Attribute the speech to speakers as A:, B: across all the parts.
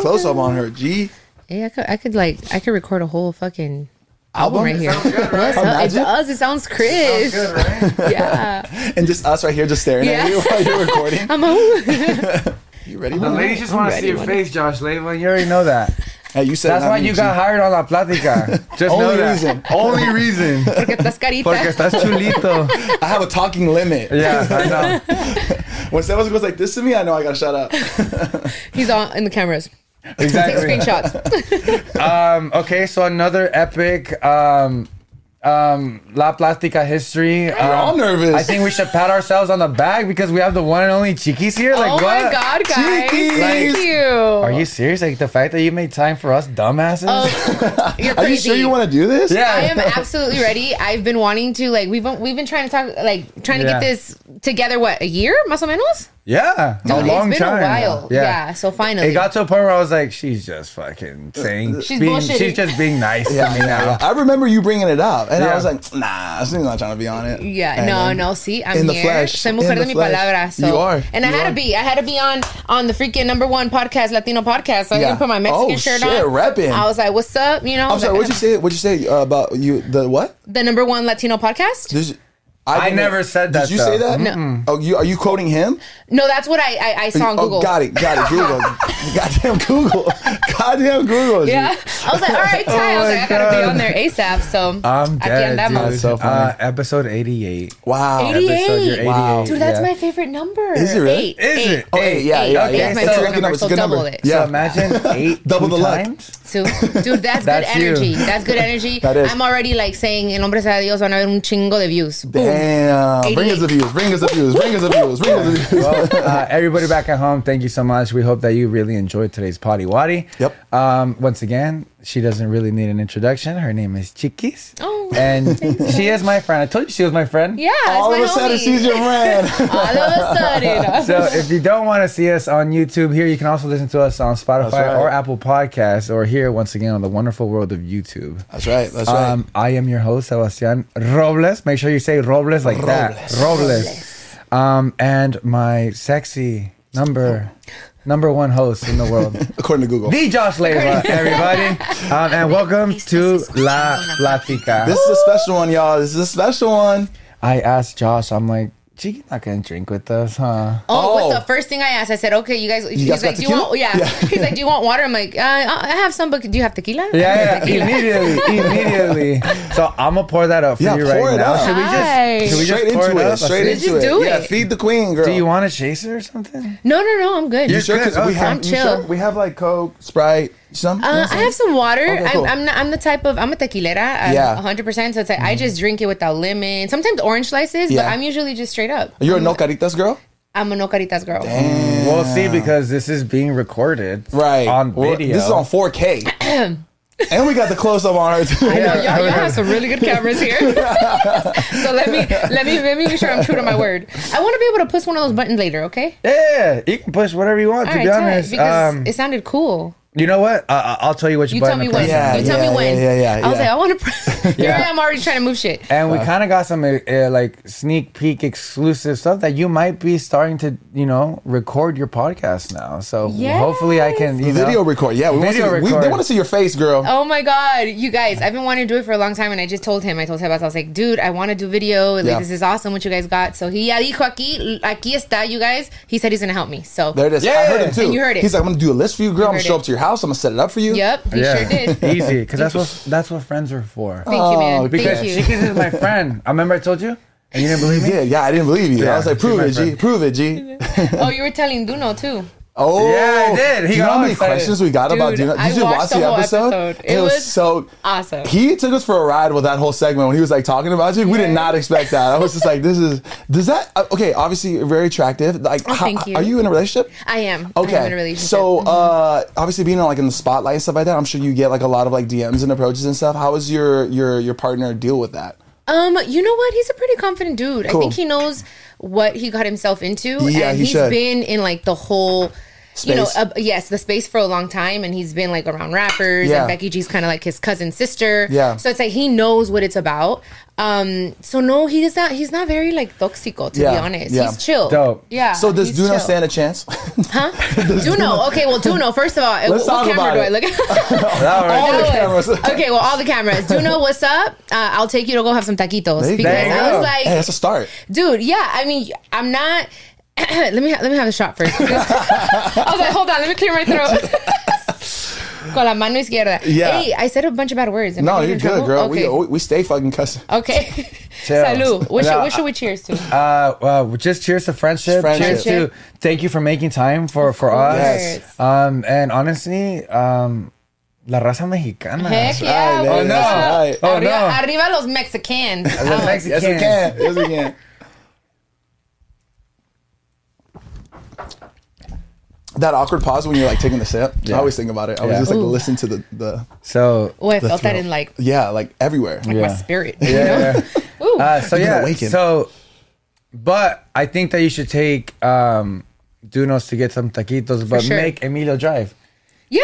A: close up on her. G.
B: Yeah, I could, I could like I could record a whole fucking album
A: Album?
B: right here.
A: Sounds good, right?
B: What's up? It
A: Imagine.
B: does. It sounds Chris. yeah.
A: And just us right here, just staring
B: Yeah. Um,
A: at you while you're recording.
B: I'm a.
A: You ready?
C: The
A: bro?
C: ladies just
B: I'm
C: want to
B: ready,
C: see your
B: wanna-
C: face, Josh Leva. You already know that.
A: Hey, you said
C: That's
A: not
C: why
A: me,
C: you
A: G.
C: got hired on La Plática. Just know
A: Only
C: that.
A: reason.
C: Only reason.
B: Porque estás carita.
C: Porque estás chulito.
A: I have a talking limit.
C: Yeah, I know.
A: When Sebas goes like this to me, I know I gotta shut up.
B: He's on in the cameras. Take
C: Exactly.
B: screenshots.
C: Um, okay, so another epic um, um, La Plastica history. We're
A: all nervous.
C: I think we should pat ourselves on the back because we have the one and only Chiquis here. Like,
B: oh my
C: what?
B: god, guys!
A: Cheekies.
B: Thank
C: Like,
B: you.
C: Are you serious? Like the fact that you made time for us dumbasses?
B: Oh, you're
A: Are
B: crazy.
A: you sure you want to do this?
C: yeah.
B: I am absolutely ready. I've been wanting to like we've been, we've been trying to talk like trying to get
C: Yeah.
B: this together. What a year, más o menos?
C: yeah.
B: Dude,
C: a long
B: it's been
C: time.
B: a while. Yeah. So finally,
C: It got to a point where I was like, she's just fucking
A: uh,
C: saying,
B: She's
C: being,
B: bullshitting.
C: she's just being nice to me now.
A: I remember you bringing it up, and I
C: Yeah.
A: was like, "Nah, she's not trying to be on it."
B: Yeah,
A: And
B: no,
A: then-
B: no. See, I'm
A: in the
B: here.
A: flesh,
B: Soy mujer
A: in
B: de
A: the
B: mi
A: flesh.
B: palabra. So
A: You are,
B: and I
A: you
B: had
A: are.
B: to be. I had to be on on the freaking number one podcast, Latino podcast. So I
A: Yeah.
B: didn't put my Mexican
A: Oh,
B: shirt
A: shit,
B: on.
A: repping.
B: I was like, "What's up?" You know.
A: I'm sorry.
B: that
A: What'd you
B: kind
A: say? What'd you say uh, about you? The what?
B: of- The number one Latino podcast.
A: Did you-
C: I
A: didn't-
C: never said
A: Did
C: that,
A: you
C: though.
A: say that?
B: No.
A: Oh, you are you quoting him?
B: No, that's what I I, I saw on
A: oh,
B: Google.
A: got it, got it. Google, goddamn Google, goddamn Google.
B: Yeah. I was like, "All right, Ty." I was
A: Oh,
C: my
B: like, "I gotta be
C: God.
B: on there ASAP." So
C: I'm dead, dude.
B: andamos.
A: That's so funny.
C: Uh, episode 88.
A: Wow.
B: Eighty-
C: Episode, you're 88.
A: Wow.
B: Dude, that's
C: yeah.
B: my favorite number.
A: Is it really?
B: Eight,
C: Is
B: eight,
C: it?
A: Oh,
B: eight,
A: yeah,
B: eight.
A: yeah,
C: okay,
A: yeah.
B: That's my
C: so-
B: favorite number.
A: It's
B: So
A: a good number.
B: double it.
A: Yeah.
C: So imagine eight
A: Double
C: two
A: the luck.
C: times.
B: So, dude, that's, good
C: That's you.
B: energy. That's good energy.
A: That is.
B: I'm already like saying, El hombre sea Dios, van a haber un chingo de views. Boom.
A: Damn. Bring us the views. Bring us the views. Bring us the views. Bring us the views.
C: Well, uh, everybody back at home, thank you so much. We hope that you really enjoyed today's potty wadi.
A: Yep.
C: Um, once again, she doesn't really need an introduction. Her name is Chiquis.
B: Oh,
C: And she is my friend. I told you she was my friend.
B: Yeah, that's
A: All
B: my
A: of a sudden,
B: homie.
A: she's your friend.
B: All of a sudden.
C: So if you don't want to see us on YouTube here, you can also listen to us on Spotify
A: That's right.
C: or Apple Podcasts or here once again on the wonderful world of YouTube.
A: That's right. That's right.
C: Um, I am your host, Sebastian Robles. Make sure you say Robles like that. Robles. Um, and my sexy number number one host in the world.
A: According to Google.
C: The Josh Leva, everybody. Um, and welcome to La Platica.
A: This is a special one, y'all. This is a special one.
C: I asked Josh, I'm like, she not gonna drink with us, huh?
B: Oh,
A: Oh.
B: what's the first thing I asked? I said, okay, you guys, he's
A: guys got
B: like, do you want,
A: tequila?
B: yeah.
A: Yeah.
B: He's like, do you want water? I'm like, uh, I I have some, but do you have tequila? I have
C: Yeah, yeah,
B: tequila.
C: immediately, immediately. So I'm gonna pour that up for
A: Yeah,
C: you
A: pour
C: right
A: it
C: now.
A: up.
C: Should we
B: Nice.
C: just, should we just
A: Straight
C: pour
A: into
C: it,
A: it.
C: up?
A: Straight
B: Let's
A: into
B: just
A: it.
B: do
A: Yeah,
B: it.
A: feed the queen, girl.
C: Do you want a chaser or something?
B: No, no, no, I'm good.
A: You sure? Because
C: good.
A: we
C: Okay.
A: have
B: I'm
A: you sure?
B: chill.
A: We have like Coke, Sprite, some. you know
B: Uh,
A: what
B: I
A: I'm
B: have some water.
A: cool.
B: I'm, I'm, not, I'm the type of I'm a tequilera. I'm
A: Yeah. Mm-hmm.
B: 100. percent So it's like I just drink it without lemon. Sometimes orange slices,
A: Yeah.
B: but I'm usually just straight up.
A: saying? You're a no caritas girl.
B: I'm a no caritas girl.
C: We'll see because this is being recorded
A: Right.
C: on
A: Well,
C: video.
A: This is on 4K. and we got the close up on her too.
B: I know
C: Yeah.
B: y'all, y'all have some really good cameras here. so let me let me let me make sure I'm true to my word. I want to be able to push one of those buttons later. Okay.
C: yeah, you can push whatever you want.
B: All
C: to
B: right.
C: be
B: tell it,
C: honest,
B: because
C: um,
B: it sounded cool.
C: you know what? Uh, I'll tell you what you,
B: You
C: put
B: tell
C: in
B: me
C: the
B: when.
C: present.
A: Yeah,
B: you tell
A: yeah,
B: me when.
A: yeah, yeah, yeah,
B: I was
A: yeah.
B: like, I want to.
C: Yeah.
B: Yeah. I'm already trying to move shit.
C: and we kind of got some uh, uh, like sneak peek exclusive stuff that you might be starting to you know record your podcast now so
B: Yes.
C: hopefully i can you
A: Video
C: know,
A: record. Yeah, we want to
C: Video
A: see, we,
C: record.
A: they want to see your face, girl.
B: Oh my god, you guys! I've been wanting to do it for a long time, and I just told him. I told Sebas, I was like, "Dude, I want to do video. Like,
A: Yeah.
B: this is awesome what you guys got." So he ya dijo aquí, aquí está, you guys. He said he's gonna help me. So
A: There it is. I
C: Yeah.
A: heard him too.
B: And you heard it.
A: He's like, I'm gonna do a list for you, girl. I'm gonna
B: heard
A: show
B: it.
A: up to your house. I'm gonna set it up for you.
B: Yep, he sure did. Thank
C: easy because that's what that's what friends are for
B: you,
A: Oh,
B: man.
C: because
B: Thank
C: she
B: you.
C: is my friend i remember i told you and you didn't believe
A: You
C: me
A: did. Yeah, I didn't believe you. I
C: Yeah,
A: was like,
C: she's
A: prove
C: my
A: it, G.
C: friend.
A: Prove it, G.
B: Oh, you were telling Duno too.
A: Oh,
C: Yeah, I did. He
A: do you
C: got
A: know
C: all
A: how many
C: excited.
A: questions we got about?
B: Dude,
A: Do you know,
B: I
A: did you
B: watched
A: watch
B: the
A: the,
B: whole
A: episode?
B: episode.
A: It,
B: It
A: was,
B: was
A: so
B: awesome.
A: He took us for a ride with that whole segment when he was like talking about you. We did
B: Yeah.
A: not expect that. I was just like, this is does that uh, okay? Obviously, you're very attractive. Like, how-
B: Oh, thank you.
A: are you in a relationship?
B: I am.
A: Okay.
B: I am in a relationship. Mm-hmm.
A: So, uh, obviously, being like in the spotlight and stuff like that, I'm sure you get like a lot of like DMs and approaches and stuff. How does your your your partner deal with that?
B: Um, you know what? He's a pretty confident dude.
A: Cool.
B: I think he knows what he got himself into.
A: Yeah,
B: and
A: he
B: has
A: should.
B: been in like the whole you know,
A: Space.
B: uh, yes, the space for a long time, and he's been like around rappers.
A: Yeah.
B: And Becky G's kind of like his cousin sister.
A: Yeah.
B: So it's like he knows what it's about. Um. So no, he does not. He's not very like toxico. To be
A: Yeah,
B: honest,
A: yeah.
B: he's chill.
C: Dope.
B: Yeah.
A: So does
B: he's
A: Duno
B: chill.
A: stand a chance?
B: Huh? Duno. Okay. Well, Duno. First of all, what,
A: Let's talk
B: what camera
A: about
B: do I
A: it.
B: look at?
C: All right.
A: All the
B: That
A: cameras.
B: was- okay, well, all the cameras. Duno, what's up? Uh, I'll take you to go have some taquitos
A: There you
B: because
C: go.
B: I was like,
A: hey, that's a start.
B: dude yeah i mean i'm not let me ha- let me have a shot first i was like hold on let me clear my throat con la mano izquierda
A: Yeah.
B: hey i said a bunch of bad words Am I
A: No,
B: getting
A: you're
B: in
A: good,
B: trouble?
A: girl.
B: okay
A: We, we stay fucking cussing.
B: okay
C: Chill.
B: salud what, should,
C: Yeah.
B: what should we cheers to
C: Uh, well, just cheers to friendship.
A: Friendship.
C: Cheers to thank you for making time for for us.
B: course.
C: Um, and honestly, um, la raza mexicana.
B: heck yeah
A: right, man.
B: what's up?
A: That's right.
C: Oh,
B: arriba,
C: no.
B: arriba los mexicans
C: The
B: Oh,
A: Yes,
C: Mexicans.
A: we can. Yes, we can. That awkward pause when you're like taking the sip. I always think about it. I was
C: Yeah.
A: just like
B: Ooh.
A: listen to the, the
C: So
B: oh i felt that
A: throat.
B: in like
A: yeah, like everywhere.
B: my
C: Yeah.
B: spirit
C: yeah.
B: Ooh.
C: Uh, so
A: You've been
C: yeah.
A: awakened.
C: So, but I think that you should take um, Dunos to get some taquitos, but
B: sure.
C: make Emilio drive.
B: yeah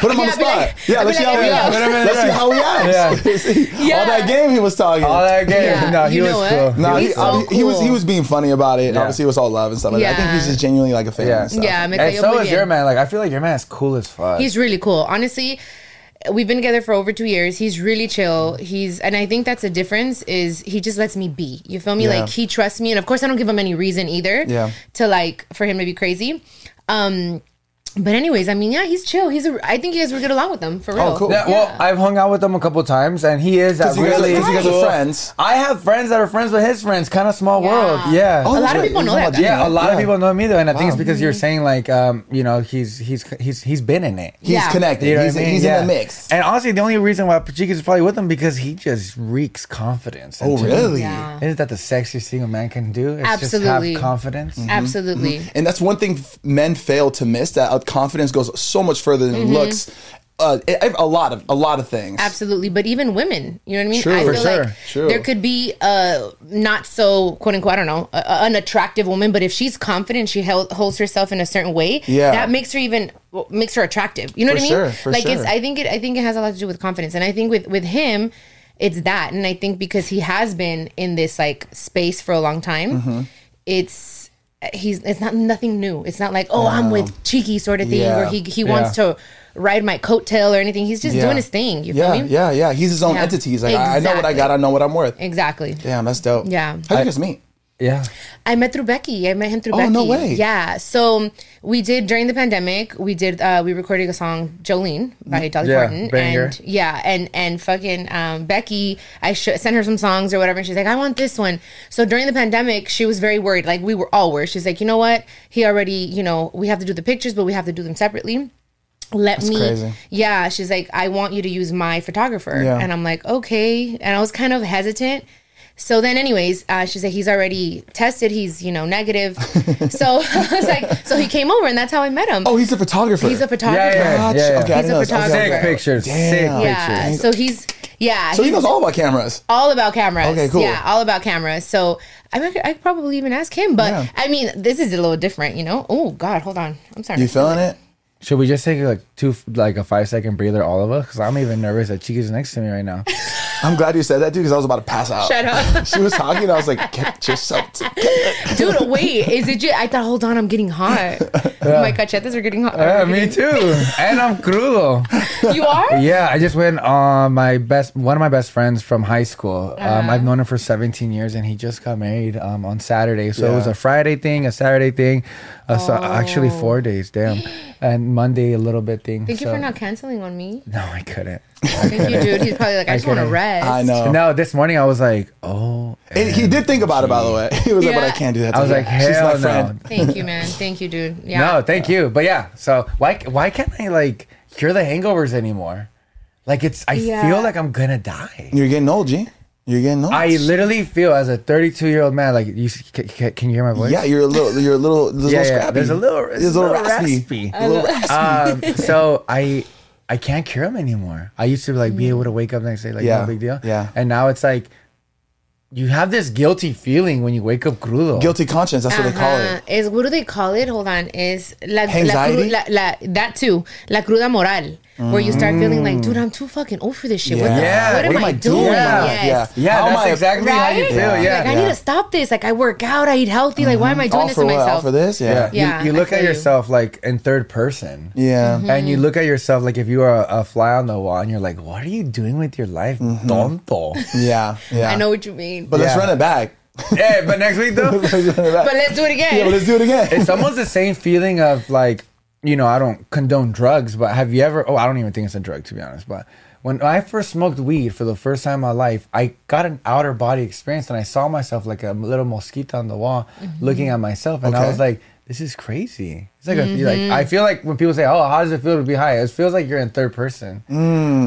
A: Put him on the
B: Yeah, be
A: spot.
B: like-
A: yeah,
B: be
A: let's see
B: like,
A: how he
B: yeah.
A: acts.
C: Wait a minute,
A: Let's see
C: yeah.
A: how he acts.
B: Yeah.
A: All that game he was talking.
C: All that game.
B: Yeah,
C: No, he
B: you
C: was
B: know
C: cool.
B: what?
A: No,
B: He's
A: he,
B: so
A: I mean, he was he
B: cool.
A: was being funny about it. and Obviously, it was all love and stuff. Like that. I think he's
B: Yeah.
A: just genuinely like a fan.
C: Yeah.
A: And stuff.
B: Yeah, me
C: And
B: cayó
C: so
B: muy
C: is your
B: bien.
C: man. Like I feel like your man is cool as fuck.
B: He's really cool. Honestly, we've been together for over two years. He's really chill. He's and I think that's the difference is he just lets me be. You feel me?
A: Yeah.
B: Like he trusts me, and of course I don't give him any reason either.
A: Yeah.
B: To like for him to be crazy. Um but anyways, I mean, yeah, he's chill. He's a, I think you guys were good along with him for real.
A: Oh, cool.
C: Yeah, well, I've hung out with him a couple times, and he is that
A: you guys are-
C: really.
A: 'cause you guys are
C: cool-
A: friends.
C: I have friends that are friends with his friends. Kind of small
B: Yeah.
C: world. Yeah.
A: Oh,
B: A
A: that's
B: lot of
A: right.
B: people
A: He's
B: know
A: talking
B: that,
A: about
B: though.
A: Gino.
C: yeah, a lot of
A: Yeah.
C: people know him either, and I think it's
A: Wow.
C: because you're saying like, um, you know, he's he's he's he's been in it.
A: He's
B: Yeah.
A: connected.
C: You know
A: he's
C: what I mean?
A: he's
C: Yeah.
A: in the mix.
C: And honestly, the only reason why Pachiki is probably with him because he just reeks confidence.
A: Oh,
C: into
A: really?
C: him.
B: Yeah.
C: Isn't that the sexiest thing a man can do? It's
B: Absolutely.
C: Just have confidence.
A: Mm.
B: Absolutely.
A: And that's one thing f- men fail to miss. That uh, confidence goes so much further than looks. Uh, it- it- a lot of a lot of things.
B: Mm-hmm. Absolutely, but even women, you know what I mean.
A: True.
B: I
A: For
B: feel
C: sure.
B: like
A: True.
B: there could be a not so quote unquote I don't know a, a- an attractive woman, but if she's confident, she held, holds herself in a certain way.
A: Yeah.
B: that makes her even well, makes her attractive. You know
A: For
B: what I mean?
A: sure, for
B: like it's
A: sure.
B: I think it I think it has a lot to do with confidence, and I think with with him. It's that, and I think because he has been in this like space for a long time,
A: Mm-hmm.
B: it's he's it's not nothing new. It's not like oh I'm with cheeky sort of thing
A: Yeah.
B: where he he wants
C: Yeah.
B: to ride my coattail or anything. He's just
A: Yeah.
B: doing his thing. You
A: Yeah,
B: feel me?
A: yeah, yeah. He's his own
B: Yeah.
A: entity. He's like, I I know what I
B: Exactly.
A: got. I know what I'm worth.
B: Exactly.
A: Damn, that's dope.
B: Yeah.
A: How you guys meet?
C: Yeah.
B: I met through Becky. I met him through
A: Oh,
B: Becky.
A: no way.
B: Yeah. So we did during the pandemic. We did. uh We recorded a song "Jolene" by
A: Mm,
B: Dolly
C: Yeah,
B: Parton.
C: banger.
B: And yeah, and and fucking um, Becky. I sh- sent her some songs or whatever, and she's like, "I want this one." So during the pandemic, she was very worried. Like we were all worried. She's like, "You know what? He already. You know, we have to do the pictures, but we have to do them separately." Let me,
A: crazy.
B: yeah. She's like, I want you to use my photographer,
A: Yeah.
B: and I'm like, okay. And I was kind of hesitant, so then, anyways, uh, she said he's already tested. He's you know negative. so I was like, so he came over, and that's how I met him.
A: Oh, he's a photographer.
B: he's a photographer.
C: Yeah, yeah,
A: Gotcha.
C: yeah, yeah.
A: Okay, I
B: He's
A: didn't know
B: a
A: this. Okay,
B: photographer.
A: okay.
C: Sick pictures.
A: Damn.
C: Sick
B: Yeah.
C: pictures.
B: So he's yeah.
A: So he
B: he's
A: knows all about cameras.
B: all about cameras.
A: Okay, cool.
B: Yeah, all about cameras. So I mean, I could- I could probably even ask him, but
A: Yeah.
B: I mean, this is a little different, you know. Oh God, hold on. I'm sorry.
A: You feeling it?
C: Should we just take like two, like a five second breather, all of us? Because I'm even nervous that Chiki's next to me right now.
A: I'm glad you said that, dude, because I was about to pass out.
B: Shut up.
A: she was talking, and I was like, get yourself together.
B: Dude, wait. Is it? Just, I thought. Hold on, I'm getting hot. My cachetas are getting hot.
C: yeah, me too. And I'm crudo.
B: You are?
C: Yeah, I just went on my best, one of my best friends from high school. Um,
B: Uh-huh.
C: I've known him for 17 years, and he just got married um, on Saturday. So it was
A: Yeah.
C: a Friday thing, a Saturday thing, uh, so
B: Oh.
C: actually four days, damn, and Monday a little bit thing.
B: Thank you
C: so-
B: for not canceling on me.
C: No, I couldn't.
B: Thank you, dude. He's probably like, I just want to
C: couldn't.
B: rest.
A: I know.
C: No, this morning I was like, oh,
A: And he did think about it, by the way. He was like, but I
B: Yeah.
A: can't do that. To
C: I was
A: her.
C: like,
A: She's my
C: hell no.
A: friend.
B: Thank you, man. Thank you, dude. Yeah.
C: No, thank you. But yeah, so why why can't I like cure the hangovers anymore? Like it's I
B: Yeah.
C: feel like I'm gonna die.
A: You're getting old, G. You're getting old.
C: I literally feel as a 32 year old man like you c- c- can you hear my voice?
A: yeah, you're a little, you're a little, there's a
C: Yeah,
A: little
C: yeah,
A: scrappy.
C: there's a little-
A: there's a little raspy. A little raspy.
C: Um, so I I can't cure them anymore. I used to like be able to wake up next day like
A: Yeah,
C: no big deal.
A: yeah.
C: And now it's like you have this guilty feeling when you wake up crudo.
A: Guilty conscience. That's what they call it.
B: Is what do they call it? Hold on. Is la, la,
A: Anxiety?
B: cru, la, la that too? La cruda moral, where you start feeling like,
A: Mm.
B: dude, I'm too fucking old for this shit. What, the,
C: Yeah.
B: what, am, I doing?
C: Yeah.
B: Yes.
A: Yeah,
C: Yeah,
A: How am
C: that's
A: I-
C: exactly how you
B: Right?
C: feel. Yeah,
B: Like I need to stop this. Like I work out, I eat healthy. Like why am I doing
A: Mm. All
B: this
A: for
B: to
A: what? All
B: myself?
A: for this? Yeah.
C: You-
B: Yeah,
C: you,
B: I
C: look at
B: feel you.
C: yourself like in third person.
A: Yeah.
C: And you look at yourself like if you were a, a fly on the wall, and you're like, "What are you doing with your life, tonto?"
A: Yeah. Yeah.
B: Mm-hmm. I know what you mean.
A: But
B: But,
A: let's
C: Yeah.
A: run it back.
C: hey, but next week though,
A: Let's run it back.
B: let's do it again.
A: yeah, but let's do it again.
C: it's almost the same feeling of like, you know, I don't condone drugs, but have you ever? Oh, I don't even think it's a drug to be honest. But when I first smoked weed for the first time in my life, I got an outer body experience, and I saw myself like a little mosquito on the wall, looking at myself, and I
A: Okay.
C: was like. This is crazy. It's like a, like I feel like when people say, "Oh, how does it feel to be high?" It feels like you're in third person.
B: yeah,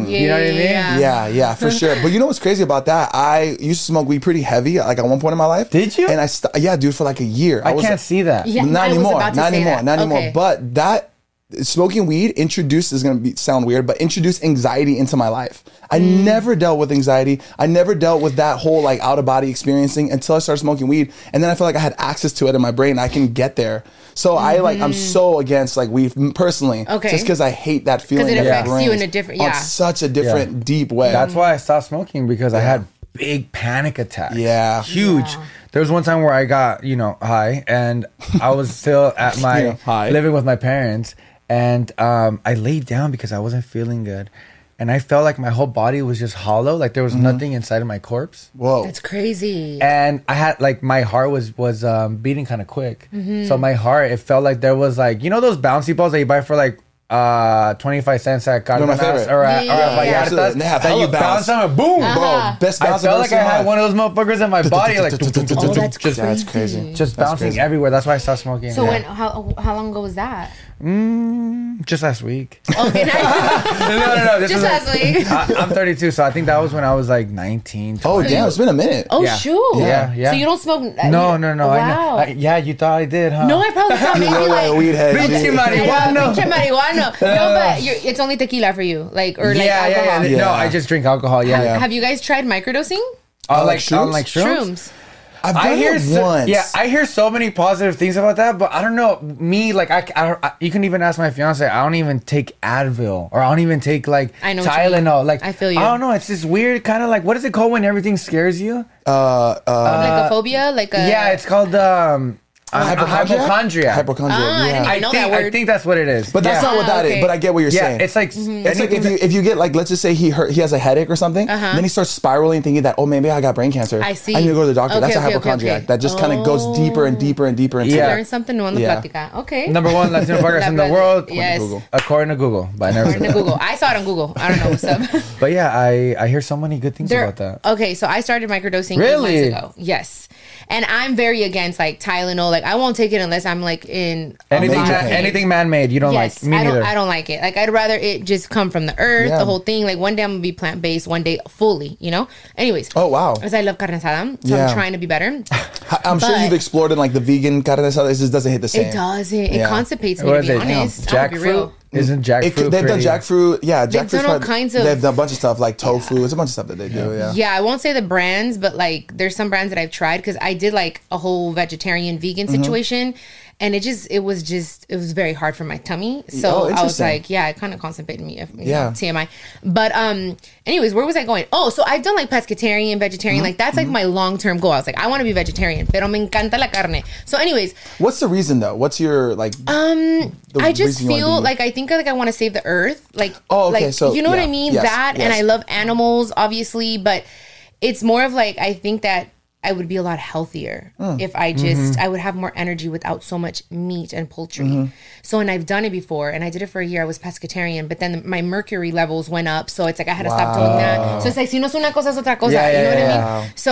C: you know what I
B: yeah,
C: mean?
B: yeah.
A: Yeah, yeah, for sure. But you know what's crazy about that? I used to smoke weed pretty heavy, like at one point in my life.
C: Did you?
A: And I, st- yeah, dude, for like a year.
C: I can't see that.
B: Yeah, I
A: not
B: was
A: anymore.
B: about to
A: Not
B: say
A: anymore.
B: that.
A: Not anymore.
B: Okay.
A: But that smoking weed introduced is going to be sound weird, but introduced anxiety into my life. I
B: Mm.
A: never dealt with anxiety. I never dealt with that whole like out of body experiencing until I started smoking weed, and then I felt like I had access to it in my brain. I can get there. So I like I'm so against like weed personally.
B: Mm-hmm. Okay.
A: Just because I hate that feeling.
B: it
A: that
B: affects you
A: brings
B: in a different-
A: on
B: yeah.
A: such a different
C: Yeah.
A: deep way.
C: That's why I stopped smoking because I had big panic attacks.
A: Yeah.
C: Huge. There was one time where I got, you know, high and I was still at my
A: Yeah, high.
C: living with my parents and um, I laid down because I wasn't feeling good. And I felt like my whole body was just hollow, like there was
A: Mm-hmm.
C: nothing inside of my corpse.
A: Whoa.
B: That's crazy.
C: And I had like my heart was was um, beating kind of quick,
B: Mm-hmm.
C: so my heart it felt like there was like you know those bouncy balls that you buy for like uh twenty five cents at
A: They're my
C: Cardenas
A: favorite.
C: or at,
B: Yeah,
C: or
B: yeah,
C: at
B: yeah. Uh-huh.
C: Vallarta's
A: Absolutely. They have
C: that
A: hella
C: you bounce
A: bounce.
C: on and boom,
A: Bro, best
C: I
A: bounce I've
C: felt
A: ever
C: like
A: seen
C: I
A: in my
C: had
A: life.
C: one of those motherfuckers in my body, like
B: Oh, that's
A: Yeah, that's
B: crazy.
A: crazy.
C: just
A: That's
C: bouncing
A: crazy.
C: everywhere. That's why I stopped smoking.
B: so
C: Yeah. Mm,
B: when how how long ago was that?
C: just last week.
B: Okay, now-
C: no, no, no. This
B: just
C: was
B: last week.
C: I, I'm 32, so I think that was when I was like 19.
A: Oh damn, it's been a minute.
B: Oh
C: Yeah.
B: shoot!
C: Yeah, yeah.
B: So you don't smoke? uh,
C: no,
B: you-
C: no, no. I know.
B: Wow.
C: I- yeah, you thought I did, huh?
B: no, I probably thought maybe
A: You're like a
B: like.
A: weed head.
C: Bitch,
A: dude.
C: you might-
B: I know,
C: Marihuana.
B: pinche marihuana. No, but you're, it's only tequila for you, like or like
C: yeah, yeah,
B: alcohol.
C: yeah, No,
A: Yeah.
C: I just drink alcohol. Yeah, yeah.
B: Have you guys tried microdosing?
C: On like
A: like
C: shrooms? On
A: shrooms?
C: like shrooms.
B: Shrooms.
A: I've done
C: I hear
A: it
C: so,
A: once.
C: Yeah, I hear so many positive things about that, but I don't know. Me, like, I, I- I- you can even ask my fiance. I don't even take Advil, or I don't even take like
B: I know what you mean.
C: Tylenol. Like,
B: I feel you.
C: I don't know. It's this weird kind of like what is it called when everything scares you?
B: like a phobia, like a
C: Uh, yeah, it's called um, uh,
A: Hypochondria?
C: hypochondria.
A: Hypochondria,
B: Ah, I
A: yeah.
B: didn't
C: I
B: know
C: think
B: that
C: I
B: word.
C: think that's what it is.
A: but that's
C: yeah.
A: not what
B: Ah,
A: that is.
B: okay.
A: But I get what you're
C: Yeah,
A: saying.
C: it's like
B: Mm-hmm.
A: It's like
C: anything
A: if you
C: that-
A: if you get like let's just say he hurt he has a headache or something, then he starts spiraling thinking that oh maybe I got brain cancer.
B: Uh-huh. I see.
A: I need to go to the doctor.
B: Okay,
A: That's a
B: okay, Oh. okay,
A: hypochondriac.
B: okay.
A: That just kind of goes deeper and deeper and deeper into
C: Yeah.
A: it.
B: learn something new on the
A: Yeah.
B: platica. Okay.
C: number one Latino podcast in the world.
B: Yes.
A: Google.
C: According to Google, but I never said
B: According to
C: that.
B: Google. I saw it on Google. I don't know what's up.
C: But yeah, I I hear so many good things
B: There-
C: about that.
B: Okay, so I started microdosing
C: Really?
B: eight months ago. Yes. And I'm very against like Tylenol. Like I won't take it unless I'm like in a
C: Anything,
B: lot
A: Major
B: of
C: ma-
B: pain.
C: anything man-made, you don't
B: Yes,
C: like. Me
B: I don't.
C: neither.
B: I don't like it. Like I'd rather it just come from the earth,
A: Yeah.
B: the whole thing. Like one day I'm gonna be plant based, one day fully. You know. Anyways.
A: Oh, wow.
B: Because I love carne asada, so
A: Yeah.
B: I'm trying to be better.
A: I- I'm sure
B: But-
A: you've explored in like the vegan carne asada. It just doesn't hit the same.
B: It doesn't. It
A: Yeah.
B: constipates me.
C: What
B: To
C: is
B: be
C: it?
B: honest, I'll be
C: Jackfruit?
B: real.
C: Isn't jackfruit?
A: It, they've done
C: pretty-
A: jackfruit, yeah. Jackfruit's
B: done all
A: probably-
B: kinds of-
A: They've done a bunch of stuff like tofu. It's a bunch of stuff that they do. Yeah.
B: Yeah, I won't say the brands, but like there's some brands that I've tried because I did like a whole vegetarian vegan
A: Mm-hmm.
B: situation, and it just it was just it was very hard for my tummy.
A: Oh,
B: So I was
A: interesting.
B: like, yeah, it kind of constipated me. If, you
A: Yeah.
B: know, TMI. But um, anyways, where was I going? Oh, so I've done like pescatarian, vegetarian.
A: Mm-hmm.
B: Like that's like my long term goal. I was like, I want to be vegetarian, pero me encanta la carne. So anyways,
A: What's the reason though? What's your like?
B: um,
A: the
B: I just
A: reason you wanna
B: feel
A: be-
B: like I think like I want to save the earth. Like,
A: Oh, okay,
B: like,
A: so,
B: you know what
A: yeah,
B: I mean?
A: yes,
B: that and
A: yes.
B: I love animals, obviously, but it's more of like I think that I would be a lot healthier
A: Mm.
B: if I just
A: Mm-hmm.
B: I would have more energy without so much meat and poultry. So and I've done it before, and I did it for a year. I was pescatarian, but then my mercury levels went up, so it's like I had to stop doing that. So it's like si no es una cosa es otra cosa.
C: Yeah, yeah,
B: you know what
C: yeah,
B: I mean?
C: yeah.
B: So,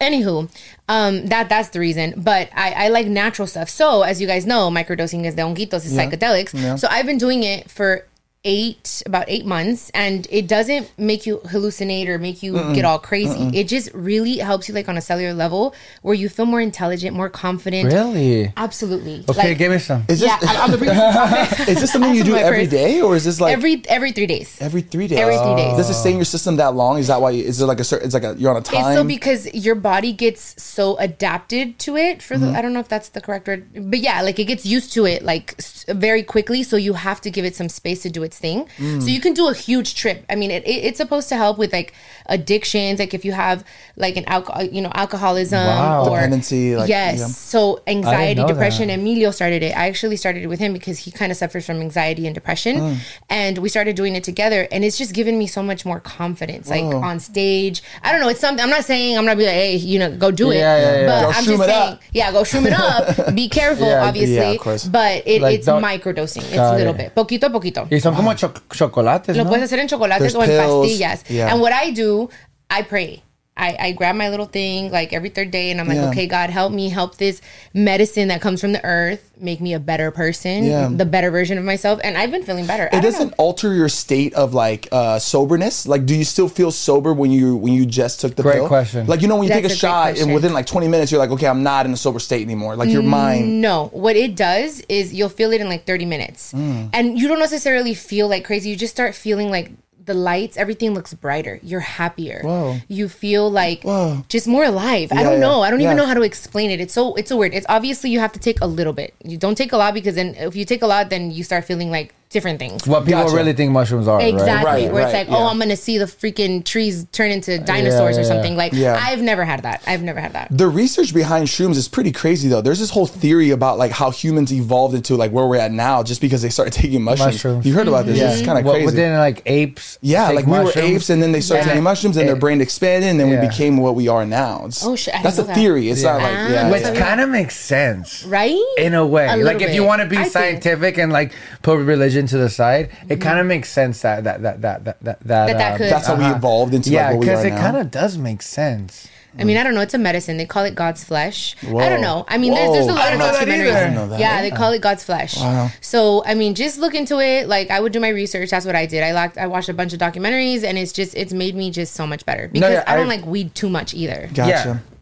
B: anywho, um, that that's the reason. But I, I like natural stuff. So, as you guys know, microdosing is the honguitos, is psychedelics. So I've been doing it for eight about eight months and it doesn't make you hallucinate or make you get all crazy it just really helps you like on a cellular level where you feel more intelligent more confident
C: Really?
B: absolutely
C: Okay,
B: Like-
C: give me some.
A: Is this,
B: yeah I- i'm gonna bring you some coffee.
A: is this something
B: That's
A: you do
B: my
A: every
B: first-
A: day, or is this like every,
B: every every three days
A: three days?
B: every three days.
A: Does it stay in your system that long? Is that why? You, is it like a certain? It's like a you're on a time.
B: It's so because your body gets so adapted to it for
A: Mm-hmm.
B: the I don't know if that's the correct word, but yeah, like it gets used to it like s- very quickly. So you have to give it some space to do its thing.
A: Mm.
B: So you can do a huge trip. I mean, it, it, it's supposed to help with like addictions, like if you have like an alcohol, you know, alcoholism
C: Wow.
B: or
A: Dependency, like,
B: yes,
A: yeah.
B: so anxiety,
C: know
B: depression,
C: that.
B: Emilio started it. I actually started it with him because he kind of suffers from anxiety and depression.
C: Mm.
B: And we started doing it together. And it's just given me so much more confidence, like on stage. I don't know. It's something I'm not saying I'm not be like, hey, you know, go do it.
C: Yeah, yeah, yeah.
B: But
A: Go
B: I'm
A: shroom
B: just
A: it
B: saying,
A: up.
B: yeah, go shroom it up. be careful,
C: Yeah,
B: obviously.
A: yeah, of course.
B: But it,
C: Like,
B: it's
C: don't-
B: microdosing. It's
C: Got
B: a little bit.
C: it.
B: Poquito a poquito.
C: Y son como cho- chocolates,
B: Lo
C: ¿no?
B: puedes hacer en chocolates
A: There's
B: o en
A: pills.
B: pastillas.
A: Yeah.
B: And what I do, I pray. I, I grab my little thing like every third day and I'm like,
A: Yeah.
B: okay, God, help me, help this medicine that comes from the earth make me a better person,
A: Yeah.
B: the better version of myself. And I've been feeling better. I
A: it
B: don't
A: doesn't
B: know.
A: alter your state of like uh, soberness. Like, do you still feel sober when you when you just took the
C: Great
A: pill?
C: question.
A: Like, you know, when you
B: That's
A: take
B: a
A: a
B: great
A: shot and
B: question. Mm.
A: within like 20 minutes, you're like, okay, I'm not in a sober state anymore. Like your mind.
B: No, what it does is you'll feel it in like 30 minutes.
C: Hmm.
B: And you don't necessarily feel like crazy. You just start feeling like the lights, everything looks brighter. You're happier.
A: Whoa.
B: You feel like just more alive. I
A: Yeah,
B: don't
A: yeah,
B: know. I don't even
A: yeah.
B: know how to explain it. It's so it's so weird. It's obviously you have to take a little bit. You don't take a lot because then if you take a lot, then you start feeling like different things.
C: What people
A: Gotcha.
C: really think mushrooms are,
B: Exactly.
C: right?
A: Right,
B: Where it's
A: right,
B: like,
A: yeah.
B: oh, I'm gonna see the freaking trees turn into dinosaurs
C: yeah,
B: or
C: yeah.
B: something. Like
A: Yeah.
B: I've never had that. I've never had that.
A: The research behind shrooms is pretty crazy though. There's this whole theory about like how humans evolved into like where we're at now just because they started taking mushrooms.
C: Mushrooms.
A: You heard about this? It's kind of
C: What,
A: crazy.
C: but then, like apes.
A: yeah,
C: take
A: like we were
C: mushrooms.
A: apes, and then they started
B: Yeah.
A: taking mushrooms, and their
C: It-
A: brain expanded, and then we
C: Yeah.
A: became what we are now. It's-
B: Oh, shit, I
A: that's a
B: didn't know that.
A: theory. It's not
C: Yeah.
A: like
B: Ah.
A: yeah,
C: Which
A: yeah.
C: kind of makes sense,
B: Right?
C: In a way,
B: A little
C: like if you
B: bit.
C: want to be
B: I think.
C: scientific and like put religion to the side, it kind of makes sense that that that that that that
B: Mm-hmm. That that
C: um,
B: could-
A: That's how we evolved into
C: yeah,
A: like what we
C: because
A: are
C: it
A: now.
C: kind of does make sense.
B: I mean, I don't know. It's a medicine. They call it God's flesh. I don't know. I mean,
A: Whoa.
B: there's, there's a
A: I
B: lot
C: didn't
B: of
C: know that either. I didn't
A: know that.
B: documentaries. Yeah, they call it God's flesh. So, I mean, just look into it. Like, I would do my research. That's what I did. I locked, I watched a bunch of documentaries, and it's just, it's made me just so much better because
C: yeah,
B: I don't
C: I-
B: like weed too much either.
A: gotcha.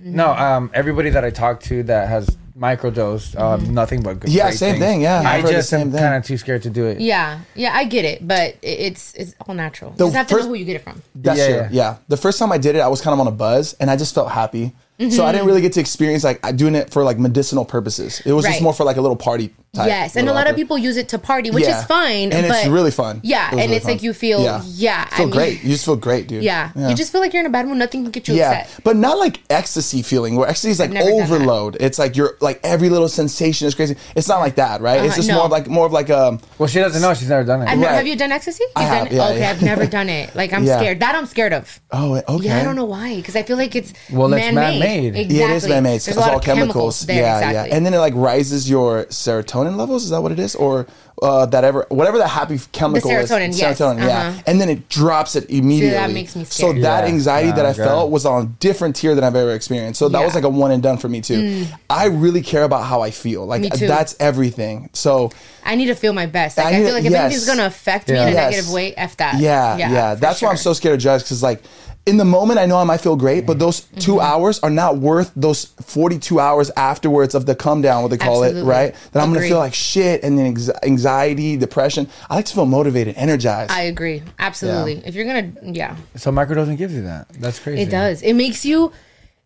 A: Mm-hmm.
C: Yeah. No, um, everybody that I talk to that has microdosed, um, nothing but good.
A: Mm-hmm. Yeah,
C: great
A: same
C: things.
A: thing, yeah. I've
C: I
A: heard the
C: just am
A: same thing.
C: kind of too scared to do it.
B: Yeah, yeah, I get it, but it- it's it's all natural. You just have to
A: first-
B: know who you get it from.
A: That's
C: Yeah,
A: true.
C: yeah.
A: Yeah. The first time I did it, I was kind of on a buzz and I just felt happy. So I didn't really get to experience like I- doing it for like medicinal purposes. It was just
B: Right.
A: more for like a little party type.
B: Yes, and a
A: little
B: lot of
A: effort.
B: people use it to party, which
A: Yeah.
B: is fine.
A: And
B: but
A: it's really fun.
B: Yeah,
A: It
B: and
A: was really
B: it's like
A: fun.
B: you feel, yeah,
A: You feel
B: I mean-
A: great. You just feel great, dude.
B: Yeah. you just feel like you're in a bad mood. Nothing can get you
A: yeah,
B: upset.
A: but not like ecstasy feeling where ecstasy is like
B: never done that.
A: overload. It's like you're like every little sensation is crazy. It's not like that, right? It's
B: Uh-huh,
A: just
B: no.
A: more of like more of like um
C: Well, she doesn't know. She's never done it.
B: I've ne-
A: Right.
B: have you done ecstasy? You've
A: I
B: done
A: have,
B: it?
A: yeah,
B: okay,
A: yeah.
B: I've never done it. Like I'm
A: Yeah.
B: scared. That I'm scared of.
A: oh okay.
B: Yeah, I don't know why. Because I feel like it's
C: Well, it's
B: man-made.
C: man-made. Yeah, it
B: Exactly.
A: Yeah, it is man made. It's,
B: There's
A: it's
B: a lot
A: all
B: of
A: chemicals.
B: chemicals. there,
A: yeah,
B: exactly.
A: yeah. And then it like rises your serotonin levels. Is that what it is, or uh, that ever whatever the happy f- chemical
B: serotonin,
A: is?
B: yes. Uh-huh.
A: yeah. And then it drops it immediately.
B: makes me
A: So
B: scared.
A: that
C: Yeah.
A: anxiety
C: Oh,
A: that I
C: God.
A: felt was on a different tier than I've ever experienced. So that
B: Yeah. Mm.
A: was like a one and done for me too. I really care about how I feel. Like
B: Me too.
A: that's everything. So
B: I need to feel my best. Like,
A: I
B: I,
A: need-
B: feel like if
A: yes.
B: anything's going to affect me
C: Yeah.
B: in a
A: Yes.
B: negative way, F that.
A: yeah, yeah.
B: for
A: That's why I'm
B: sure.
A: so scared of drugs because like. In the moment, I know I might feel great, but those
B: Mm-hmm.
A: 2 hours are not worth those 42 hours afterwards of the come down, what they call it,
B: Absolutely.
A: right? That I'm gonna
B: Agree.
A: feel like shit and then ex- anxiety, depression. I like to feel motivated, energized.
B: I agree. Absolutely. If you're going to, yeah.
C: so microdosing gives you that. That's crazy.
B: It does. It makes you.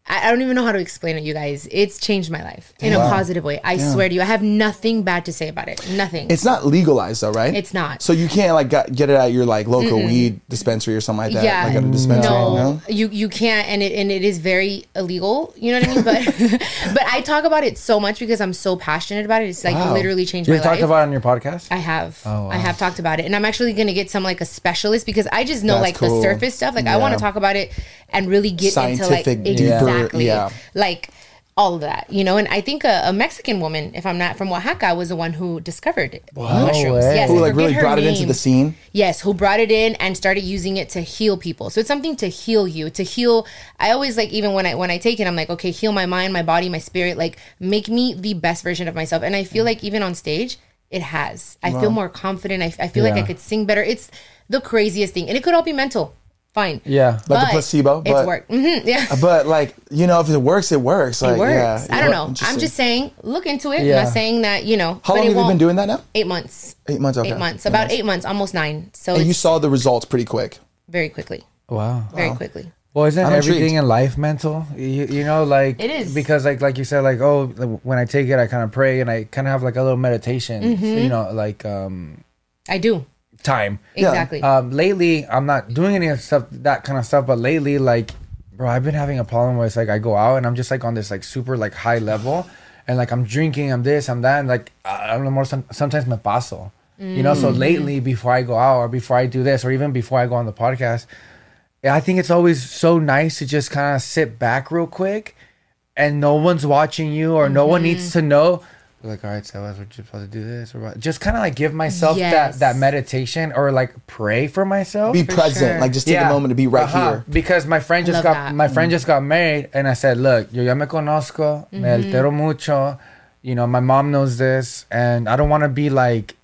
B: I I don't even know how to explain it, you guys. It's changed my life in a positive way. I swear to you, I have nothing bad to say about it. Nothing.
A: it's not legalized though, right?
B: It's not.
A: So you can't like got- get it at your like local weed dispensary or something like that.
B: yeah,
A: Like at a dispensary.
B: no,
A: no?
B: you you can't, and it and it is very illegal. You know what I mean? But but I talk about it so much because I'm so passionate about it. It's like
A: Wow.
B: literally changed
C: You
B: my life.
C: talked about it on your podcast.
B: I have.
C: wow.
B: I have talked about it. And I'm actually going to get some like a specialist because I just know
A: That's
B: like
A: cool.
B: the surface stuff. Like I want
A: Yeah.
B: to talk about it and really get
A: Scientific,
B: into like
A: deeper-
B: exactly
A: yeah.
B: like all of that, you know? And I think a, a Mexican woman, if I'm not from Oaxaca, was the one who discovered it. mushrooms.
C: way.
B: Yes,
A: Who
B: I
A: like
B: forget
A: really
B: her
A: brought it into
B: name.
A: the scene?
B: Yes, who brought it in and started using it to heal people. So it's something to heal you, to heal. I always like even when I when I take it, I'm like, okay, heal my mind, my body, my spirit, like make me the best version of myself. And I feel like even on stage, it has. I feel more confident. I, I feel like I
C: Yeah.
B: could sing better. It's the craziest thing, and it could all be mental. Fine.
C: Yeah.
A: Like the
B: But
A: placebo,
B: It's
A: but-
B: worked. hmm yeah.
A: But like you know, if it works, it works. Like,
B: It works.
A: Yeah,
B: I
A: yeah,
B: don't know. I'm
A: interesting.
B: just saying, look into it.
C: Yeah.
B: I'm not saying that you know.
A: How
B: but
A: long
B: it
A: have you been
B: won't-
A: doing that now?
B: Eight months.
A: Eight months. Okay.
B: Eight months. About eight months. Almost nine. So
A: And
B: it's
A: Oh, you saw the results pretty quick.
B: very quickly.
C: Wow.
B: Very quickly.
C: Well, isn't
A: I'm
C: everything
A: intrigued.
C: in life mental? You, you know, like
B: It is.
C: because, like, like you said, like oh, when I take it, I kind of pray and I kind of have like a little meditation.
B: Mm-hmm.
C: You know, like um,
B: I do.
C: time.
B: Exactly.
C: Um, lately, I'm not doing any of stuff that kind of stuff. But lately, like, bro, I've been having a problem where it's like I go out and I'm just like on this like super like high level, and like I'm drinking, I'm this, I'm that, and like I I don't know more. Some, sometimes me paso, you know.
B: Mm.
C: So lately, before I go out or before I do this or even before I go on the podcast, I think it's always so nice to just kind of sit back real quick, and no one's watching you or no
B: Mm-hmm.
C: one needs to know. Like, all right, so we're just supposed to do this or what? Just kind of like give myself
B: Yes.
C: that that meditation or like pray for myself.
A: Be present.
B: sure.
A: Like just take a moment to be right
C: Uh-huh.
A: here. Mm-hmm.
C: Because my friend just
B: love
C: got
B: that.
C: my friend just got married, and I said, "Look, yo ya me conozco,
B: Mm-hmm.
C: me altero mucho. You know, my mom knows this, and I don't want to be like."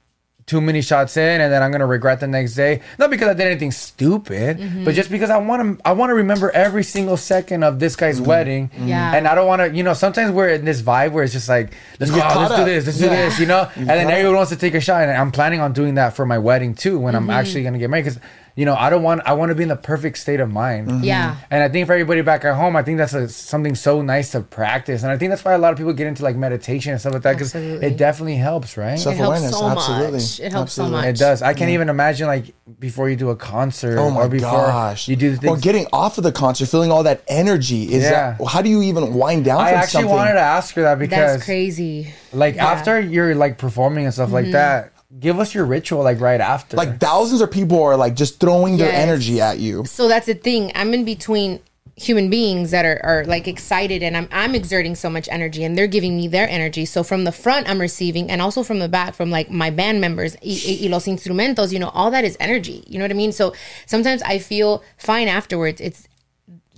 C: Too many shots in, and then I'm gonna regret the next day. Not because I did anything stupid,
B: Mm-hmm.
C: but just because I want to. I want to remember every single second of this guy's
A: Mm-hmm.
C: wedding.
B: Yeah.
C: And I don't want to. You know, sometimes we're in this vibe where it's just like, let's
A: You
C: go
A: get
C: out, let's
A: caught
C: do
A: up.
C: this, let's do
A: Yeah.
C: this. You know, and then everyone wants to take a shot, and I'm planning on doing that for my wedding too when
B: Mm-hmm.
C: I'm actually gonna get married. Because you know, I don't want. I want to be in the perfect state of mind.
A: Mm-hmm.
B: Yeah.
C: And I think for everybody back at home, I think that's a, something so nice to practice. And I think that's why a lot of people get into like meditation and stuff like that because
B: Absolutely.
C: it definitely helps, right?
B: It helps
A: Self-awareness,
B: so
A: absolutely.
B: much. It helps so
A: Absolutely.
B: much.
C: it does. I can't even imagine like before you do a concert
A: Oh my
C: or before
A: gosh!
C: you do the
A: or
C: things.
A: getting off of the concert, feeling all that energy. Is
C: Yeah.
A: that how do you even wind down?
C: I
A: from
C: actually
A: something?
C: wanted to ask her that
B: That's
C: because
B: crazy.
C: like
B: Yeah. Mm-hmm.
C: after you're like performing and stuff like that, give us your ritual like right after.
A: like thousands of people are like just throwing their
B: Yes.
A: energy at you.
B: So that's the thing. I'm in between human beings that are, are like excited and I'm I'm exerting so much energy and they're giving me their energy. So from the front I'm receiving and also from the back from like my band members y, y- y los instrumentos, you know, all that is energy. You know what I mean? So sometimes I feel fine afterwards. It's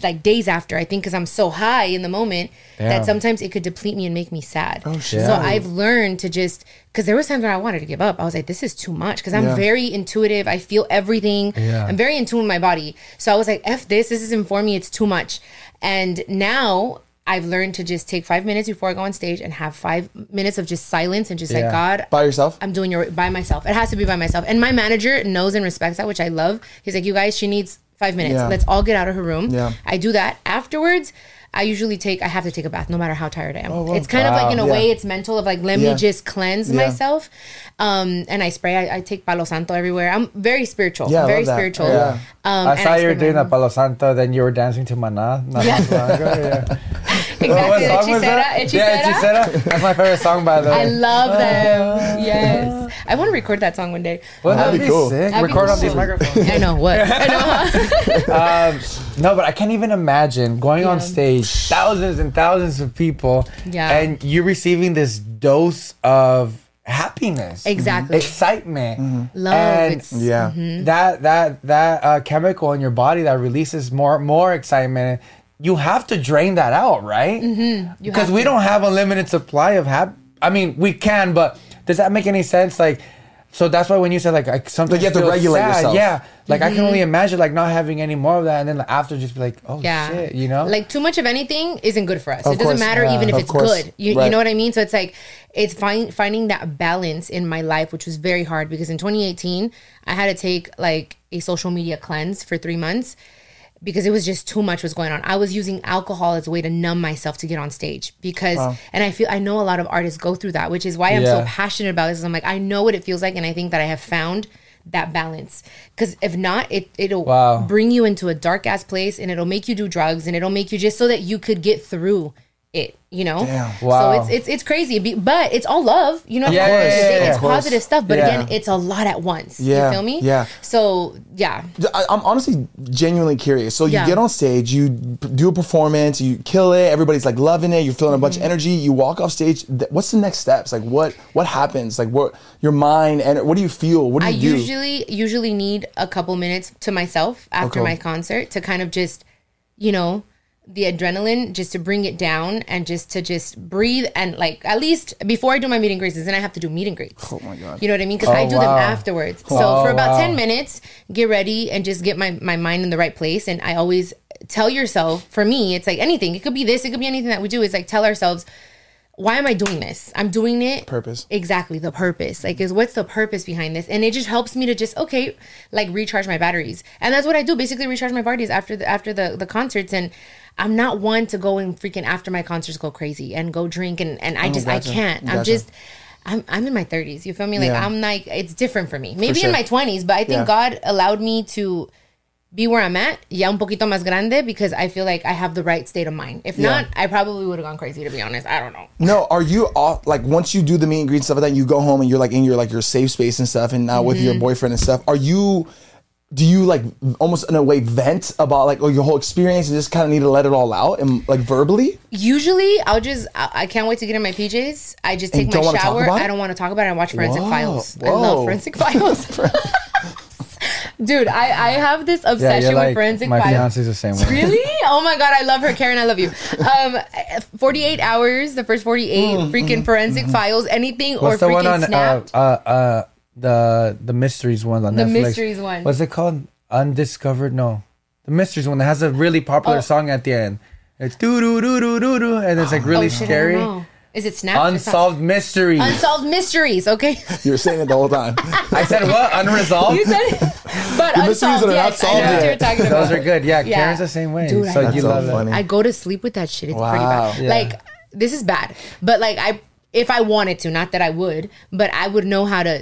B: like days after I think because I'm so high in the moment
C: Yeah.
B: that sometimes it could deplete me and make me sad. Oh,
A: shit.
B: So I've learned to just because there was times when I wanted to give up. I was like, this is too much because I'm
A: Yeah.
B: very intuitive. I feel everything.
C: Yeah.
B: I'm very in tune with my body. So I was like, f this. This isn't for me. It's too much. And now. I've learned to just take five minutes before I go on stage and have five minutes of just silence and just like
C: Yeah.
B: God,
A: By yourself?
B: I'm doing your by myself. It has to be by myself. And my manager knows and respects that, which I love. He's like, you guys, she needs five minutes.
A: Yeah.
B: Let's all get out of her room.
A: Yeah.
B: I do that afterwards. I usually take. I have to take a bath, no matter how tired I am.
A: Oh, wow.
B: It's kind of like in a
A: Wow.
B: way,
A: Yeah.
B: it's mental of like let
A: Yeah.
B: me just cleanse
A: Yeah.
B: myself. Um, and I spray. I, I take Palo Santo everywhere. I'm very spiritual.
A: Yeah, I
B: I'm very
A: love that.
B: spiritual.
A: Yeah.
B: Um,
C: I
B: and
C: saw you were
B: spray
C: doing
B: my-
C: the Palo Santo, then you were dancing to Mana. not
B: Yeah.
C: long ago, yeah.
B: Exactly.
C: What song
B: Hechicera,
C: was that?
B: Hechicera.
C: Yeah, Hechicera. That's my favorite song, by the way.
B: I love them. yes, I want to record that song one day.
C: Well,
A: That'd
C: that'd
A: be
C: be
A: cool.
C: sick.
B: That'd be
C: Record on
B: cool.
C: these microphones.
B: I know what. I know.
C: um, no, but I can't even imagine going on
B: Yeah.
C: stage, thousands and thousands of people,
B: Yeah.
C: and you receiving this dose of happiness,
B: Exactly.
C: excitement,
B: Love,
C: and
B: it's-
A: Yeah.
C: Mm-hmm.
B: Mm-hmm.
C: that that that uh, chemical in your body that releases more more excitement. You have to drain that out, right?
B: Mm-hmm.
C: Because we don't have a limited supply of hap. I mean, we can, but does that make any sense? Like, so that's why when you said like I sometimes
A: you have to
C: feel
A: regulate
C: sad,
A: yourself.
C: Yeah, like I can only imagine like not having any more of that, and then like, after just be like, oh
B: Mm-hmm. yeah
C: shit, you know,
B: like too much of anything isn't good for us it doesn't
A: course,
B: matter
A: yeah.
B: even if
A: Of
B: it's
A: course,
B: good you,
A: right.
B: you know what i mean so it's like it's find, finding that balance in my life which was very hard because in 2018 i had to take like a social media cleanse for three months because it was just too much was going on i was using alcohol as a way to numb myself to get on stage because and i feel i know a lot of artists go through that which is why i'm so
C: Yeah.
B: passionate passionate about this. is I'm like, I know what it feels like, and I think that I have found that balance. Because if not, it it'll
C: Wow.
B: bring you into a dark ass place, and it'll make you do drugs, and it'll make you just so that you could get through it. You know,
A: Damn.
C: Wow.
B: so it's it's it's crazy, Be- but it's all love. You know,
C: Yeah,
B: what I mean?
C: yeah, yeah,
B: it's
C: yeah.
B: it's
A: Of course.
B: positive stuff, but
C: Yeah.
B: again, it's a lot at once.
A: Yeah,
B: You feel me?
A: yeah.
B: So yeah,
A: I, I'm honestly genuinely curious. So you
B: Yeah.
A: get on stage, you p- do a performance, you kill it. Everybody's like loving it. You're feeling a
C: Mm-hmm.
A: bunch of energy. You walk off stage. Th- What's the next steps? Like what what happens? Like what your mind and what do you feel? What do
B: I
A: you do?
B: usually usually need a couple minutes to myself after
A: Okay.
B: my concert to kind of just, you know, the adrenaline just to bring it down and just to just breathe and like at least before I do my meet and greets, 'cause then I have to do meet and greets.
A: Oh my God.
B: You know what I mean? Because I
C: Oh,
B: do
C: wow.
B: them afterwards. So for about ten minutes, get ready and just get my my mind in the right place. And I always tell yourself, for me, it's like anything. It could be this. It could be anything that we do. It's like tell ourselves. Why am I doing this? I'm doing it
A: Purpose.
B: exactly the purpose like is what's the purpose behind this and it just helps me to just okay like recharge my batteries and that's what i do basically recharge my batteries after the after the the concerts and i'm not one to go and freaking after my concerts go crazy and go drink and and i just
A: Oh, gotcha.
B: i can't i'm
A: Gotcha.
B: just I'm, I'm in my 30s you feel me like
A: Yeah.
B: i'm like it's different for me maybe
A: sure.
B: in my 20s but i think
A: Yeah.
B: god allowed me to be where i'm at ya un poquito más grande because i feel like i have the right state of mind if
A: Yeah.
B: not i probably would have gone crazy to be honest i don't know
A: No, are you off like once you do the meet and greet and stuff like that, you go home and you're like in your like your safe space and stuff and now with
B: Mm-hmm.
A: your boyfriend and stuff, are you do you like almost in a way vent about like oh, your whole experience and just kind of need to let it all out and like verbally?
B: Usually, I'll just I, I can't wait to get in my PJs. I just take
A: don't
B: my
A: wanna talk
B: shower.
A: about it?
B: I don't want to talk about it. I watch Forensic
A: Whoa,
B: Files. I
A: whoa.
B: love Forensic Files. Dude, I, I have this
C: Yeah,
B: obsession
C: you're
B: with
C: like
B: Forensic
C: my
B: Files.
C: fiance's the same way.
B: Really? Oh my god, I love her, Karen. I love you. Um, forty-eight hours, the first forty-eight, freaking Forensic Files, anything
C: Mm, mm-hmm. What's
B: or
C: the one
B: freaking
C: on uh,
B: snapped.
C: uh uh the the mysteries one on
B: The
C: Netflix?
B: mysteries one.
C: What's it called? Undiscovered? No, the mysteries one that has a really popular
B: Oh.
C: song at the end. It's doo doo doo doo doo doo, and it's like really
B: Oh, Shit, I don't
C: scary.
B: know. Is it snapped? It's not-
C: Unsolved mysteries.
B: Unsolved mysteries. Okay.
A: You were saying it the whole time.
C: I said what? Unresolved.
B: you said it. But
A: mysteries that
B: unsolved.
A: are not
B: Yes, I know
A: solved
B: what you're
A: yet.
B: talking about.
C: Those are good. Yeah,
B: Yeah.
C: Karen's the same way.
B: Dude, I
C: so
B: love
C: you
A: That's so
C: love that.
A: funny.
B: I go to sleep with that shit. It's pretty
A: Wow.
B: bad.
A: Yeah.
B: Like this is bad. But like I if I wanted to, not that I would, but I would know how to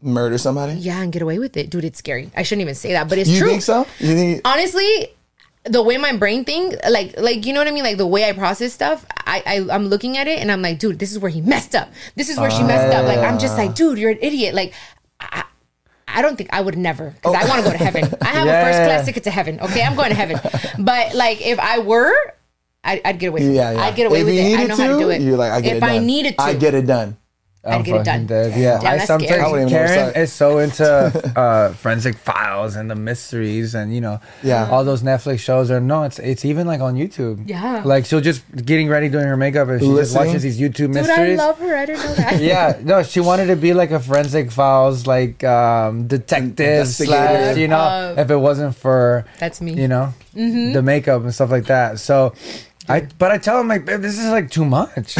A: Murder somebody?
B: yeah and get away with it. Dude, it's scary. I shouldn't even say that, but it's
A: You
B: true.
A: think so? You think
B: Honestly, the way my brain think, like like you know what I mean? Like the way I process stuff, I, I I'm looking at it and I'm like, dude, this is where he messed up. This is where she messed up. Like I'm just like, dude, you're an idiot. Like I I don't think I would never because I want to go
A: Oh.
B: to heaven. I have a
C: Yeah.
B: first class ticket to heaven. Okay, I'm going to heaven. But like, if I were, I'd, I'd get away. From
A: yeah,
B: it.
A: yeah.
B: I'd get away
A: If
B: with
A: you
B: it. I
A: needed
B: know how to do it.
A: You're like, I get
B: if
A: it done.
B: I needed to,
A: I get it done.
C: I'm
B: get it done.
C: fucking dead. Yeah,
B: Damn,
C: I
B: that's
C: sometimes
B: scary. I
A: wouldn't even know
C: Karen
A: what's up.
C: is so into uh, forensic files and the mysteries and you know,
A: Yeah.
C: all those Netflix shows. Or no, it's it's even like on YouTube.
B: Yeah.
C: like she'll just getting ready doing her makeup and she just
A: Listening.
C: watches these YouTube
B: Dude, I
C: mysteries.
B: love her. I didn't know that.
C: yeah, no, she wanted to be like a forensic files like um, detective slash
A: Investigative.
C: you know,
B: Uh,
C: if it wasn't for
B: That's me. Mm-hmm.
C: you know the makeup and stuff like that. So. I, but I tell him like babe, this is like too much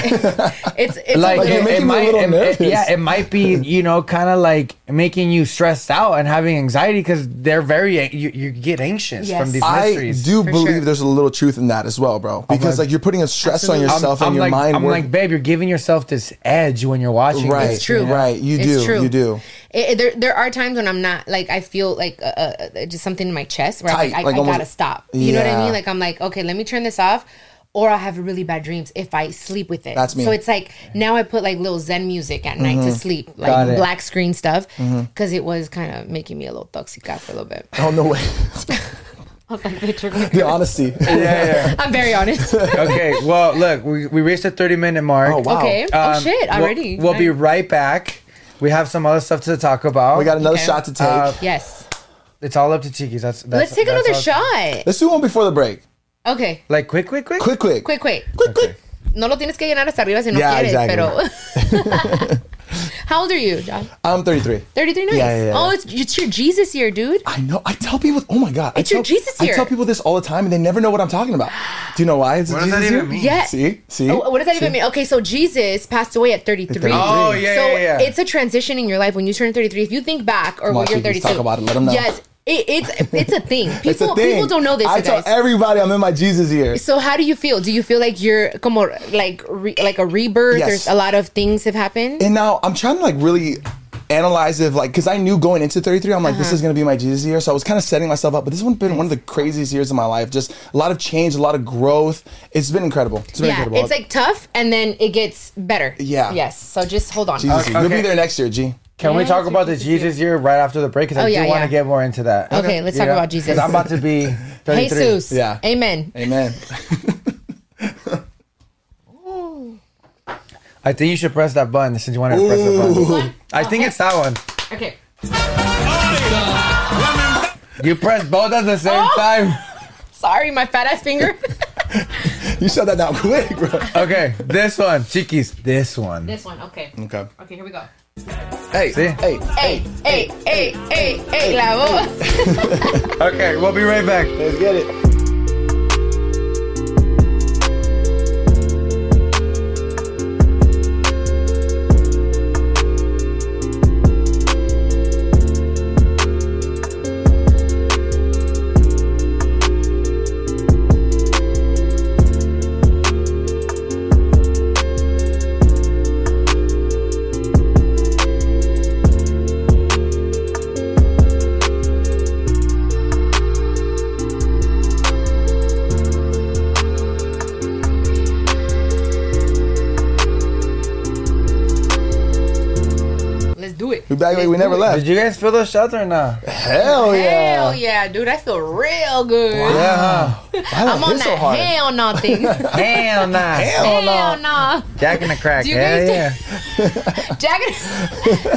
B: It's it's
C: like,
B: a
A: you're
B: little,
C: it,
A: making
C: it
A: me a
C: might,
A: little
C: it- it-
A: nervous.
C: yeah, it might be you know kind of like making you stressed out and having anxiety because they're very you, you get anxious
B: Yes.
C: from these
A: I
C: mysteries.
A: do
B: For
A: believe
B: sure.
A: there's a little truth in that as well, bro. Because like, you're putting a stress
B: Absolutely.
A: on
B: I'm-
A: yourself and your
C: like,
A: mind.
C: I'm
A: work-
C: like, babe, you're giving yourself this edge when you're watching. this,
A: Right.
B: It's true.
C: you know?
A: Right. You
B: It's
A: do.
B: true.
A: You do.
B: It, it- there, there are times when I'm not like I feel like uh, uh, just something in my chest where I'm
A: Tight,
B: like, I,
A: like
B: I
A: almost-
B: gotta stop. You know what
A: Yeah.
B: I mean? Like I'm like, okay, let me turn this off, or I'll have really bad dreams if I sleep with it.
A: That's me.
B: So it's like now I put like little Zen music at night to sleep,
C: Got
B: like
C: it.
B: black screen stuff, because it was kind of making me a little toxic for a little bit.
A: Oh no way.
B: I was like, bitch, you're gonna-
A: the honesty.
C: Yeah.
B: I'm very honest.
C: yeah. okay. Well, look, we, we reached the 30 minute mark.
A: Oh, wow.
B: Okay. oh
C: Um,
B: shit!
C: we'll-
B: Already.
C: We'll, be right back. We have some other stuff to talk about.
A: We got another
B: Okay.
A: shot to take.
C: Uh,
B: Yes.
C: It's all up to Chiki's. That's, that's
B: Let's take
C: that's
B: another
C: all-
B: shot.
A: Let's do one before the break.
B: Okay.
C: Like quick, quick, quick.
A: Quick, quick,
B: Quick, quick.
A: quick, quick.
B: No lo tienes que llenar hasta arriba si no
A: Yeah,
B: quieres,
A: exactly.
B: pero. How old are you, John?
A: I'm 33.
B: 33 nice.
A: Yeah, yeah, yeah.
B: Oh, it's it's your Jesus year, dude.
A: I know. I tell people. Oh my god.
B: It's
A: I
B: your
A: tell,
B: Jesus year.
A: I tell people this all the time, and they never know what I'm talking about. Do you know why? It's
C: What
A: a
C: does that
A: Jesus
C: even
A: year?
C: mean?
B: Yeah.
A: See, see.
B: Oh, what does that even mean? Okay, so Jesus passed away at 33.
C: Oh, yeah,
B: So
C: yeah, yeah.
B: it's a transition in your life when you turn 33. If you think back or
A: on,
B: when you're
A: Chiquis,
B: 32.
A: talk about it. Let 'em know.
B: Yes. It, it's it's a thing. People
A: It's a thing.
B: people don't know this.
A: I
B: you
A: tell
B: guys.
A: everybody I'm in my Jesus year.
B: So how do you feel? Do you feel like you're como like re, like a rebirth?
A: Yes.
B: There's a lot of things have happened.
A: And now I'm trying to like really analyze if like because I knew going into 33, I'm like,
B: Uh-huh.
A: this is gonna be my Jesus year. So I was kind of setting myself up, but this one's been one of the craziest years of my life. Just a lot of change, a lot of growth. It's been incredible. It's been
B: yeah,
A: incredible.
B: it's like tough, and then it gets better.
A: Yeah.
B: Yes. So just hold on. Uh,
A: Jesus,
C: Okay.
A: year. you'll be there next year, G.
C: Can we
B: Yeah,
C: talk
B: it's
C: about the
B: your Jesus
C: Jesus year right after the break? Because
B: Oh,
C: I do
B: yeah,
C: want
B: yeah.
C: to get more into that.
B: Okay, let's talk about Jesus.
C: 'Cause I'm about to be 33.
B: Jesus.
A: Yeah.
B: Amen.
A: Amen.
C: I think you should press that button since you want to press the button.
B: One?
C: I think it's that one.
B: Okay.
C: You press both at the same
B: Oh.
C: time.
B: Sorry, my fat ass finger.
A: you shut that down quick, bro.
C: Okay, this one, Chiquis. This one.
B: This one, okay.
A: Okay.
B: Okay, here we go.
A: Hey,
C: See?
A: hey,
B: Hey, hey, hey, hey, hey, la voz.
C: Okay, we'll be right back.
A: let's get it.
B: Let's do it.
A: We back like we never left.
C: Did you guys feel those shots or not?
A: Hell yeah.
B: Hell yeah, dude. I feel real good.
C: Yeah.
A: Why do I
B: I'm on
A: hit
B: that
A: so hard?
B: hell no thing. hell
C: Hell nah.
B: no.
C: Jack in the crack.
B: Do you
C: Hell
B: guys-
C: yeah.
B: Jack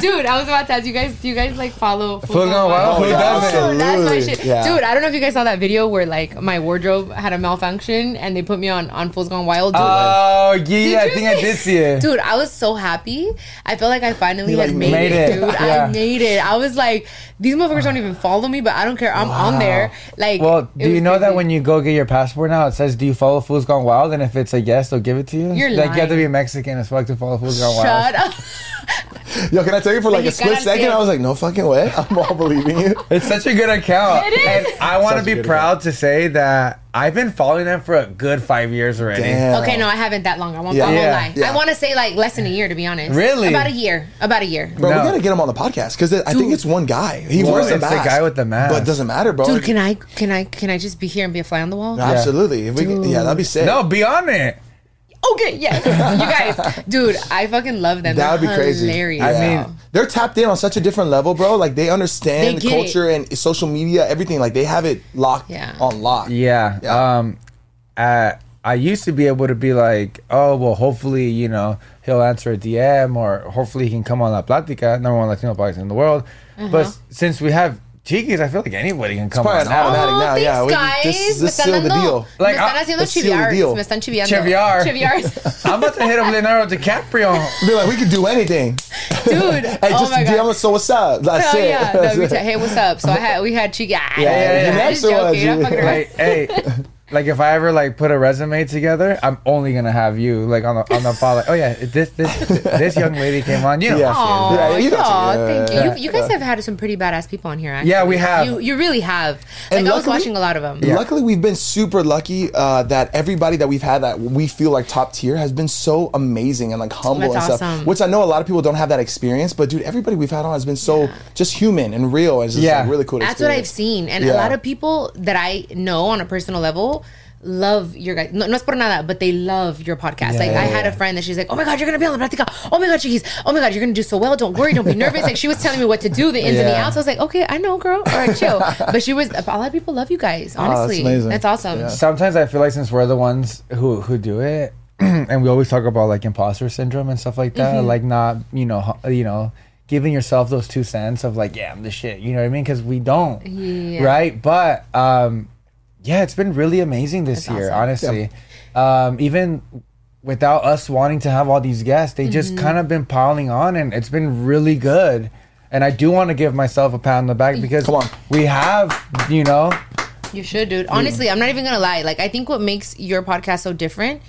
B: Dude, I was about to ask you guys, do you guys like follow
C: Full Gone
B: Oh,
C: Wild? Who
A: yeah,
C: doesn't?
B: Dude, that's my
A: Absolutely.
B: shit.
A: Yeah.
B: Dude, I don't know if you guys saw that video where like my wardrobe had a malfunction and they put me on on Fools Gone Wild. Dude,
C: Oh yeah, I
B: you
C: think I
B: see-
C: did see it.
B: Dude, I was so happy. I felt like I finally
A: You, like,
B: had made,
C: made
B: it,
C: it.
B: dude.
C: Yeah.
B: I made it. I was like, these motherfuckers don't even follow me, but I don't care. I'm on there. Like,
C: Well,
B: it
C: do you
B: was
C: know that
B: crazy.
C: when you go get your passport now, it says, "Do you follow Fools Gone Wild?" And if it's a yes, they'll give it to you.
B: You're
C: like you have to
B: lying.
C: be Mexican as fuck to follow Fools Gone
B: shut
C: Wild.
B: up?
A: Yo, can I tell you for like
B: You
A: a split
B: gotta see
A: second?
B: it.
A: I was like, no fucking way. I'm all believing you.
C: It's such a good account.
B: It is.
C: And I want
A: Such
C: to
A: a
C: be
A: good
C: proud to say that I've been following them for a good five years already.
A: Damn.
B: Okay, no, I haven't that long. I won't,
A: Yeah.
B: I won't
C: Yeah.
B: lie.
A: Yeah.
B: I want to say like less than a year, to be honest.
C: Really?
B: About a year. About a year.
A: Bro,
C: No.
A: we gotta get him on the podcast because I think it's one guy. He
C: Well,
A: wears the
C: it's the
A: mask.
C: guy with the mask.
A: But it doesn't matter, bro.
B: Dude, can I can I can I just be here and be a fly on the wall?
A: Absolutely. If we can, yeah, that'd be sick.
C: No, be on it.
B: Okay, yes. you guys, dude, I fucking love them.
A: That would be
B: They're
A: crazy.
B: Hilarious.
C: I mean,
A: Yeah. they're tapped in on such a different level, bro. Like they understand
B: They get
A: culture and social media, everything. Like they have it locked
B: Yeah.
A: on lock.
C: Yeah.
A: Yeah.
C: Um, I I used to be able to be like, oh well, hopefully you know he'll answer a DM or hopefully he can come on La Platica, number one Latino podcast in the world.
B: Mm-hmm.
C: But s- since we have Chiquis, I feel like anybody can come
A: Probably
C: on
A: an
C: now.
A: automatic
B: Oh,
A: now.
B: thanks,
A: Yeah, we-
B: guys.
A: this,
B: me
A: this
B: están
A: sealed the
B: dando-
A: deal.
C: Like,
B: me
C: I-
B: están haciendo
A: let's seal the deal.
B: chiviars. Me están chiviando.
C: Chiviar.
B: Chiviars.
C: I'm about to hit up Leonardo DiCaprio.
A: Be like, we could do anything.
B: Dude.
A: Hey,
B: oh
A: just
B: my
A: DM
B: God.
A: us. So what's up? That's
B: Hell
A: it.
B: yeah.
A: That's
B: No, we
A: it.
B: ta- hey, what's up? So I had we had chica. Yeah,
A: yeah,
C: yeah.
B: I'm
A: Next
B: just
A: one,
B: joking. I'm
A: dude.
B: fucking around.
C: like, hey, like if I ever like put a resume together, I'm only gonna have you like on the on the follow. Oh yeah, this this this young lady came on you.
A: Yeah.
B: Oh,
A: Yeah, you got you. Yeah,
B: thank you.
A: yeah,
B: you. You guys have had some pretty badass people on here, actually.
C: Yeah, we have.
B: You, you really have. Like,
A: And
B: I was
A: luckily-
B: watching a lot of them.
A: Luckily, we've been super lucky uh, that everybody that we've had that we feel like top tier has been so amazing and like humble
B: That's
A: and stuff.
B: awesome.
A: Which I know a lot of people don't have that experience, but dude, everybody we've had on has been so just human and real. and It's just
C: Yeah.
A: like, really cool. to
B: That's what I've
A: experience.
B: seen. And
A: Yeah.
B: a lot of people that I know on a personal level love your guys. No, no es por nada, but they love your podcast. like,
C: yeah,
B: I had a friend that she's like, oh my God, you're going to be on La Platica. Oh my God, Chiquis. Oh my God, you're going to do so well. Don't worry. Don't be nervous. Like, she was telling me what to do, the ins and the
C: Yeah.
B: outs. I was like, okay, I know, girl. All right, chill. But she was, a lot of people love you guys, honestly.
A: Oh, amazing.
B: that's, awesome.
A: Yeah.
C: sometimes I feel like since we're the ones who who do it, and we always talk about like imposter syndrome and stuff like that, like not you know ho- you know giving yourself those two cents of like yeah I'm the shit, you know what I mean? Because we don't,
B: Yeah.
C: right? But um, yeah, it's been really amazing this year,
B: awesome.
C: honestly. Um, even without us wanting to have all these guests, they just kind of been piling on, and it's been really good. And I do want to give myself a pat on the back because
A: Come on.
C: we have, you know,
B: You should, dude. Honestly, I'm not even gonna lie. Like, I think what makes your podcast so different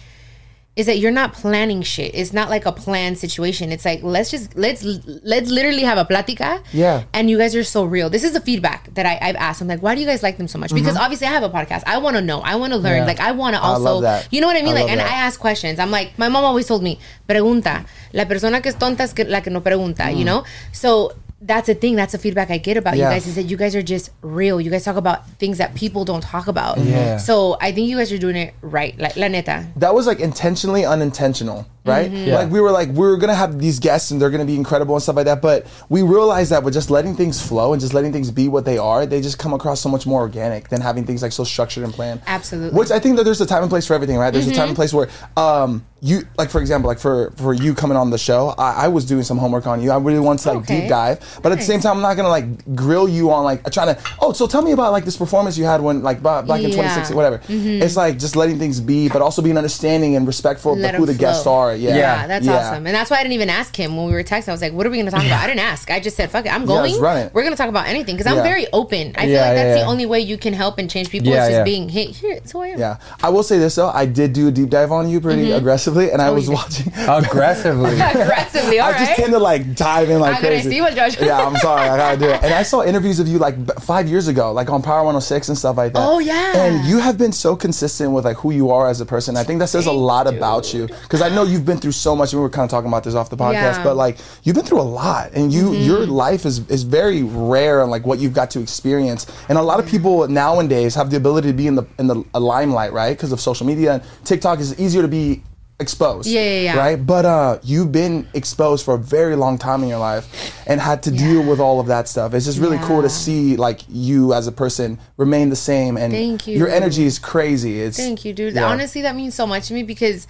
B: is that you're not planning shit. It's not like a planned situation. It's like let's just let's let's literally have a platica.
C: Yeah.
B: And you guys are so real. This is the feedback that I, I've asked. I'm like, why do you guys like them so much? Because obviously I have a podcast. I want to know. I want to learn.
C: Yeah.
B: Like I want to
A: love
B: also.
A: that.
B: You know what I mean?
A: I
B: like,
A: love
B: and
A: that.
B: I ask questions. I'm like, my mom always told me, pregunta. La persona que es tonta es que la que no pregunta. You know. So. That's a thing. That's a feedback I get about
A: Mm. Yeah.
B: you guys is that you guys are just real. You guys talk about things that people don't talk about.
C: Yeah.
B: So I think you guys are doing it right. Like la neta.
A: that was like intentionally unintentional. right?
C: Yeah.
A: Like we were like we were gonna have these guests and they're gonna be incredible and stuff like that. But we realized that with just letting things flow and just letting things be what they are, they just come across so much more organic than having things like so structured and planned.
B: Absolutely. Mm-hmm.
A: Which I think that there's a time and place for everything, right? There's a time and place where um you like for example like for for you coming on the show, I, I was doing some homework on you. I really wanted to like
B: Okay.
A: deep dive, but at the same
B: Nice.
A: time, I'm not gonna like grill you on like trying to oh so tell me about like this performance you had when like ba- back in
B: Yeah. Mm-hmm.
A: 2016 whatever. It's like just letting things be, but also being understanding and respectful of
B: Let
A: who the
B: 'em
A: guests
B: flow.
A: are. Yeah,
B: Yeah,
C: Yeah,
B: that's
A: yeah.
B: awesome. And that's why I didn't even ask him when we were texting. I was like, what are we going to talk about? I didn't ask. I just said, fuck it, I'm going.
A: let's run it.
B: We're going to talk about anything because I'm
A: Yeah.
B: very open. I feel
C: Yeah,
B: like
C: yeah,
B: that's the
C: yeah.
B: only way you can help and change people
C: Yeah,
B: is just
C: yeah.
B: being, hey, here, it's who I am.
A: Yeah, I will say this though. I did do a deep dive on you pretty
B: Mm-hmm.
A: aggressively, and I was
B: you did.
A: watching.
C: Aggressively.
B: Aggressively, all
A: I
B: right.
A: just tend to like dive in like
B: I'm gonna
A: crazy.
B: see what Josh-
A: yeah, I'm sorry, I gotta do it. And I saw interviews of you like b- five years ago, like on Power 106 and stuff like that.
B: Oh, yeah.
A: And you have been so consistent with like who you are as a person. I think that says a lot about you because I know you've been through so much. And we were kind of talking about this off the podcast,
B: Yeah. Mm-hmm.
A: but like you've been through a lot, and you your life is is very rare and like what you've got to experience. And a lot
B: Mm-hmm.
A: of people nowadays have the ability to be in the in the limelight, right? Because of social media and TikTok is easier to be exposed
B: Yeah, yeah, yeah.
A: right but uh, you've been exposed for a very long time in your life and had to deal with all of that stuff. It's just really cool to
B: Yeah.
A: see like you as a person remain the same and
B: Thank you.
A: your energy is crazy. It's
B: Thank you, dude.
A: Yeah.
B: Honestly, that means so much to me because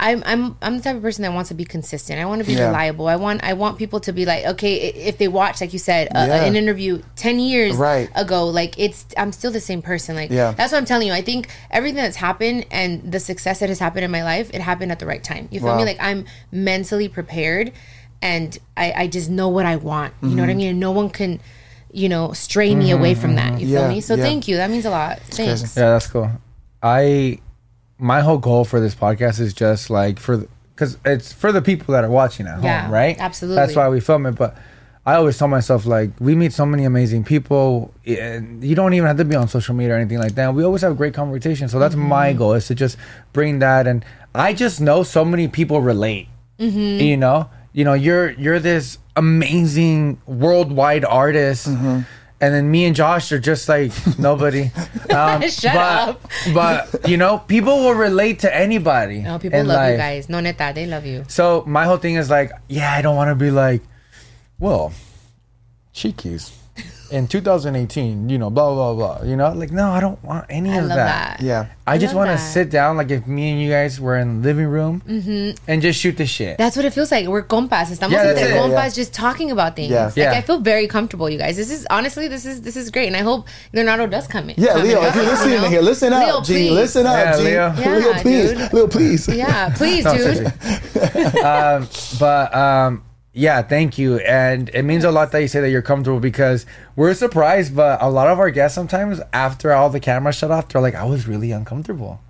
B: I'm I'm I'm the type of person that wants to be consistent. I want to be
A: Yeah.
B: reliable. I want I want people to be like, okay, i- if they watch, like you said, a,
A: Yeah.
B: an interview ten years
A: Right.
B: ago, like it's I'm still the same person. Like
A: Yeah.
B: that's what I'm telling you. I think everything that's happened and the success that has happened in my life, it happened at the right time. You feel
A: Wow.
B: me? Like I'm mentally prepared, and I I just know what I want. You know what I
A: Mm-hmm.
B: mean? And no one can. You know, stray me away from that. You
A: Yeah,
B: feel me? So
A: yeah.
B: thank you. That means a lot. Thanks.
A: crazy.
C: Yeah, that's cool. I my whole goal for this podcast is just like for because it's for the people that are watching at
B: Yeah,
C: home, right? That's
B: absolutely.
C: why we film it. But I always tell myself like we meet so many amazing people, and you don't even have to be on social media or anything like that. We always have great conversations, so that's
B: Mm-hmm.
C: my goal is to just bring that. And I just know so many people relate.
B: Mm-hmm.
C: You know, you know, you're you're this amazing worldwide artist.
B: Mm-hmm.
C: And then me and Josh are just like nobody. Um,
B: Shut
C: but,
B: up.
C: but you know, people will relate to anybody.
B: No, Oh, people
C: in
B: love you
C: life.
B: guys. No, neta, they love you.
C: So my whole thing is like, yeah, I don't want to be like, well, cheekies. In 2018, you know, blah blah blah. You know, like no, I don't want any
B: I
C: of
B: love that.
A: Yeah.
C: I, just
B: love
C: want to
B: that.
C: sit down, like if me and you guys were in the living room,
B: Mm-hmm.
C: and just shoot the shit.
B: That's what it feels like. We're compas. Estamos
C: Yeah, that's
B: entre
C: it. Yeah,
B: compas,
A: yeah.
B: just talking about things.
A: Yeah.
B: Like
C: Yeah.
B: I feel very comfortable, you guys. This is honestly, this is this is great, and I hope Leonardo does come in.
A: Yeah,
B: come
A: Leo,
B: in.
A: if you're
B: You
A: listening
B: know?
A: to here, listen up,
B: Leo,
A: G.
B: please.
A: Listen up,
C: Yeah,
A: G.
C: Leo.
B: Yeah,
A: Leo, please,
B: dude.
A: Leo, please.
B: Yeah, please,
C: No,
B: dude.
C: it's okay. um, but um, yeah, thank you, and it means a lot that you say that you're comfortable because we're surprised. But a lot of our guests sometimes, after all the cameras shut off, they're like, "I was really uncomfortable."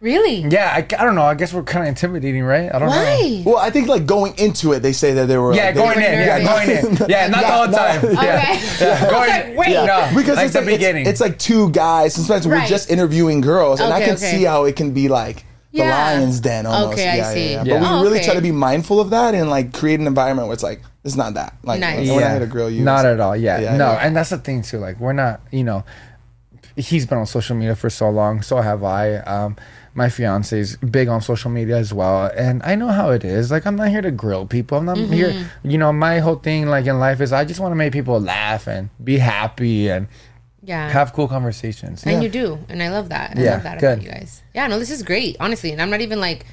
B: Really?
C: Yeah, I, I don't know. I guess we're kind of intimidating, right? I don't know.
B: Why?
A: Well, I think like going into it, they say that they were.
C: Yeah,
A: like,
C: going in.
A: they,
C: Yeah, going
A: nervous.
C: in. Yeah,
A: Yeah,
C: not the whole
A: no.
C: time. Yeah,
B: Okay.
C: yeah. going.
B: like, wait.
C: Yeah,
A: Yeah, because
C: like
A: it's
C: the
A: like, it's-
C: beginning.
A: It's, like two guys. Sometimes we're
B: Right.
A: just interviewing girls, and I
B: Okay,
A: can
B: okay.
A: see how it can be like the
B: Yeah.
A: lion's den almost.
B: Okay, I see.
C: Yeah.
A: But we
B: Oh,
A: really
B: okay.
A: try to be mindful of that and like create an environment where it's like it's not that. Like
B: Nice.
A: we're not gonna grill you.
C: Not at all. Yeah.
A: Yeah,
C: no,
A: yeah.
C: and that's the thing too. Like we're not, you know, he's been on social media for so long. So have I. Um, my fiance's big on social media as well, and I know how it is. Like I'm not here to grill people. I'm not
B: Mm-hmm.
C: here. You know, my whole thing like in life is I just want to make people laugh and be happy and
B: Yeah.
C: have cool conversations.
B: and you do, and I love that. I
C: Yeah,
B: love that
C: good.
B: about you guys. Yeah, no, this is great, honestly, and I'm not even like,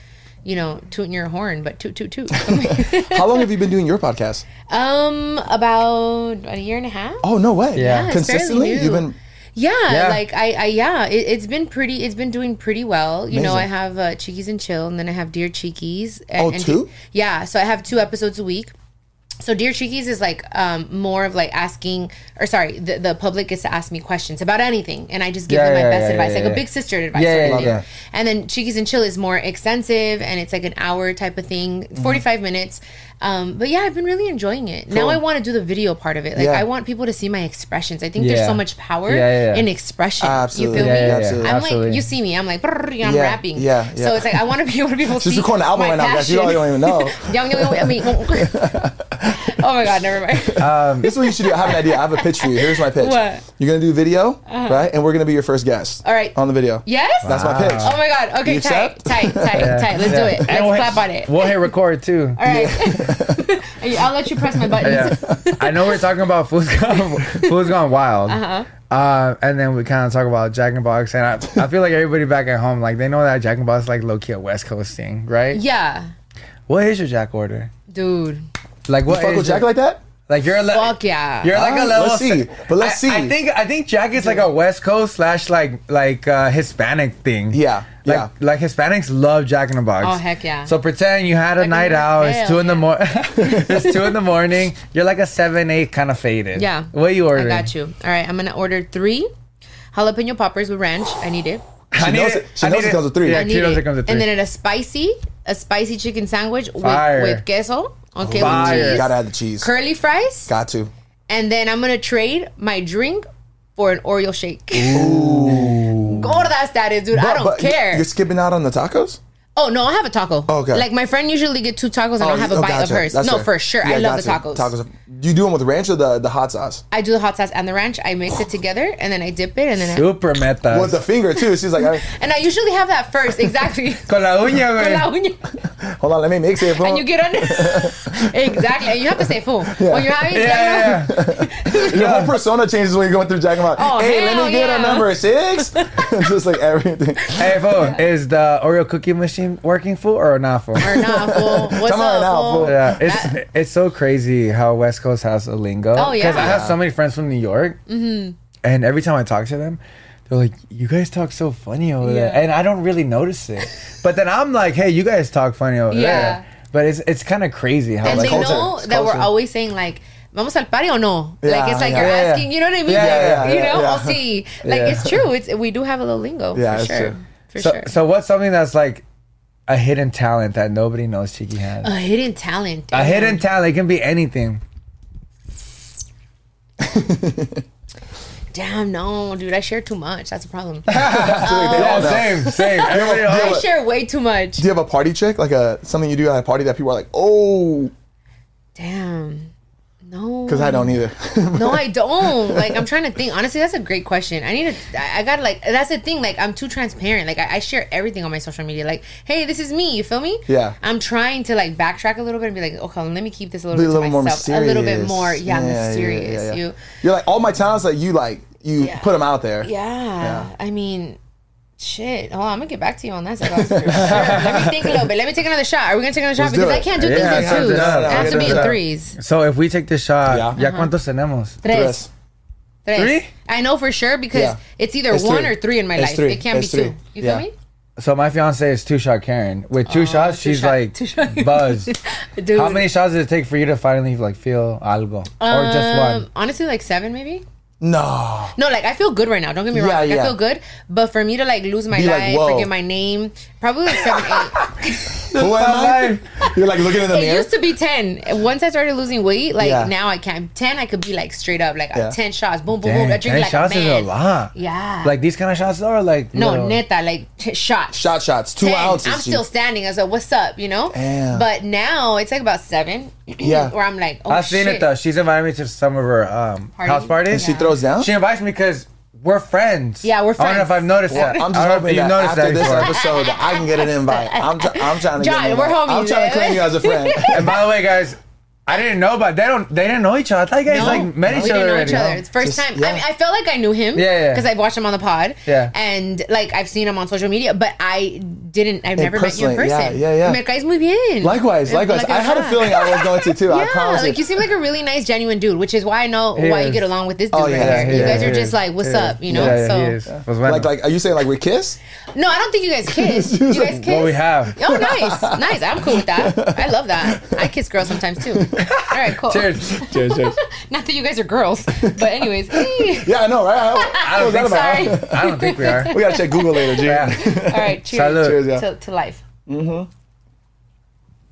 B: you know, tooting your horn, but toot toot toot.
A: How long have you been doing your podcast?
B: um, about a year and a half.
A: Oh no way.
C: Yeah,
B: it's fairly
A: Consistently?
B: new.
A: You've been
B: Yeah,
C: Yeah.
B: like I, I yeah, it, it's been pretty. It's been doing pretty well. You know, I
A: Amazing.
B: have uh, Cheekies and Chill, and then I have Dear Cheekies. And,
A: Oh,
B: and
A: two?
B: yeah, so I have two episodes a week. So Dear Cheekies is like um, more of like asking, or sorry, the, the public gets to ask me questions about anything, and I just give
C: Yeah,
B: them my
C: yeah,
B: best
C: yeah,
B: advice,
C: yeah,
B: like
C: yeah.
B: a big sister advice.
C: Yeah,
B: sort of
C: yeah,
B: thing.
C: yeah.
B: And then Cheekies and Chill is more extensive, and it's like an hour type of thing,
C: Mm-hmm.
B: forty five minutes. Um, but yeah, I've been really enjoying it. Now
A: Cool.
B: I want to do the video part of it. Like
A: Yeah.
B: I want people to see my expressions. I think there's
C: Yeah.
B: so much power
C: Yeah, yeah, yeah.
B: in expression.
A: Absolutely.
B: You feel
A: Yeah,
B: me?
A: yeah, absolutely.
B: I'm
C: Absolutely.
B: like, you see me. I'm like, brrr, I'm
A: Yeah,
B: rapping.
A: yeah, yeah.
B: So it's like, I want to be able to people
A: just
B: see
A: recording an album
B: my
A: right now, guys. You
B: passion.
A: don't even know.
B: Yum, yum, yum, I mean, Oh my god, never mind.
C: Um,
A: This is what you should do. I have an idea. I have a pitch for you. Here's my pitch.
B: What? Uh-huh.
A: You're gonna do video, right? And we're gonna be your first guest.
B: All right.
A: On the video.
B: yes.
A: That's my pitch.
B: Oh my god. Okay,
A: You
B: tight,
A: accept?
B: tight, tight, tight. Let's do it. Let's
C: And we'll hit-
B: clap on it.
C: We'll hit record too.
B: All right. I'll let you press my buttons.
C: Yeah. I know we're talking about food's gone, food's gone wild. Uh-huh. and then we kind of talk about Jack and Box, and I, I feel like everybody back at home, like they know that Jack and Box is like low key a West Coast thing, right?
B: Yeah.
C: What is your Jack order?
B: Dude.
C: Like what?
A: Fuck
C: is
A: with Jack
C: your-
A: like that?
C: like you're a le-
B: Fuck yeah.
C: You're like a
A: Alright,
C: level.
A: let's
C: se-
A: see. But let's
C: I- I
A: see.
C: think I think Jack is like a West Coast slash like like uh, Hispanic thing.
A: Yeah,
C: Like,
A: yeah.
C: Like Hispanics love Jack in the Box.
B: Oh, heck yeah.
C: So pretend you had a
B: Like a
C: night
B: little
C: out. It's
B: tail,
C: two in the
B: yeah.
C: morning. it's two in the morning. You're like a seven eight kind of faded.
B: Yeah.
C: What you ordering?
B: I got you. All right, I'm gonna order three jalapeno poppers with ranch. I need it.
A: She knows it. She knows it comes with three.
C: Yeah,
B: I
A: I
C: she
B: need
C: knows
B: it.
C: it comes with three.
B: And then a spicy, a spicy chicken sandwich with,
C: Fire.
B: with queso. Okay,
C: Fire.
B: with cheese.
A: Gotta add the cheese.
B: Curly fries.
A: Got to.
B: and then I'm gonna trade my drink for an Oreo shake. Gordas that is, dude. I
A: But-
B: don't
A: but
B: care.
A: You're skipping out on the tacos?
B: Oh no, I have a taco.
A: Okay.
B: Like my friend usually get two tacos and I'll have a
A: oh,
B: bite of
A: gotcha.
B: hers.
A: That's
B: no,
A: fair.
B: for sure.
A: Yeah,
B: I love
A: gotcha.
B: the tacos.
A: Tacos. You do them with ranch or the, the hot sauce?
B: I do the hot sauce and the ranch. I mix it together and then I dip it and then I,
C: Super meta.
A: With the finger too. She's like, I-
B: and I usually have that first. Exactly.
C: Con la uña, güey.
B: Con la uña.
A: hold on, let me mix it.
B: and you get under exactly and you have to say fool when you're having
C: Yeah, yeah, yeah.
A: Your whole persona changes when you're going through Jack and Box.
B: Oh,
A: hey, let
B: hell
A: me get
B: yeah.
A: a number six. Just like everything.
C: Hey, fool, is the Oreo cookie machine working full or not full?
B: or not fool what's
A: Come on
B: up
A: now,
B: fool
A: fool.
C: Yeah, it's it's so crazy how West Coast has a lingo.
B: Oh, yeah. Mm-hmm.
C: I have so many friends from New York, and every time I talk to them, they're like, "You guys talk so funny over there,"
B: Yeah.
C: and I don't really notice it. but then I'm like, "Hey, you guys talk funny over
B: Yeah.
C: there." But it's it's kind of crazy how
B: and
C: like
B: they
A: culture.
B: know
A: It's
B: that we're
A: culture.
B: always saying like Vamos al party or no? like
A: Yeah,
B: it's like
A: yeah.
B: you're
C: Yeah, yeah.
B: asking, you know what I mean?
C: Yeah,
A: yeah,
B: like,
A: yeah,
B: you know,
A: yeah.
B: I'll see. Like
C: Yeah.
B: it's true. It's we do have a little lingo
A: Yeah,
B: for
A: it's
B: sure,
A: true.
B: for
C: so.
B: sure.
C: So what's something that's like a hidden talent that nobody knows Chiki has?
B: a hidden talent.
C: a
B: damn.
C: hidden talent it can be anything.
B: Damn, no, dude, I share too much. That's a problem. Oh.
A: They all know.
C: same, same. Everybody
B: I
C: knows.
B: share way too much.
A: Do you have a party trick? Like a something you do at a party that people are like, oh,
B: Damn, no.
A: because I don't either.
B: No, I don't. Like, I'm trying to think. Honestly, that's a great question. I need to. I, I gotta like. That's the thing. Like, I'm too transparent. Like, I, I share everything on my social media. Like, hey, this is me. You feel me?
A: Yeah.
B: I'm trying to like backtrack a little bit and be like, okay, let me keep this a little
A: Be
B: bit
A: a
B: to
A: little more
B: myself.
A: mysterious.
B: A little bit more. Yeah, mysterious.
A: yeah, yeah.
B: You.
A: You're like all my talents that you like. You
B: Yeah.
A: put them out there.
B: Yeah. I mean. Shit. Oh, I'm gonna get back to you on that. Sebas, for sure. Let me think a little bit. Let me take another shot. Are we gonna take another shot?
A: Let's do
B: because I
A: it.
B: can't do
C: Yeah,
B: things
C: let's do
B: in
C: it.
B: twos. It
C: Yeah,
B: has to
A: let's do
B: be in
A: it.
B: threes.
C: So if we take this shot,
A: Yeah.
B: Uh-huh.
C: ya cuántos
B: Tres.
C: tenemos?
A: Dress.
B: Tres.
C: Three?
B: I know for sure because
A: Yeah.
B: it's either
A: It's
B: one
A: three.
B: or three in my
A: It's
B: life.
A: three.
B: It can't
A: It's
B: be two.
A: three.
B: You
A: Yeah.
B: feel me?
C: So my fiance is two shot Karen. With two shots,
B: two
C: Uh, she's
B: shot-
C: like
B: two shot.
C: buzz.
B: Dude.
C: How many shots does it take for you to finally like feel algo or
B: Um,
C: just one?
B: honestly, like seven maybe.
A: No.
B: No, like I feel good right now. Don't get me wrong.
A: Yeah,
B: like, I
A: yeah.
B: feel good, but for me to like lose my
A: Be like,
B: life,
A: whoa.
B: forget my name, probably like seven, eight.
A: Who am I? You're like looking in the
B: It
A: mirror.
B: used to be ten. Once I started losing weight, like
A: Yeah.
B: now I can't. Ten, I could be like straight up, like uh,
A: Yeah.
B: ten shots, boom, boom,
C: Dang,
B: boom. I drink
C: ten
B: like
C: shots
B: a man.
C: is a lot.
B: Yeah.
C: Like these kind of shots are like
B: no,
C: little-
B: neta, like t- shots.
A: Shot shots. Two
B: 10.
A: ounces.
B: I'm still
A: G.
B: standing. I was like, "What's up?" You know.
A: Damn.
B: But now it's like about seven.
A: Yeah.
B: Where I'm like, "Oh
C: I've seen
B: shit."
C: it though. She's invited me to some of her um,
B: Parties.
C: house parties.
A: And she
B: Yeah.
A: throws down.
C: She invites me because we're friends.
B: Yeah, we're
C: I don't know if
B: friends.
C: I've noticed that.
A: I'm
C: I
A: just
C: don't know if
A: hoping that
C: you've noticed
A: after
C: that
A: this
C: before.
A: episode, I can get an invite. I'm, tr- I'm trying to.
B: John,
A: get an
B: we're
A: invite. I'm
B: homies,
A: trying
B: eh?
A: to claim you as a friend.
C: and by the way, guys, I didn't know about they don't they didn't know each other. I thought you guys
B: No,
C: like met
B: we
C: each
B: didn't
C: other
B: know
C: already.
B: each other. It's first
A: Just-
B: time. I,
A: yeah.
B: mean, I felt like I knew him.
C: Yeah, yeah.
B: Because I've watched him on the pod.
C: Yeah.
B: And like I've seen him on social media, but I didn't. I've never met you
A: personally,
B: in person.
A: yeah, yeah, yeah.
B: Me caes muy bien.
A: Likewise,
B: Like
A: likewise.
B: a
A: I had a
B: lot.
A: feeling I was going to too. I
B: Yeah,
A: promise.
B: like you seem like a really nice, genuine dude, which is why I know
C: He
B: why you
C: is.
B: get along with this dude
A: Oh,
B: right
A: yeah,
B: here.
A: he
B: you
A: is,
B: guys
A: he
B: are just like, "What's up?" You know. so
C: Was
A: like, like, are you saying like we're kiss?
B: no, I don't think you guys kiss.
A: She
B: you
A: was
B: guys
A: like,
B: kiss?
C: what we have.
B: Oh, nice, nice. I'm cool with that. I love that. I kiss girls sometimes too. All right, cool.
C: Cheers.
A: Cheers, cheers.
B: Not that you guys are girls, but anyways.
A: Yeah, I know, right? I,
C: I don't
A: was out
C: think so.
A: of my-
B: Sorry.
C: I don't think we are.
A: We gotta check Google later, G.
C: Yeah.
B: All right, cheers.
C: Salud.
A: Cheers, yeah.
B: to, to life.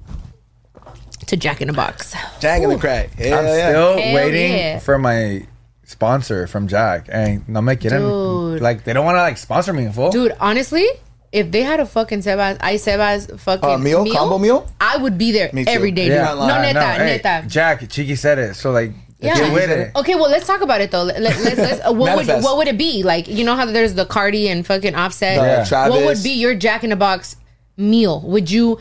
B: Mm-hmm. To Jack in a Box.
A: Jack in the crack. Yeah,
C: I'm
A: yeah.
C: still
B: Hell
C: waiting
B: yeah.
C: for my sponsor from Jack, and no me quieren.
B: Dude.
C: Like they don't want to like sponsor me, fool.
B: Dude, honestly, if they had a fucking Sebas, I Sebas fucking
A: Uh, meal? Combo meal?
B: I would be there
A: Me too.
B: every day.
A: Yeah.
B: dude. No,
A: I
B: neta,
C: know. Hey,
B: neta.
C: Jack, Cheeky said it. So like,
B: Yeah.
C: get with it.
B: Okay, well, let's talk about it though. Let, let, let's, let's, uh, what would
A: Manifest.
B: what would it be like? You know how there's the Cardi and fucking Offset.
A: Uh,
C: Yeah.
A: Travis.
B: What would be your Jack in the Box meal? Would you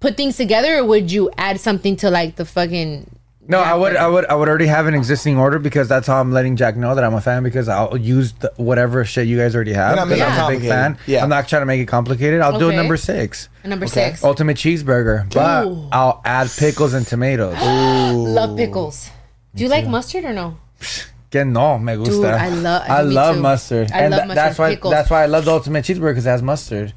B: put things together, or would you add something to like the fucking?
C: No, I would, I would, I would already have an existing order because that's how I'm letting Jack know that I'm a fan because I'll use the, whatever shit you guys already have
A: You're not
C: because
A: making
C: I'm
A: it
C: a big
A: complicated.
C: fan.
A: Yeah.
C: I'm not trying to make it complicated. I'll do
B: Okay.
C: number six,
B: Number
A: Okay.
B: six,
C: ultimate cheeseburger, but
B: Ooh.
C: I'll add pickles and tomatoes.
B: love pickles. Do you like mustard or no?
C: Que no, me gusta.
B: Dude, I love-
C: I
B: me
C: love
B: too.
C: mustard.
B: I
C: and
B: love
C: tha-
B: mustard,
C: That's why.
B: pickles.
C: That's why I love the ultimate cheeseburger because it has mustard.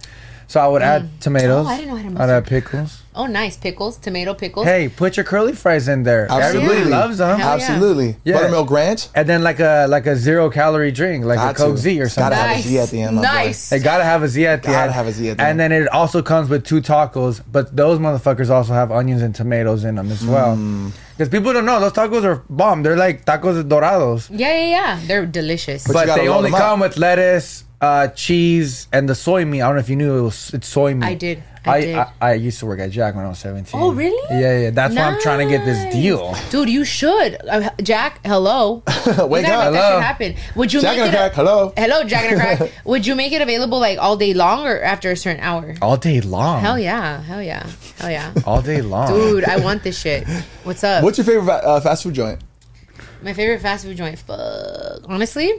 C: So I would add tomatoes.
B: Oh, I didn't know I had
C: I'd
B: mustard.
C: add pickles.
B: Oh, nice pickles, tomato pickles.
C: Hey, put your curly fries in there.
A: Absolutely.
C: Everybody loves them.
B: Hell yeah.
A: Absolutely.
C: Yeah.
A: Buttermilk ranch.
C: And then like a like a zero calorie drink, like
A: Got
C: a Coke
A: to.
C: Z or
A: It's
C: something.
A: gotta have a Z at the end, my boy.
B: nice.
C: They gotta have a Z at the
A: Gotta
C: end.
A: have a Z at the
C: and then it also comes with two tacos, but those motherfuckers also have onions and tomatoes in them as well.
A: Mm.
C: Because people don't know those tacos are bomb. They're like tacos dorados,
B: Yeah, yeah, yeah. They're delicious.
A: you
C: but
A: gotta
C: they
A: roll
C: only
A: them up.
C: come with lettuce, uh, cheese, and the soy meat. I don't know if you knew it was it's soy meat.
B: I did. I
C: I
B: did.
C: I, I used to work at Jack when I was seventeen.
B: Oh, really?
C: Yeah, yeah. That's why I'm trying to get this
B: Nice.
C: deal.
B: dude. You should, uh, Jack. Hello, You gotta
A: Wake
B: make
A: up.
B: That
C: Hello.
B: shit happen. Would you
A: Jack
B: make
A: and
B: it?
A: Crack. Hello.
B: Hello, Jack and a Crack. Would you make it available like all day long or after a certain hour?
C: All day long.
B: Hell yeah, hell yeah, hell yeah.
C: All day long.
B: Dude, I want this shit. What's up?
A: Oh. What's your favorite fa- uh, fast food joint?
B: My favorite fast food joint. Fuck. Honestly,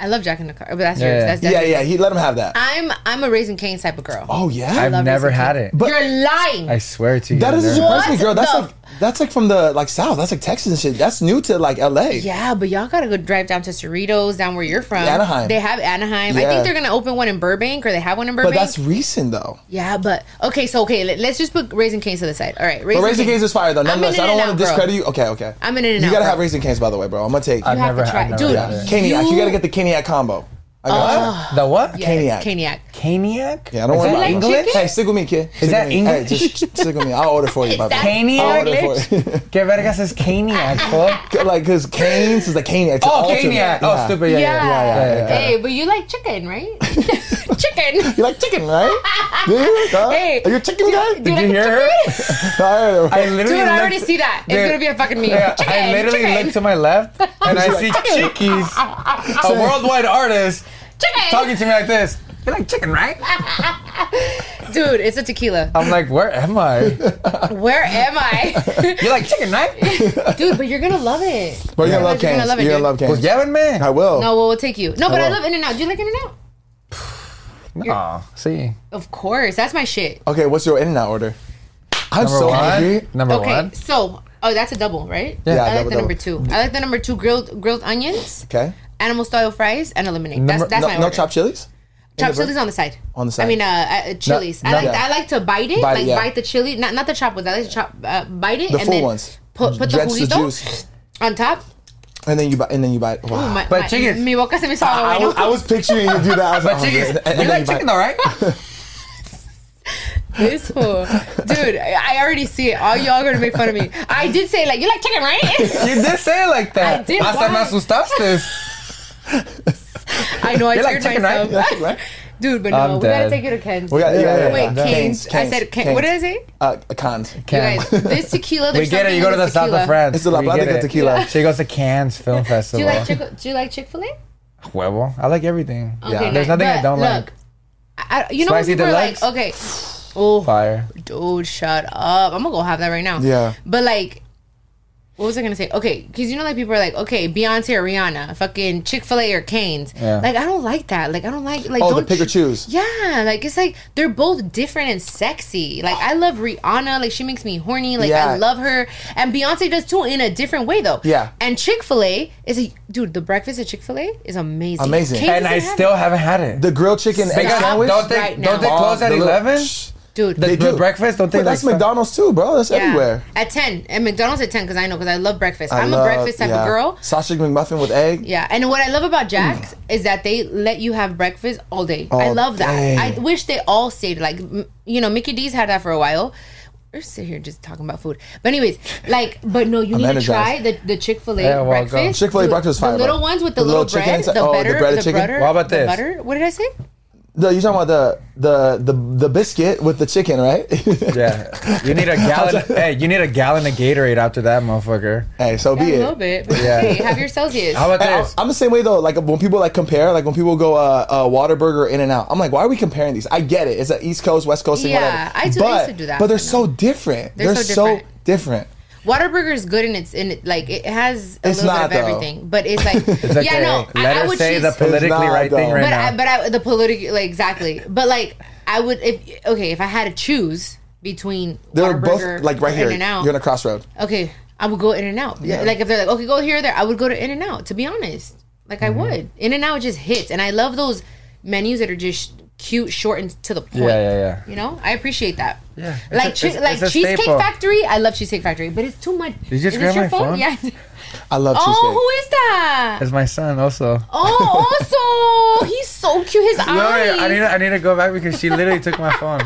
B: I love Jack in the Crack, but that's
C: Yeah,
B: yours.
C: yeah.
B: That's, that's
A: Yeah,
B: yours.
A: yeah. He let him have that.
B: I'm I'm a raisin cane type of girl.
A: Oh yeah.
C: I've
B: love
C: never
B: Raisin
C: had
B: Cane's.
C: it.
A: but-
B: You're lying.
C: I swear to you.
A: that doesn't
C: they're-
A: surprise me,
B: What
A: girl. That's
B: the-
A: like that's like from the like south. That's like Texas and shit. That's new to like LA.
B: Yeah, but y'all gotta go drive down to Cerritos, down where you're from.
A: Anaheim.
B: They have Anaheim. I
A: Yeah.
B: think they're gonna open one in Burbank, or they have one in
A: But
B: Burbank.
A: that's recent though.
B: yeah, but okay, so okay, let, us just put Raising Cane's to the side. All right,
A: But Raising Cane's is fire though. Nonetheless,
B: in
A: I don't
B: and
A: want
B: out,
A: to
B: bro.
A: discredit you. Okay, okay.
B: I'm in and
A: You
B: out,
A: gotta
B: bro.
A: have Raising Cane's by the way, bro. I'm gonna take.
C: I've
B: have to
C: never had
B: try- dude.
A: Yeah.
C: Never had it.
A: Caniac. You
B: You- Oh.
A: gotta get the Caniac combo. I got
C: The what?
B: Yeah,
A: Caniac.
B: Caniac.
C: Caniac?
A: you. Yeah, I don't
C: Is
A: worry
C: that
A: about it.
B: English?
C: English?
A: Hey, stick with me, kid. Stick
C: that
A: with me.
C: English?
A: Hey, just stick with me. I'll order for you,
B: Is
A: my
B: that-
A: bro.
C: Caniac?
A: I'll order for you.
C: Que vergas is Caniac, fool?
A: like because canes is the caniac. It's
C: Oh,
A: an alternate.
C: Caniac.
A: Yeah.
C: Oh, stupid. Yeah, yeah, yeah. yeah, yeah, yeah.
B: Hey, but you like chicken, right? chicken.
A: You like chicken, right? Do you? Huh?
B: Hey.
A: are you a chicken guy?
B: you
C: Did you hear her?
A: All right.
C: literally
B: Dude, I
C: looked-
B: already see that. It's
C: Dude,
B: gonna be a fucking meme.
C: yeah,
B: chicken,
C: I literally
B: chicken, Ah,
C: look to my left and I see Chickies, a worldwide artist,
B: chicken.
C: Oh, talking to me like this. You like chicken, right?
B: Dude, it's a tequila.
C: I'm like, where am I?
B: Where am I?
C: Ah. You like chicken, right?
B: dude, but you're gonna love it.
A: But you're
B: Yeah.
A: gonna love
B: You're gonna
A: canes.
B: love it,
A: You're gonna
B: dude.
A: love
C: Pues
A: canes.
C: llévenme.
A: I will.
B: No, well, we'll take you. No, but I
A: will.
B: love In and Out. Do you like In and Out?
C: No, see.
B: Of course. That's my shit.
A: Okay, what's your in and out order? I'm
C: Number
A: so
C: one.
A: hungry.
C: Number
B: Okay,
C: one.
B: so oh, that's a double, right?
A: Yeah,
B: I like
A: double,
B: the number
A: double.
B: two. I like the number two grilled grilled onions,
A: Okay.
B: animal style fries, and a lemonade.
C: Number-
B: that's that's
A: No,
B: my
A: no
B: order.
A: chopped chilies.
B: Chopped
A: In the-
B: chilies on the side.
A: On the side.
B: I mean, uh, uh chilies. I
C: no-
B: like
A: Yeah.
B: I like to bite it,
A: Bite it,
B: like
A: yeah.
B: bite the chili, not not the chopped ones. I like to chop uh, bite it
A: The
B: and
A: full
B: then
A: ones.
B: put put the
A: Drench the
B: juguito
A: juice.
B: on top.
A: And then you bite. And then you bite. Wow.
B: Ooh, my, Oh,
C: But
B: my,
C: chicken-
B: Mi boca se me hizo agua,
A: I, I
B: bueno.
A: was, I was picturing you do that. I was like,
C: But
A: oh,
C: chicken,
A: man. And
C: you
A: then
C: like
A: you bite.
C: chicken, though, right?
B: This fool. Dude, I I already see it. All y'all gonna make fun of me. I did say like you like chicken, right?
C: You did say it like that.
B: I did,
C: Hasta me
B: why?
C: asustaste.
B: I know I
C: You like
B: scared
C: chicken, right?
B: myself.
A: You like chicken, right?
B: Dude, but no,
C: I'm
B: we
C: dead.
B: gotta take you to Ken's.
A: We got, yeah, yeah, yeah,
B: Wait,
A: yeah.
B: canes. I said, can, what did I say?
A: Uh, cons.
B: You guys, this tequila.
C: We
B: There's
C: get it. You go to the
B: tequila.
C: south of France.
A: It's a La
C: We get
A: Plática
C: it.
A: tequila.
C: She goes to Cannes Film
B: Do you
C: Festival.
B: like chick- Do you like Chick Fil A?
C: Huevo. I like everything.
B: Okay,
C: There's
B: nice.
C: nothing I
B: But
C: don't
B: look,
C: like.
B: I, I- you know, when
C: Spicy
B: people are like,
C: deluxe?
B: okay, oh,
C: Fire.
B: dude, shut up. I'm gonna go have that right now.
A: Yeah.
B: But like, what was I gonna say? Okay, because you know, like people are like, okay, Beyonce or Rihanna, fucking Chick Fil A or Canes.
C: Yeah.
B: Like I don't like that. Like I don't like like
A: Oh,
B: don't
A: the pick or
B: ch-
A: choose.
B: Yeah, like it's like they're both different and sexy. Like I love Rihanna, like she makes me horny. Like
A: Yeah.
B: I love her, and Beyonce does too in a different way though.
A: Yeah.
B: And Chick Fil A is a dude. The breakfast at Chick Fil A is amazing.
A: Amazing.
B: Canes
C: And
B: doesn't
C: I
B: have
C: still
B: it.
C: haven't had it.
A: The grilled chicken egg
B: Stop
A: sandwich.
C: don't they,
B: right now.
C: don't they
B: Oh,
C: close at
A: the little-
C: 11?
A: Shh.
B: dude.
C: The, the
A: do.
C: breakfast? Don't they
A: But that's
C: like
A: McDonald's too, bro. That's
B: Yeah.
A: everywhere.
B: At 10. At McDonald's at 10 because I know because I love breakfast.
A: I
B: I am
A: love-
B: a breakfast type
A: yeah.
B: of girl.
A: Sausage McMuffin with egg.
B: Yeah. And what I love about Jack's is that they let you have breakfast all day. I
A: Mm. All
B: love that.
A: day.
B: I wish they all stayed like, m- you know, Mickey D's had that for a while. We're sitting here just talking about food. But, anyways, like, but no, you
A: I'm
B: need
A: energized.
B: to try the, the Chick fil A
C: Yeah, well, go.
B: breakfast.
A: Chick-fil-A
B: Dude,
A: breakfast is fire,
B: The little
A: bro.
B: ones with the,
A: The
B: little,
A: little chicken
B: bread,
A: inside-
B: the
A: oh, the
B: butter, the,
A: breaded chicken?
B: butter.
C: What about
B: the
C: this?
B: butter. What did I say?
A: The, you're talking about the, the the the biscuit with the chicken, right?
C: Yeah, you need a gallon. hey, you need a gallon of Gatorade after that, motherfucker.
A: hey, so be
B: Yeah, a
A: it.
B: little bit. But
C: Yeah.
B: hey, have your Celsius.
C: How about
A: Hey, I-
C: this?
B: oh,
A: I'm the same way though. Like when people like compare, like when people go uh, uh Waterburger In and Out, I'm like, why are we comparing these? I get it. It's an East Coast, West Coast thing,
B: Yeah,
A: whatever.
B: I do- I
A: but,
B: used to do that,
A: But they're
B: but no.
A: so different. They're,
B: They're so
A: so different.
B: Whataburger is good and it's in it, like it has a
A: It's
B: little
A: not,
B: bit of
A: though.
B: everything, but it's like
C: It's okay.
B: yeah, no,
C: Let
B: I, I
C: her
B: would
C: say
B: choose.
C: the politically
A: It's not,
C: right
A: though.
C: thing right
B: but
C: now.
B: I, but I, the political like exactly, but like I would if okay if I had to choose between
A: They're
B: Whataburger
A: both like right
B: or
A: here.
B: In-N-Out,
A: You're in a crossroad.
B: okay, I would go In and Out.
A: Yeah.
B: Like if they're like, okay, go here, or there, I would go to In and Out. To be honest, like
A: Mm-hmm.
B: I would. In and Out just hits, and I love those menus that are just cute, short, and to the point.
C: Yeah, yeah, yeah.
B: You know, I appreciate that.
C: Yeah. It's
B: like
C: a-
B: chee-
C: it's-
B: like
C: it's a
B: Cheesecake
C: staple.
B: Factory. I love Cheesecake Factory, but it's too much.
C: you
B: Is
C: just
B: this
C: grab
B: your
C: my phone?
B: Yeah.
A: I love
B: oh,
A: cheesecake.
B: who is that?
C: It's my son also.
B: Oh, also, he's so cute. His
C: No, I
B: eyes.
C: I need to- I need to go back because she literally took my phone.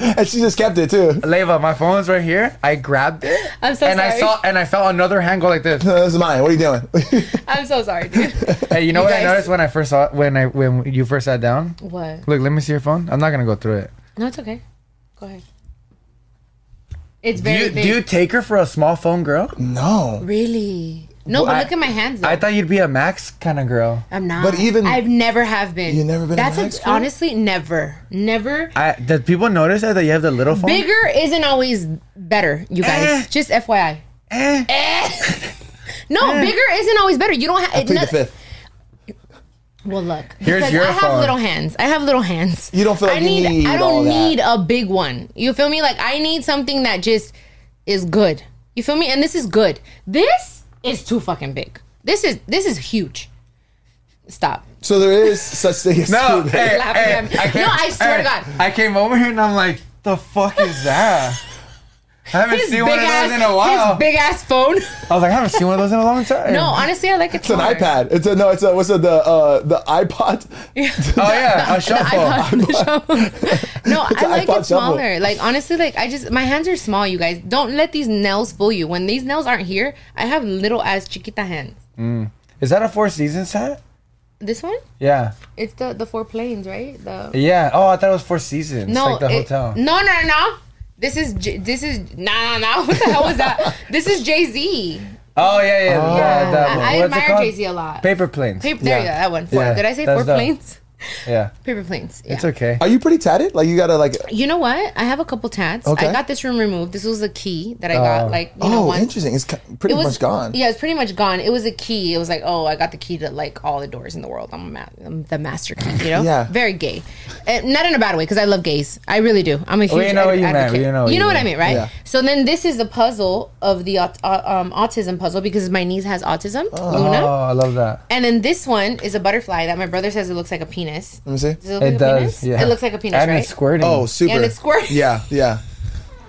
A: and she just kept it too.
C: Leva, my phone's right here. I grabbed it.
B: I'm so
C: and I
B: sorry.
C: saw and I felt another hand go like this.
A: this is mine. What are you doing?
B: I'm so sorry, dude.
C: Hey, you know
B: You
C: what
B: guys-
C: I noticed when I first saw when I when you first sat down?
B: what?
C: Look, let me see your phone. I'm not gonna go through it.
B: No, it's okay. Go ahead. It's
C: Do
B: very
C: you,
B: big.
C: do you take her for a small phone girl?
A: no.
B: really? No,
C: Well,
B: but
C: I-
B: look at my hands. Though.
C: I thought you'd be a Max kind of girl.
B: I'm not.
A: But even-
B: I've never have been.
A: You never been a
B: That's
A: high
B: a,
A: school?
B: honestly never, never.
C: I did people notice that, that you have the little phone?
B: Bigger isn't always better, you guys.
C: Eh.
B: Just FYI.
C: Eh.
B: No, bigger isn't always better. You don't have.
A: Plead the fifth.
B: Well, look.
C: Here's
B: because
C: your
B: I have
C: phone.
B: little hands. I have little hands.
A: You don't feel like
B: I
A: you
B: need.
A: need
B: I don't
A: all that.
B: need a big one. You feel me? Like I need something that just is good. You feel me? And this is good. This is too fucking big. This is this is huge. Stop.
A: So there is such thing as
C: No,
A: two-
C: hey,
B: Laughing
C: hey,
B: at me.
C: came- eh,
B: No, I swear to God.
C: I came over here and I'm like, the fuck is that? I haven't
B: His
C: seen
B: big
C: one of those
B: ass.
C: in a while.
B: His big ass phone.
C: I was like, I haven't seen one of those in a long time.
B: no, honestly, I like it.
A: It's an iPad. It's a no. It's a what's it? The uh, the iPod.
C: Oh yeah, a
B: The
C: shuffle.
B: iPod- the show. no, I
A: an
B: like
A: iPod
B: it smaller. Like honestly, like I just my hands are small. You guys don't let these nails fool you. When these nails aren't here, I have little ass chiquita hands.
C: Is that a Four Seasons hat?
B: This one,
C: Yeah,
B: it's the the four planes, right? The
C: yeah. Oh, I thought it was Four Seasons.
B: no,
C: like the
B: it-
C: hotel.
B: no, no, no. This is J- this is nah, nah, nah. What the hell was that? this is Jay Z.
C: Oh yeah, yeah.
A: Oh.
C: yeah,
B: I-
C: that one.
B: I
C: What's it
B: admire
C: called?
B: Jay-Z a lot.
C: Paper planes.
B: Paper, there
A: Yeah.
B: you go. That one. Four.
C: Yeah,
B: Did I say
C: that's
B: four
C: dope.
B: planes?
C: yeah,
B: Paper planes. Yeah.
C: it's okay.
A: Are you pretty tatted? Like you gotta like.
B: You know what? I have a couple tats.
A: Okay.
B: I got this room removed. This was a key that I got like you know
A: oh,
B: once.
A: interesting. It's ca- pretty
B: it was
A: much gone.
B: Yeah, it's pretty much gone. It was a key. It was like, oh, I got the key to like all the doors in the world. I'm, a ma- I'm the master key. You know,
A: Yeah.
B: very gay. Eh, not in a bad way because I love gays. I really do. I'm a huge.
C: you know what you meant.
B: advocate.
C: You know what you
B: what I mean,
C: meant.
B: right?
A: Yeah.
B: So then this is the puzzle of the aut- uh, um, autism puzzle because my niece has autism, Luna,
C: Oh, I love that.
B: and then this one is a butterfly that my brother says it looks like a penis.
A: Let me see.
B: Does it look
C: It
B: like a
C: does.
B: penis?
C: Yeah,
B: It looks like a penis,
C: And
B: right?
C: it's squirting.
A: Oh, super.
B: And it's squirting.
A: Yeah, yeah.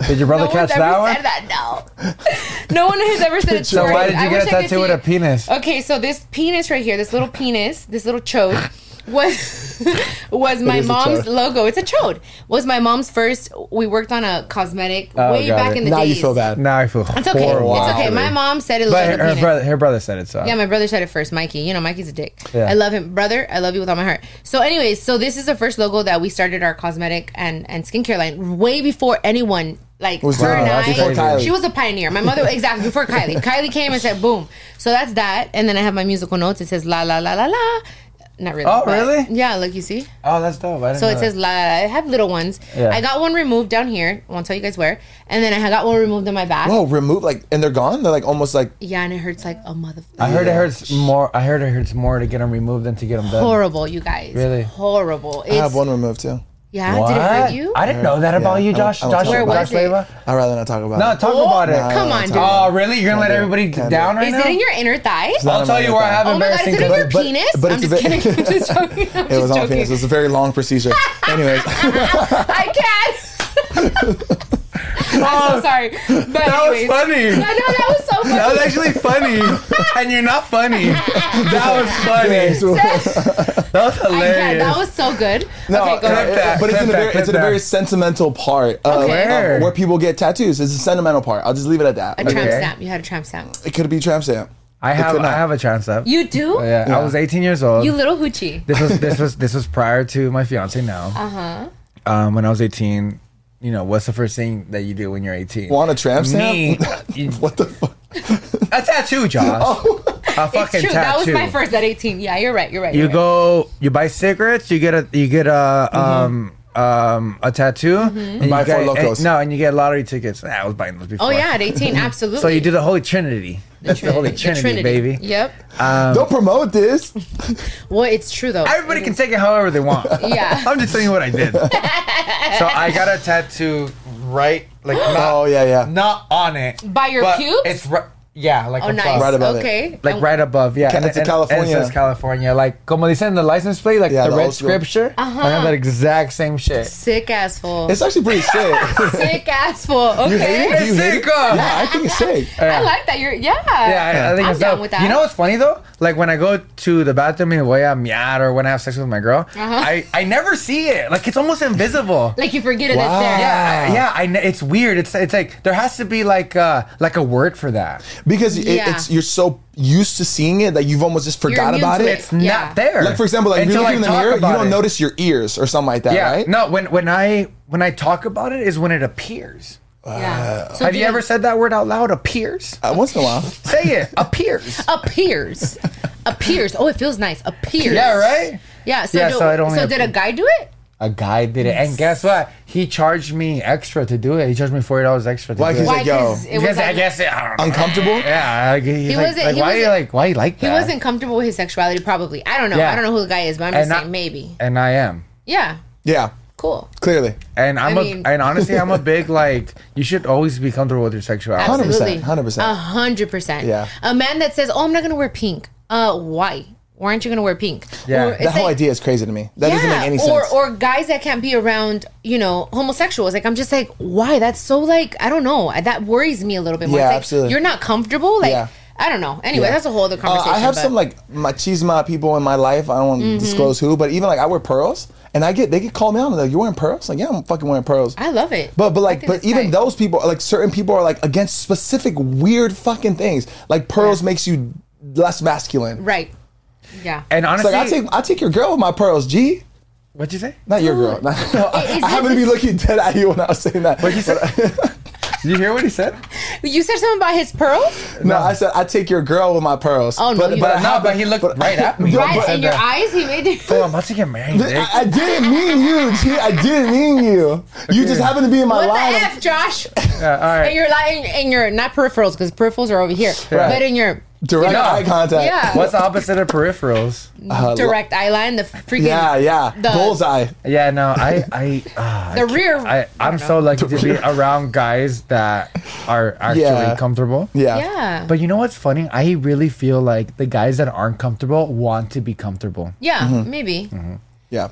C: did your brother
B: No
C: catch
B: one's ever
C: that one?
B: said that. No, no one has ever said it.
C: So why did you get a tattoo with a
B: penis?
C: penis?
B: Okay, so this penis right here, this little penis, this little chode, was was my
A: is a
B: mom's
A: chode.
B: logo. It's a chode. Was my mom's first. We worked on a cosmetic
C: Oh,
B: way
C: got
B: back
C: it.
B: in the
A: Now
B: days.
A: you feel bad.
C: Now I feel
B: It's okay.
C: horrible.
B: It's okay. My mom said it looked
C: But
B: like a
C: her, her
B: penis.
C: brother, her brother said it. So
B: Yeah, my brother said it first, Mikey. You know, Mikey's a dick.
C: Yeah.
B: I love him, brother. I love you with all my heart. So, anyways, so this is the first logo that we started our cosmetic and and skincare line way before anyone like
A: Was
B: her
A: that-
B: and
C: Wow, that's
B: I.
C: before
A: Kylie.
B: She was a pioneer. My mother exactly before Kylie. Kylie came and said, "Boom." So that's that. And then I have my musical notes. It says la la la la la. Not really.
C: Oh,
B: but-
C: really?
B: Yeah. Look, you see.
C: oh, that's dope. I didn't
B: So
C: know
B: it says
C: that.
B: la. I have little ones.
C: Yeah.
B: I got one removed down here. I won't tell you guys where. And then I got one removed in my back.
A: Whoa, remove Oh, like, and they're gone. They're like almost like.
B: Yeah, and it hurts like a mother.
C: I heard it hurts more. I heard it hurts more to get them removed than to get them done.
B: horrible, you guys.
C: Really?
B: horrible. It's,
A: I have one removed too.
B: Yeah, did it hurt you?
C: I didn't know that about you,
A: I
C: Josh.
A: won't- I
C: Josh,
A: won't
C: Josh,
A: tell
B: you. Where was it?
C: Leyva.
A: I'd rather not talk about
C: No,
A: it.
C: talk
B: Oh,
C: about it.
B: come on,
A: Nah,
B: dude.
A: nah,
C: Oh, really? You're gonna let
A: do it.
C: everybody
A: Can't do
C: down
A: it.
C: right
B: is
C: now?
B: it in your inner thigh?
A: not
C: I'll
A: in
C: tell
A: my
C: you where I
A: thigh.
C: have
B: Oh my god, is
C: embarrassing.
B: it in your
C: things.
A: but-
B: penis?
A: but
B: I'm
A: it's
B: just
A: a bit-
B: kidding. I'm just joking. I'm
A: It was
B: just
A: on my
B: joking.
A: penis. It was a very long procedure. Anyways,
B: I can't. I'm so sorry. But
C: That was
B: anyways.
C: funny.
B: I know that was so funny.
C: That was actually funny, and you're not funny. That was funny. That
B: I
C: was
B: can't.
C: hilarious.
B: That was so good.
A: no,
B: okay, go
A: uh,
B: ahead.
C: Clip Oh, that,
A: but it's
C: clip
A: in a
C: that,
A: very,
C: clip
A: it's in a very
C: that.
A: sentimental part of,
B: Okay.
A: of
C: Where?
A: where people get tattoos. It's a sentimental part. I'll just leave it at that.
B: A tramp
C: Okay.
B: stamp. You had a tramp stamp.
A: It could be tramp stamp.
C: I have
A: could not.
C: I have a concept.
D: You do?
C: Oh, yeah, I was 18 years old.
D: You little hoochie.
C: this was this was this was prior to my fiance now.
D: Uh-huh.
C: Uh huh.
B: Uh-huh.
C: Um, when I was 18, you know, what's the first thing that you do when you're 18?
A: Want a tramp stamp?
C: Me, you-
A: What Oh. the fuck?
C: a tattoo, Josh. A fucking
D: It's true.
C: tattoo.
D: That was my first at 18. Yeah, you're right. You're right.
C: You
D: you're
C: go, you buy cigarettes, you get a, you get
D: Mm-hmm.
C: a, um, um, a tattoo. And you
A: Buy Four
C: get-
A: Locos.
C: and- no, and you get lottery tickets. Nah, I was buying those before.
B: Oh yeah, at 18, absolutely.
C: So you do the Holy Trinity. That's the Holy
B: The
C: Trinity, baby.
B: Yep.
C: Um,
A: Don't promote this.
B: Well, it's true though.
C: Everybody can take it however they want.
D: Yeah.
C: I'm just telling you what I did. so I got a tattoo right, like not,
A: Oh yeah, yeah.
C: not on it.
D: By your
C: but
D: pubes?
C: It's right, yeah, like
B: Oh,
C: above.
B: nice.
A: Right above it.
B: okay.
C: Like right above, yeah.
A: Ca- it's a California.
C: it says California. Like, como dicen the license plate, like
A: Yeah,
C: the,
A: the
C: red
A: old school.
C: scripture.
D: Uh-huh.
C: I have that exact same shit.
B: Sick asshole.
A: It's actually pretty sick.
D: Sick asshole. Okay.
A: you hate it? Do you hate it?
C: Sick, uh,
A: Yeah, I think it's sick.
D: I like that. You're yeah.
C: Yeah, I, I think
D: I'm
C: it's
D: down
C: dope.
D: with that.
C: You know what's funny though? Like when I go to the bathroom in way I'm meow or when I have sex with my girl,
D: Uh-huh.
C: I, I never see it. Like it's almost invisible.
D: Like you forget it.
A: Wow.
D: It's there.
A: Yeah.
C: yeah, yeah, I know. It's weird. It's it's like there has to be like uh like a word for that.
A: Because it,
B: Yeah.
A: it's you're so used to seeing it that you've almost just forgot
B: immune
A: about
B: to
A: it.
B: it.
C: It's
B: Yeah.
C: not there.
A: Like for example, like
C: Until
A: you're
C: I
A: looking in the
C: talk
A: mirror, you
C: about
A: don't
C: it.
A: notice your ears or something like that,
C: Yeah,
A: right?
C: no. When when I when I talk about it is when it appears.
D: Yeah. So
C: have
D: do
C: you ever said that word out loud? Appears.
A: Uh, once in a while.
C: Say it. appears.
B: appears. appears. Oh, it feels nice. Appears.
C: Yeah, right.
B: Yeah. So,
C: Yeah,
B: do,
C: so
B: so,
C: it only
B: did a
C: appears.
B: guy do it?
C: A guy did it, and guess what? He charged me extra to do it. He charged me forty dollars extra to
A: Why?
C: do it.
A: He's like, yo,
D: it was
C: Because I
D: on-
C: guess it, I don't know.
A: Uncomfortable?
C: Yeah, like, he's
B: He
C: like,
B: wasn't-
C: like,
B: he
C: why you
B: wasn't-
C: like why you like
B: He
C: that?
B: wasn't comfortable with his sexuality, probably. I don't know.
C: Yeah.
B: I don't know who the guy is, but I'm just
C: And I-
B: saying maybe.
C: and I am.
B: Yeah.
A: Yeah,
B: Cool.
A: clearly.
C: And I'm
B: I
C: a
B: mean-
C: and honestly, I'm a big like you should always be comfortable with your sexuality.
A: Absolutely. 100%,
B: Absolutely.
A: 100%.
B: A hundred percent.
A: Yeah.
B: A man that says, "Oh, I'm not gonna wear pink." Uh, why? Why aren't you gonna wear pink?
C: Yeah.
B: Or it's
A: That whole
B: like-
A: idea is crazy to me. That doesn't make any sense.
B: or or guys that can't be around, you know, homosexuals. Like I'm just like, why? That's so like I don't know. That worries me a little bit more.
A: Yeah,
B: It's like,
A: absolutely.
B: You're not comfortable. Like
A: Yeah.
B: I don't know. Anyway, that's a whole other
A: Uh,
B: conversation.
A: I have
B: but- Mm-hmm.
A: some like machismo people in my life. I don't want to disclose who, but even like I wear pearls, and I get they get called me out. and they're like, "You wearing pearls?" Like, yeah, I'm fucking wearing pearls.
B: I love it.
A: But but
B: I
A: like
B: think
A: but
B: that's
A: even
B: tight.
A: those people like certain people are like against specific weird fucking things. Like pearls makes you less masculine.
B: right. Yeah.
C: And
A: It's
C: honestly,
A: like I take I take your girl with my pearls, G.
C: what'd you say?
A: Not your girl. No, I,
B: Is- is
A: I happen
B: it
A: to be
B: this-
A: looking dead at you when I was saying that.
C: What he said? Did you hear what he said?
B: You said something about his pearls
A: no, I said I take your girl with my pearls.
B: Oh, no, he-
A: I
B: No,
C: No,
A: happen-
C: but he looked right at me.
A: No,
C: when he
B: right
C: said
B: in your
C: that.
B: eyes. He made it.
C: Oh, I'm about to get married. Dick.
A: I, I didn't mean you, G. I didn't mean you. You just happen to be in my
B: What
A: line.
B: the
A: of-
B: f, Josh?
C: Yeah, Uh, all right.
B: And you're lying, and you're not peripherals because peripherals are over here,
A: Right.
B: but in your
A: Direct
C: No.
A: eye contact.
B: Yeah.
C: What's the opposite of peripherals?
A: Uh,
B: direct eye line, the freaking
A: Yeah, yeah.
B: The-
A: Bullseye.
C: Yeah, no, I, I, ah,
B: The
C: I can't-
B: rear-
C: I,
B: I
C: I'm
B: don't
C: so lucky to be around guys that are actually
A: Yeah.
C: comfortable.
A: Yeah.
B: yeah,
C: But you know what's funny? I really feel like the guys that aren't comfortable want to be comfortable.
B: yeah, maybe.
A: Yeah.
B: Ma- I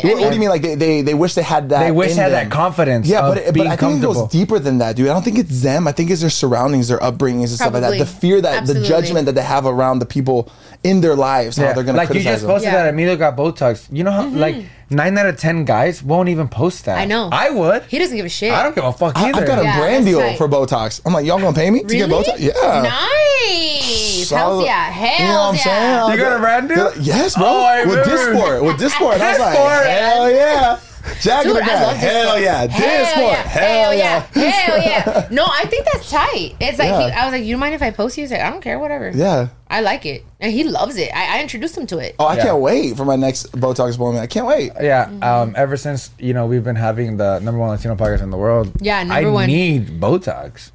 A: Mm-hmm. What, what
B: mean-
A: do you mean? Like they, they, they wish they had that.
C: They wish
A: in
C: they had
A: them.
C: that confidence.
A: Yeah,
C: of
A: but, it, but
C: being
A: I think it
C: comfortable.
A: goes deeper than that, dude. I don't think it's them. I think it's their surroundings, their upbringings, and stuff like
B: Probably.
A: that. The fear that the
B: Absolutely.
A: judgment that they have around the people in their lives, how
C: Yeah.
A: they're gonna
C: like you
A: criticize
C: just
A: them.
C: posted
B: Yeah.
C: that Emilio got Botox. You know how like nine out of ten guys won't even post that.
B: I know.
C: I would.
B: He doesn't give a shit.
C: I don't give a fuck
A: I,
C: either.
A: I've got a
B: Yeah,
A: brand
B: that's
A: deal
B: tight.
A: for Botox. I'm like, y'all gonna pay me to get Botox? Yeah.
B: Nice. Hell
A: Solid.
B: yeah. Hell
A: You know what I'm saying?
B: yeah.
A: I
C: You got
A: was
C: a brand deal?
A: They're like, yes, bro.
C: Oh, I
A: with
C: remember.
A: Disport, with Disport. And I was like,
C: Disport.
A: hell yeah. Jack in
B: Dude,
A: the
B: I
A: back.
B: love this
A: Hell
B: sport.
A: yeah.
B: Hell
A: Disport.
B: yeah. Hell yeah. Hell yeah. No, I think that's tight. It's like,
A: Yeah.
B: he, I was like, you mind if I post you? He's like, I don't care, whatever.
A: Yeah.
B: I like it. And he loves it. I, I introduced him to it.
A: Oh, I
C: Yeah.
A: can't wait for my next Botox appointment. I can't wait.
C: Yeah.
B: Mm-hmm.
C: Um. Ever since you know we've been having the number one Latino podcast in the world.
B: Yeah, number
C: I
B: one.
C: need Botox.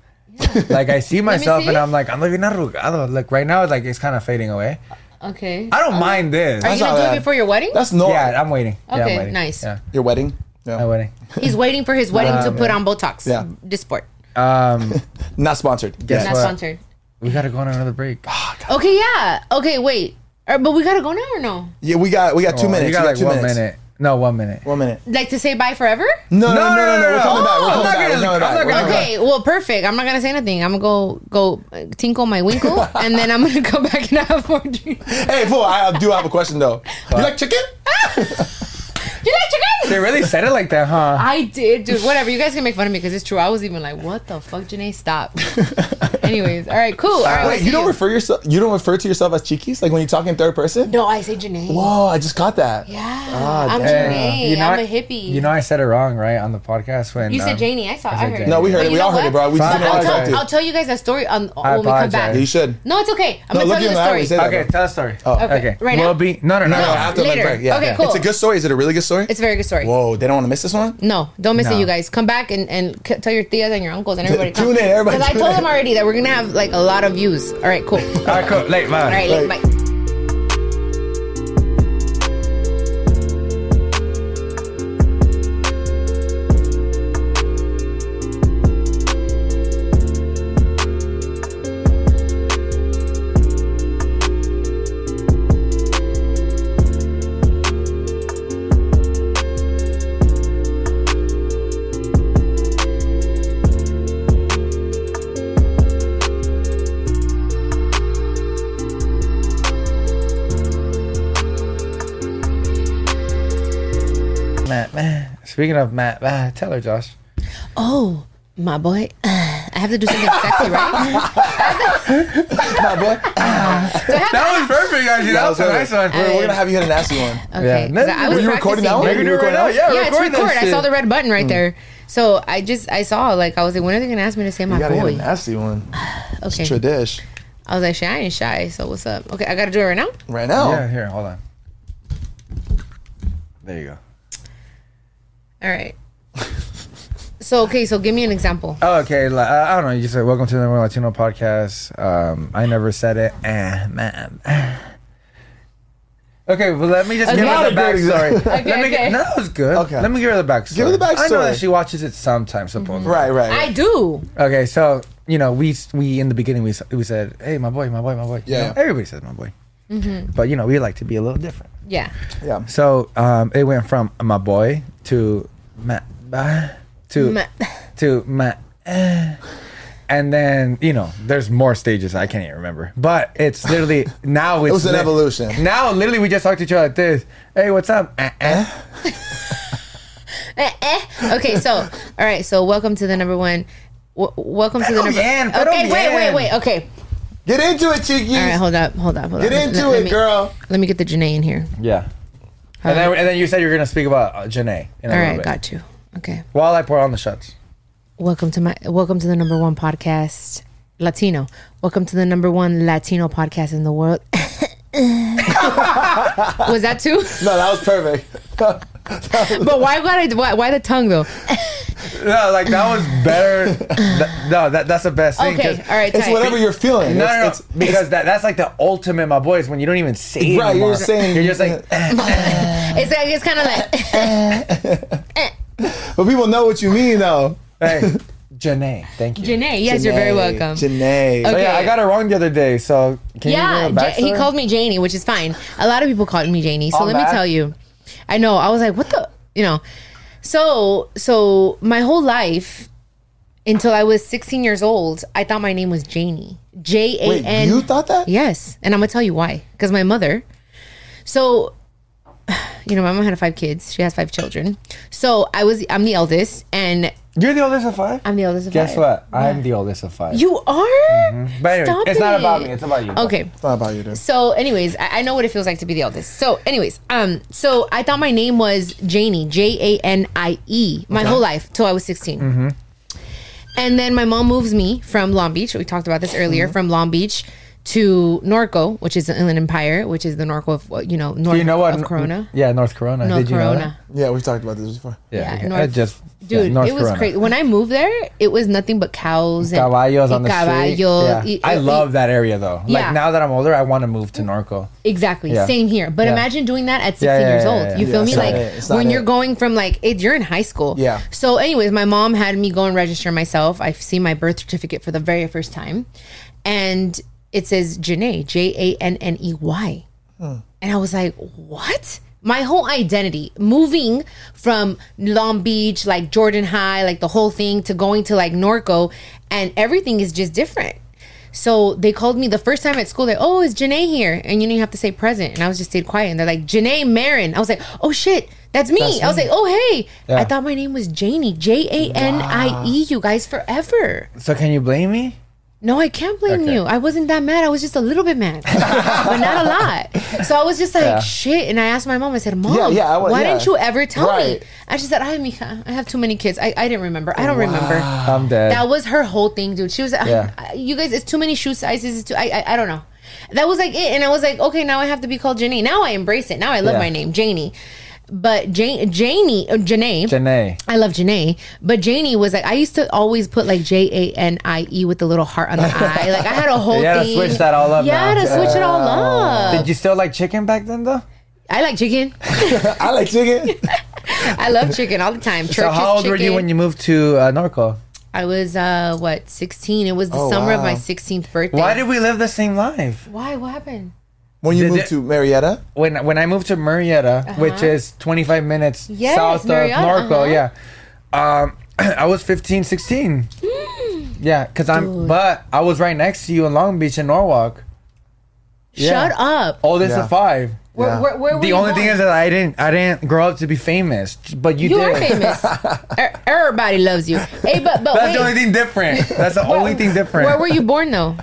C: like I see myself
B: see.
C: and I'm like I'm looking arrugado. Like right now, like it's kind of fading away.
B: Okay.
C: I don't mind this.
B: Are you going
A: not
B: to do
A: bad.
B: it before your wedding?
A: That's normal.
C: yeah, I'm waiting. yeah,
B: Okay,
C: I'm waiting.
B: nice.
C: Yeah,
A: Your wedding?
C: I'm
A: Yeah.
C: waiting.
B: He's waiting for his wedding to
C: Um,
B: put on Botox.
A: Yeah.
B: This sport.
C: Um,
A: Not sponsored.
C: Guess
A: Yeah. Ah,
B: Not
C: what?
B: sponsored.
C: we gotta go on another break. Oh,
B: Okay, yeah. Okay, wait. Uh, But we got to go now or no?
A: Yeah, we got we got two
C: Oh,
A: minutes.
C: You got
A: We
C: like
A: two
C: one
A: minutes.
C: minute. No, one minute.
A: One minute.
B: Like to say bye forever?
A: No, no, no, no, no. We're
C: no.
A: coming back.
C: Oh,
A: We're
C: I'm
A: coming back. We're coming back.
C: not gonna- I'm not
A: We're
C: gonna
A: coming back.
B: Okay, well, perfect. I'm not gonna say nothing. I'm gonna go go uh, tinkle my winkle, and then I'm gonna come back and have more drinks.
A: Hey, fool! I do have a question though. You like chicken?
B: You like chicken?
C: They really said it like that, huh?
B: I did, dude. Whatever. You guys can make fun of me because it's true. I was even like, "What the fuck, Janae? Stop." Anyways, all right, cool. All right,
A: Wait,
B: let's
A: you don't
B: see.
A: refer yourself. You don't refer to yourself as cheekies, like when you talk in third person.
B: No, I say Janae.
A: Whoa, I just caught that.
B: Yeah,
A: Ah,
B: I'm
A: damn.
B: Janae.
C: You know,
B: I'm
C: I-
B: a hippie.
C: You know, I said it wrong, right, on the podcast when
B: You said
C: um,
B: Janie. I saw.
C: I
B: I,
C: said
B: heard.
C: Janie.
B: it.
C: No, we
A: heard it.
B: But you
A: We
B: know
A: all heard it,
B: what?
A: bro. We
B: But
A: didn't
B: I'll,
A: realize that,
B: tell,
A: too.
B: I'll tell you guys that story on.
C: I
B: when we come back.
A: You
C: apologize.
A: should.
B: No, it's okay. I'm
A: No,
B: gonna
A: look
B: tell you
A: in
B: the
A: the eye when
B: story.
A: you say that.
C: Okay, tell a story.
A: Oh.
B: Okay, right now?
C: We'll be no, no, no.
A: No,
B: No,
A: no, after
B: later.
A: the break. Yeah,
B: Okay,
A: yeah.
B: cool.
A: It's a good story. Is it a really good story?
B: It's a very good story.
A: Whoa, they don't want to miss this one.
B: No, don't miss
C: No.
B: it, you guys. Come back and, and c- tell your tias and your uncles and everybody.
A: Tune in, everybody
B: Because I
A: tune
B: told
A: in.
B: them already that we're gonna have like a lot of views. All right, cool. All
C: All right, cool. Late, bye.
B: right,
A: Right.
B: bye.
C: Matt, man. Speaking of Matt, man, tell her, Josh.
B: Oh, my boy. I have to do something sexy, right?
A: My boy.
C: That was perfect, actually. That was a nice one.
A: We're, we're gonna have you hit a nasty one.
B: Okay. 'cause I was
A: Were you recording that
B: practicing.
A: one? You're
C: You're
A: recording
C: gonna record now?
A: that? Hmm.
C: Yeah,
B: Yeah, it's
C: record that
B: record. I
C: shit.
B: saw the red button right there. So I just I saw like I was like, when are they gonna ask me to say my
A: You gotta hit a
B: boy? Ah,
A: nasty one.
B: Okay.
A: Tradish.
B: I was like, shit, I ain't shy. So what's up? Okay, I gotta do it right now.
A: Right now.
C: Yeah, here, hold on. There you go.
B: All right. So okay, so give me an example.
C: Okay, li- uh, I don't know. You just said welcome to the More Latino podcast. Um, I never said it. Eh, man. Okay, well, let me just give
A: Not
C: her
A: a
C: the
A: good
C: backstory.
A: example.
C: let me
D: okay.
C: Get, no, that was good.
A: Okay.
C: Let me give her the backstory.
A: Give her the
C: I know that
A: backstory.
C: she watches it sometimes, supposedly.
A: Right, right.
B: I do.
C: Okay, so you know, we we in the beginning we s- we said, "Hey, my boy, my boy, my boy." You
A: Yeah.
C: know, everybody says my boy,
B: Mm-hmm.
C: but you know, we like to be a little different.
B: Yeah.
A: yeah.
C: So um, it went from my boy to ma bah, to
B: Ma-
C: to ma, eh. and then you know, there's more stages I can't even remember. But it's literally now it's
A: was an
C: lit-
A: evolution.
C: Now literally we just talk to each other like this. Hey, what's up? Eh, eh.
B: Eh, eh. Okay, so all right, so welcome to the number one. W- welcome to the
C: Pero
B: number.
C: bien, pero
B: okay, wait, wait,
C: bien.
B: wait. Okay,
A: Get into it, cheekies.
B: all right, hold up, hold up, hold up.
A: Get into
B: Let
A: it,
B: me-
A: girl.
B: Let me get the Janae in here.
C: Yeah. And then, and then you said you were gonna speak about uh, Janae. In a
B: All
C: little
B: right,
C: bit.
B: got you. Okay,
C: While I pour on the shots.
B: welcome to my welcome to the number one podcast Latino. Welcome to the number one Latino podcast in the world. Was that too?
A: No, that was perfect.
B: But why got I why, why the tongue though?
C: No, like that was better. Th- no, that, that's the best thing.
B: Okay,
C: 'cause-
B: all right.
A: it's
B: tight.
A: whatever you're feeling.
C: No,
A: It's-
C: no, no,
A: it's-
C: because that, that's like the ultimate, my boy, is when you don't even say it.
A: Right, you're
C: anymore.
A: saying-
C: You're just like, eh,
B: It's like it's eh. kind of like
A: but people know what you mean, though.
C: hey, Janae, thank you.
B: Janae. Yes, you're very
A: Janae,
B: welcome.
A: Janae.
C: Oh, yeah,
B: Okay.
C: I got it wrong the other day, so can
B: yeah,
C: you give me a
B: Ja- he
C: backstory?
B: called me Janie, which is fine. A lot of people called me Janie, so
C: All
B: let
C: that?
B: me tell you. I know. I was like, what the, you know. So, so my whole life until I was 16 years old, I thought my name was Janie. J A
A: Wait,
B: N. E.
A: you thought that?
B: Yes, and I'm gonna tell you why. Because my mother, so you know, my mom had five kids. She has five children. So I was, I'm the eldest, and
C: You're the oldest of five?
B: I'm the oldest of
C: Guess
B: five.
C: what? I'm the oldest of five.
B: You are.
C: but anyway,
B: Stop
C: it's not about
B: it.
C: me, it's about you.
B: Okay.
A: Thought about you, dude.
B: So, anyways, I, I know what it feels like to be the eldest. So, anyways, um, so I thought my name was Janie, J A N I E, my whole life till I was 16
C: Mm-hmm.
B: And then my mom moves me from Long Beach. We talked about this earlier
C: Mm-hmm.
B: from Long Beach to Norco, which is the Inland Empire, which is the Norco of uh, you know North
C: Do you know what?
B: of Corona.
C: Yeah, North Corona.
B: North
C: Did you know that?
B: Corona,
A: Yeah, we've talked about this before.
C: Yeah, okay. I
B: North-
C: just, yeah,
B: dude,
C: North
B: it was
C: Corona.
B: crazy. When I moved there, it was nothing but cows and
C: Caballos on
B: and
C: the street.
B: caballos,
C: Yeah.
B: y-
C: I
B: y-
C: love that area though.
B: Yeah.
C: Like now that I'm older, I want to move to Norco.
B: Exactly.
C: Yeah.
B: Same here. But
C: Yeah.
B: imagine doing that at 16
C: Yeah, yeah,
B: years
C: yeah,
B: old.
C: yeah,
B: You
C: yeah.
B: feel
A: It's
B: me?
A: not
B: Like
A: it. It's not
B: when
A: it.
B: you're going from like it, you're in high school.
A: Yeah.
B: So, anyways, my mom had me go and register myself. I've seen my birth certificate for the very first time, and it says Janae, J A N N E Y, and I was like, what? My whole identity, moving from Long Beach, like Jordan High, like the whole thing, to going to like Norco, and everything is just different. So they called me the first time at school. Like, oh, is Janae here? And you know you have to say present. And I was just stayed quiet. And they're like, Janae Marin. I was like, oh shit, That's me.
C: That's
B: I was
C: me.
B: like, oh hey,
C: Yeah.
B: I thought my name was Janie, J A N I E. You guys forever.
C: So can you blame me?
B: No, I can't blame
C: Okay.
B: you. I wasn't that mad. I was just a little bit mad, but not a lot. So I was just like, shit. And I asked my mom. I said, Mom,
A: Yeah, yeah, I wa-
B: why
A: yeah.
B: didn't you ever tell
A: Right.
B: me? And she said, I, mija, I have too many kids. I, I didn't remember. I don't remember.
C: I'm dead.
B: That was her whole thing, dude. She was, "Ah,
C: Yeah.
B: you guys, it's too many shoe sizes. It's too, I, I, I don't know. That was like it, and I was like, okay, now I have to be called Janie. Now I embrace it. Now I love
C: Yeah.
B: my name, Janie. But Jane, Janie, or Janae,
C: Janae.
B: I love Janae, but Janie was like I used to always put like J A N I E with the little heart on the eye. Like I had a whole
C: You gotta
B: thing.
C: switch that all up
B: Yeah, I
C: now.
B: had to switch it all up.
C: Did you still like chicken back then though?
B: I like chicken.
A: I like chicken.
B: I love chicken all the time. Church
C: so how old
B: chicken.
C: were you when you moved to uh, Norco?
B: I was uh what sixteen? It was the
A: Oh,
B: summer of my
A: wow.
B: sixteenth birthday.
C: Why did we live the same life?
B: Why? What happened?
A: When you
C: Did
A: moved
C: it-
A: to Marietta,
C: when when I moved to Murrieta, which is 25 minutes
B: Uh-huh. Yes,
C: south
B: Marietta,
C: of Norco,
B: uh-huh.
C: yeah. Um, I was 15, 16. yeah, cuz I'm
B: Mm. Dude.
C: but I was right next to you in Long Beach in Norwalk. Yeah.
B: Shut up.
C: Oldest
A: Yeah.
C: of 5.
B: Where,
A: Yeah.
B: where, where were
C: The
B: Oh, you
C: only thing
B: born?
C: is that I didn't I didn't grow up to be famous, but you,
B: you
C: did.
B: are famous. Er- Everybody loves you. Hey, but but
C: That's
B: wait.
C: the only thing different. That's the only thing different.
B: Where were you born though?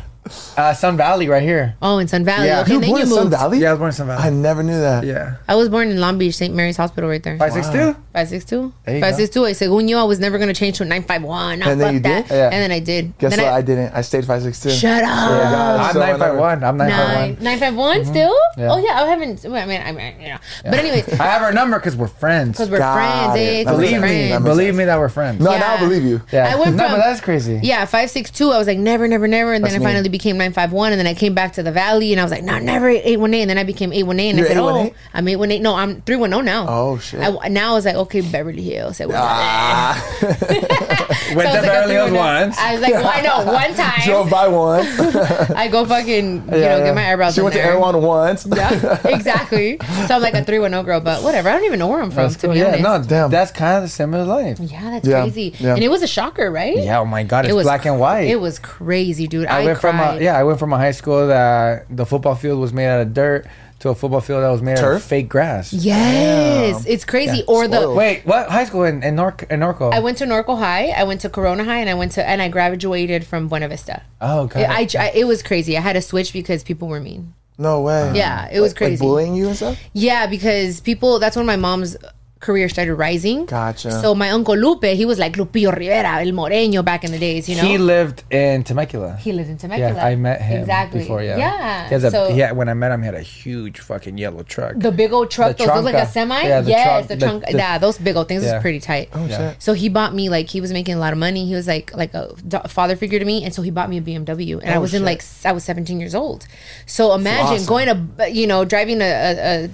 C: Uh, Sun Valley right here.
B: Oh, in Sun Valley.
C: Yeah.
B: Okay,
A: you were
B: then
A: born
B: you
A: in
B: moved.
A: Sun Valley.
C: Yeah, I was born in Sun Valley.
A: I never knew that.
C: yeah.
B: I was born in Long Beach, St. Mary's Hospital, right there.
C: 562?
B: Five six two.
C: you
B: Five six two. I said, "When you, I was never gonna change to nine five one.
A: And then you
B: that.
A: did?
C: Yeah.
B: And then I did.
A: Guess
B: then
A: what? I, didn't. I stayed five six two. Oh
B: shut up.
A: God,
C: I'm
A: so I
C: 951. I'm 951.
B: Nine nine five one
A: Mm-hmm.
B: still.
C: Yeah.
B: Oh yeah, I haven't. well, I mean, I mean, you know. But anyways,
C: I
B: because
C: have her number cuz we're friends.
B: we're
A: Got
B: friends.
A: it.
B: eh? 'Cause
A: Believe
B: we're
C: Believe
A: friends.
C: me,
A: That makes
C: believe me that we're friends.
A: No,
B: Yeah.
A: now I believe you.
C: Yeah.
B: I went
C: no,
B: from-
C: but that's crazy.
B: Yeah, five six two. I was like never, never, never, and then
A: That's
B: I
A: me.
B: finally became nine five one, and then I came back to the valley, and I was like, no, never eight one eight, and then I became eight one eight, and
A: You're
B: I said, oh,
A: 818?
B: I'm eight one eight. No, I'm three one zero now.
A: Oh, shit.
B: I, now I was like, okay, Beverly Hills. I went-
A: Ah,
C: Went
B: So I
C: to
B: was like,
C: Beverly
B: I
C: Hills
B: think we're
C: once.
B: done. I was like, well, I know one time.
A: drove by once.
B: I go fucking, you know,
C: Yeah, yeah.
B: get my eyebrows.
A: She
B: in
A: went to
B: there.
A: Erewhon once.
B: Yeah, exactly. So I'm like a three one zero girl, but whatever. I don't even know where I'm from, to be
C: yeah,
B: honest.
C: no,
A: Damn.
C: That's kind of the similar life.
B: Yeah, that's
A: Yeah,
B: crazy.
A: yeah.
B: And it was a shocker, right?
C: Yeah. Oh my God, it's
B: It was
C: black and white.
B: It was crazy, dude. I,
C: I went
B: cried.
C: from a, yeah, I went from a high school that the football field was made out of dirt to a football field that was made out of
A: Turf?
C: fake grass.
B: Yes, it's crazy. Or the
A: Spoiled.
C: Wait, what high school in in, Nor- in Norco?
B: I went to Norco High, I went to Corona High, and I went to and I graduated from Buena Vista.
C: oh God.
B: It, I, I- it was crazy. I had to switch because people were mean.
A: No way.
B: Yeah, it was
A: Like-
B: crazy.
A: Like bullying you and stuff.
B: Yeah, because people, that's when my mom's career started rising.
A: Gotcha.
B: So my uncle Lupe, he was like Lupillo Rivera, El Moreño back in the days, you know?
C: he lived in Temecula.
B: He lived in Temecula.
C: yeah, I met him
B: exactly.
C: before. Yeah,
B: Yeah.
C: He has a,
B: so
C: yeah, when I met him, he had a huge fucking yellow truck.
B: the big old truck,
C: The
B: those look like
C: trunca.
B: a semi.
C: Yeah, the
B: yes,
C: trunk-
B: the
C: the-
B: trunk.
C: the-
B: yeah, those big old things
C: Yeah.
B: is pretty tight.
A: Oh
C: Yeah.
A: shit.
B: So he bought me like he was making a lot of money. He was like like a do- father figure to me, and so he bought me a BMW. And I
A: Oh,
B: was in
A: shit.
B: like s- I was 17 years old. So imagine
A: awesome.
B: going to you know driving a, a, a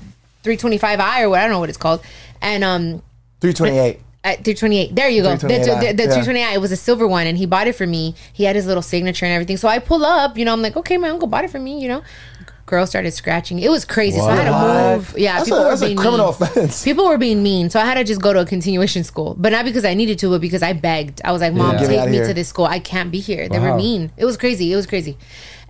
B: 325i or what I don't know what it's called, and um
A: Three twenty eight.
B: at 328. Uh, There you go. The, the,
A: 328i,
B: the
A: yeah.
B: 328. It was a silver one, and he bought it for me. He had his little signature and everything. So I pull up, you know, I'm like, okay, my uncle bought it for me, you know. Girl started scratching. It was crazy. So I had
A: What?
B: to move. Yeah,
A: That's, a,
B: people were
A: that's a
B: being
A: criminal
B: mean.
A: offense.
B: People were being mean, so I had to just go to a continuation school, but not because I needed to, but because I begged. I was like, "Mom,
C: Yeah.
A: Get me
B: take
A: outta
B: me
A: here."
B: to this school. I can't be here." They
C: Wow.
B: were mean. It was crazy. It was crazy,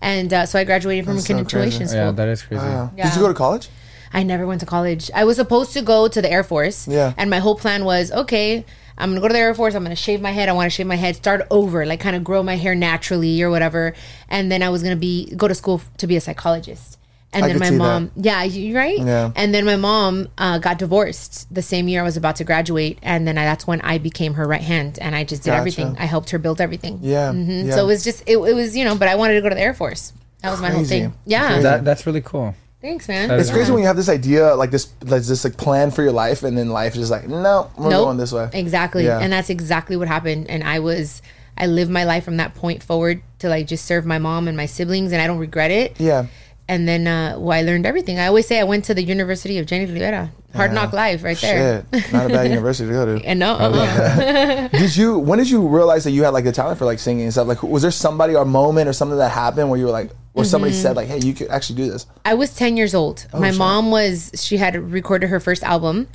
B: and uh, so I graduated from
A: That's
B: a
A: so
B: continuation
A: crazy.
B: school.
C: yeah, that is crazy.
A: Wow. Did
B: Yeah.
A: you go to college?
B: I never went to college. I was supposed to go to the Air Force.
A: Yeah.
B: And my whole plan was okay, I'm gonna go to the Air Force. I'm gonna shave my head. I want to shave my head, start over, like kind of grow my hair naturally or whatever. And then I was gonna be go to school f- to be a psychologist. And
A: I
B: then
A: could
B: my
A: see that.
B: mom, yeah, you right.
A: Yeah.
B: And then my mom uh, got divorced the same year I was about to graduate, and then I, that's when I became her right hand, and I just did
A: Gotcha.
B: everything. I helped her build everything.
A: Yeah,
B: Mhm.
A: yeah.
B: So it was just it, it was you know, but I wanted to go to the Air Force. That was my whole
A: Crazy.
B: thing. Yeah.
A: Crazy.
C: That, that's really cool.
B: Thanks, man.
C: That's
A: It's crazy when you have this idea, like this, like this, like plan for your life, and then life is just like, no, we're
B: Nope.
A: going this way.
B: Exactly.
A: Yeah.
B: And that's exactly what happened. And I was, I lived my life from that point forward to like just serve my mom and my siblings, and I don't regret it.
A: Yeah.
B: And then, uh, well, I learned everything. I always say I went to the University of Jenny Rivera, hard knock life right there.
A: Shit, Oh, not a bad university to go to.
B: And no, uh-uh.
A: Did you? When did you realize that you had like the talent for like singing and stuff? Like, was there somebody or moment or something that happened where you were like, or somebody
B: Mm-hmm.
A: said like, hey, you could actually do this?
B: I was 10 years old. my
A: Oh, shit.
B: mom was, she had recorded her first album.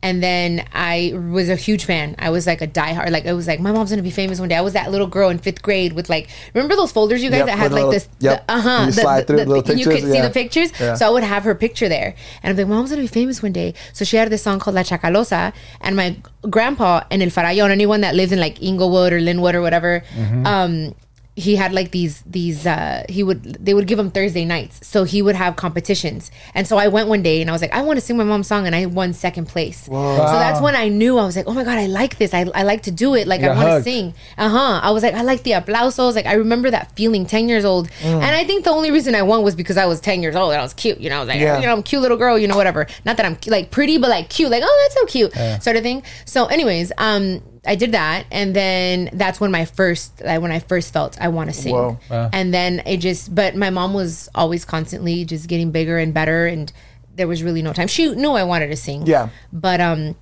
B: And then I was a huge fan. I was like a diehard. Like I was like, my mom's gonna be famous one day. I was that little girl in fifth grade with like, remember those folders you guys
A: Yep,
B: that
A: with
B: had
A: the
B: like
A: little-
B: this,
A: yep.
B: uh huh,
A: You slide through the little
B: and you could
A: pictures,
B: see
A: yeah.
B: the pictures.
A: Yeah.
B: So I would have her picture there, and I'm like, mom's gonna be famous one day. So she had this song called La Chacalosa, and my grandpa and El Farallon, anyone that lived in like Inglewood or Linwood or whatever, um, he had like these these uh he would they would give him thursday nights so he would have competitions and so i went one day and i was like i want to sing my mom's song and i won second place so that's when i knew i was like oh my god i like this i, I like to do it like
C: You
B: i
C: got
B: want to
C: hugged.
B: sing uh-huh i was like i like the aplausos like i remember that feeling 10 years old
A: Mm.
B: and i think the only reason i won was because i was 10 years old and i was cute you know i was like
A: Yeah.
B: you know i'm a cute little girl you know whatever not that i'm like pretty but like cute like oh that's so cute sort of thing so anyways um i did that and then that's when my first like when i first felt i want to sing
A: Whoa.
B: and then it just but my mom was always constantly just getting bigger and better and there was really no time she knew i wanted to sing
A: Yeah.
B: but um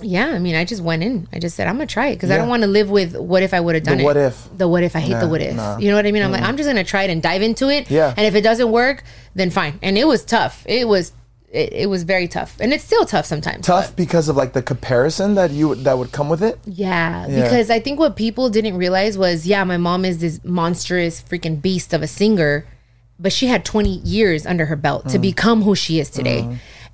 B: yeah, I mean, I just went in. I just said, I'm gonna try it because I
A: Yeah.
B: don't want to live with what if I would have done it.
A: what if.
B: The what if I hate the
A: Nah,
B: what if.
A: nah. Mm-hmm.
B: You know what I mean? I'm like, I'm just gonna try it and dive into it.
A: Yeah.
B: And if it doesn't work, then fine. And it was tough. It was it, it was very tough, and it's still tough sometimes.
A: Tough because of like the comparison that you that would come with it.
B: Yeah, because I think what people didn't realize was, yeah, my mom is this monstrous freaking beast of a singer, but she had 20 years under her belt
A: Mm.
B: to become who she is today.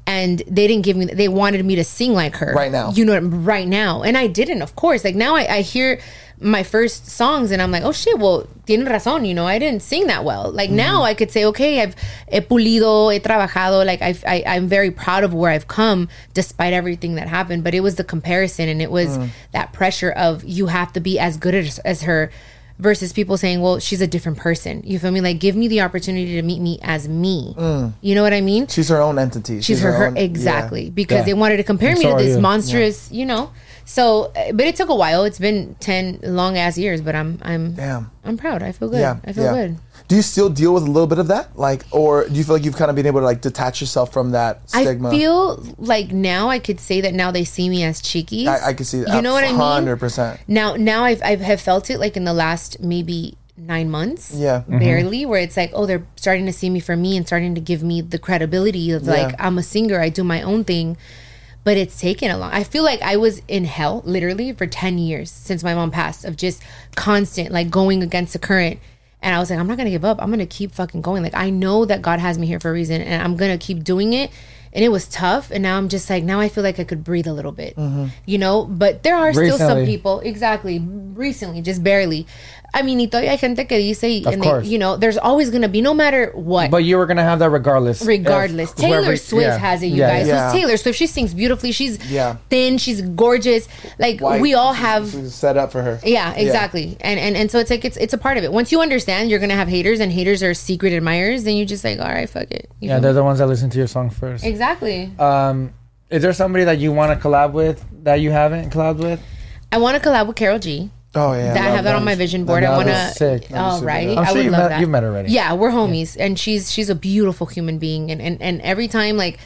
B: And they didn't give me, they wanted me to sing like her.
A: Right now.
B: You know, right now. And I didn't, of course. Like now I, I hear my first songs and I'm like, oh shit, well, tienen razón. You know, I didn't sing that well. Like now I could say, okay, I've he pulido, he trabajado. Like I've, I, I'm very proud of where I've come despite everything that happened. But it was the comparison and it was that pressure of you have to be as good as, as her versus people saying, well, she's a different person. You feel me? Like give me the opportunity to meet me as me. You know what I mean?
A: She's her own entity.
B: she's her, her
A: own- yeah.
B: exactly because
C: Yeah.
B: they wanted to compare
C: And
B: me
C: so
B: to
C: are
B: this
C: you.
B: monstrous you know so uh, but it took a while it's been 10 long ass years but i'm i'm
A: Damn.
B: i'm proud i feel good
A: Yeah,
B: i feel
A: yeah.
B: good
A: Do you still deal with a little bit of that, like, or do you feel like you've kind of been able to like detach yourself from that stigma?
B: I feel like now I could say that now they see me as cheeky.
A: I- I could see that.
B: You know what I mean?
A: 100%.
B: Now, now I've I've have felt it like in the last maybe nine months.
A: Yeah. Mhm.
B: barely. Where it's like, oh, they're starting to see me for me and starting to give me the credibility of like I'm a singer. I do my own thing. But it's taken a long. I feel like I was in hell literally for ten years since my mom passed of just constant like going against the current. And I was like, I'm not gonna give up. I'm gonna keep fucking going. Like I know that God has me here for a reason, and I'm gonna keep doing it. And it was tough, and now I'm just like, now I feel like I could breathe a little bit, you know. But there are still some
C: Recently.
B: people, exactly, recently, just barely. I mean, y todavía hay gente que dice, y- and they,
C: course.
B: you know, there's always gonna be, no matter what
C: But you were gonna have that regardless. of
B: regardless. Taylor
C: whoever-
B: Swift
C: yeah.
B: has it, you
C: Yeah,
B: guys.
A: yeah.
B: Who's Taylor Swift? She sings beautifully. She's
A: Yeah.
B: thin. She's gorgeous. Like
A: Why-
B: we all have.
A: She's set up for her.
B: Yeah, exactly. And and and so it's like it's it's a part of it. Once you understand, you're gonna have haters, and haters are secret admirers. Then you just like, all right, fuck it. You
C: Yeah,
B: know?
C: they're the ones that listen to your song first.
B: exactly.
C: Um, is there somebody that you want to collab with that you haven't collabed with?
B: I want to collab with Carol G.
A: Oh yeah.
B: that I have that on
A: Love
B: my
A: those.
B: vision board. I
C: That'd
B: want
C: be
B: to.
C: sick.
B: Oh,
A: That'd be
B: right.
A: sick.
C: I'm
B: I
C: sure
B: would
C: you've
B: love
C: met-
B: that.
C: you've met her already.
B: Yeah, we're homies, and she's she's a beautiful human being, and and and every time like,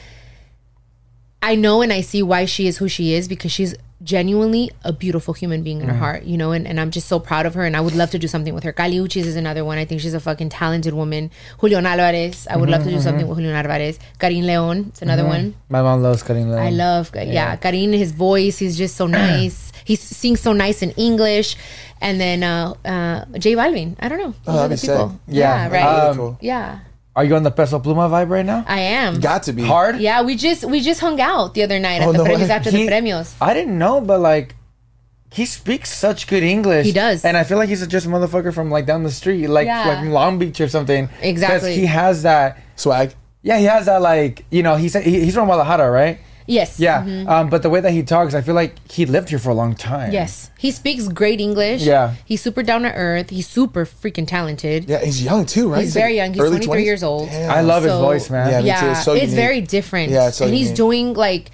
B: I know and I see why she is who she is because she's genuinely a beautiful human being in her heart, you know, and, and I'm just so proud of her and I would love to do something with her. Kali Uchis is another one. I think she's a fucking talented woman. Julian Alvarez, I would love to do something with Julian Alvarez. Karin Leon, it's another one.
C: My mom loves cutting Lane.
B: I
A: Um,
B: love, yeah. Karin, his voice, he's just so nice. he sings so nice in English. And then uh, uh, J Balvin, I don't know. Those
A: that'd
B: are the
A: be sick.
B: people.
C: Yeah.
B: Yeah, right.
C: Um,
A: Really cool.
B: yeah,
C: Are you on the Peso Pluma vibe right now?
B: I am.
A: Got to be
C: Hard.
B: yeah, we just we just hung out the other night
A: Oh,
B: at the
A: no
B: premios
A: way.
B: after
C: He-
B: the premios.
C: I didn't know, but like, he speaks such good English.
B: He does.
C: and I feel like he's just a motherfucker from like down the street, like
B: Yeah.
C: like from Long Beach or something.
B: Exactly.
C: he has that.
A: swag.
C: Yeah, he has that. Like you know, he said he, he's from Guadalajara, right?
B: Yes.
C: Yeah. Um, but the way that he talks, I feel like he lived here for a long time.
B: Yes. He speaks great English.
C: Yeah.
B: He's super down to earth. He's super freaking talented.
A: Yeah, he's young too, right?
B: He's very young. He's
A: early
B: 23 years old.
A: Damn.
C: I love his
B: So-
C: voice, man.
A: Yeah, me
B: yeah,
A: too. It's so
B: it's
A: unique.
B: very different.
A: Yeah, it's so
B: and he's
A: unique.
B: doing like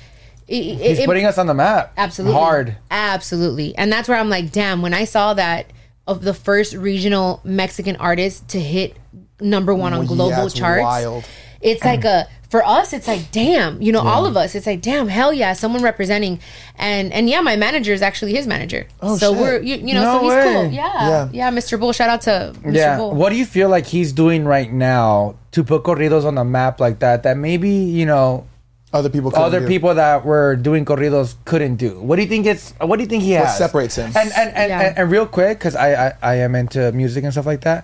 B: it, it-
C: He's
B: it-
C: putting us on the map.
B: absolutely
C: Hard.
B: absolutely. And that's where I'm like, damn. When I saw that of the first regional Mexican artist to hit number one on
A: Well, yeah,
B: global
A: it's
B: charts,
A: wild.
B: it's like a for us it's like damn you know all of us it's like damn hell yeah someone representing and and yeah my manager is actually his manager
A: Oh,
B: so
A: shit.
B: we're you, you know
C: No
B: so he's cool
C: way.
B: yeah.
A: Yeah.
B: yeah mr bull shout out to mr
C: Yeah.
B: bull
C: What do you feel like he's doing right now to put corridos on the map like that? That maybe you know
A: Other people. couldn't
C: other
A: do.
C: people that were doing corridos couldn't do. What do you think it's? What do you think he has?
A: separates him?
C: And and and,
B: Yeah.
C: and, and real quick, because I, I I am into music and stuff like that.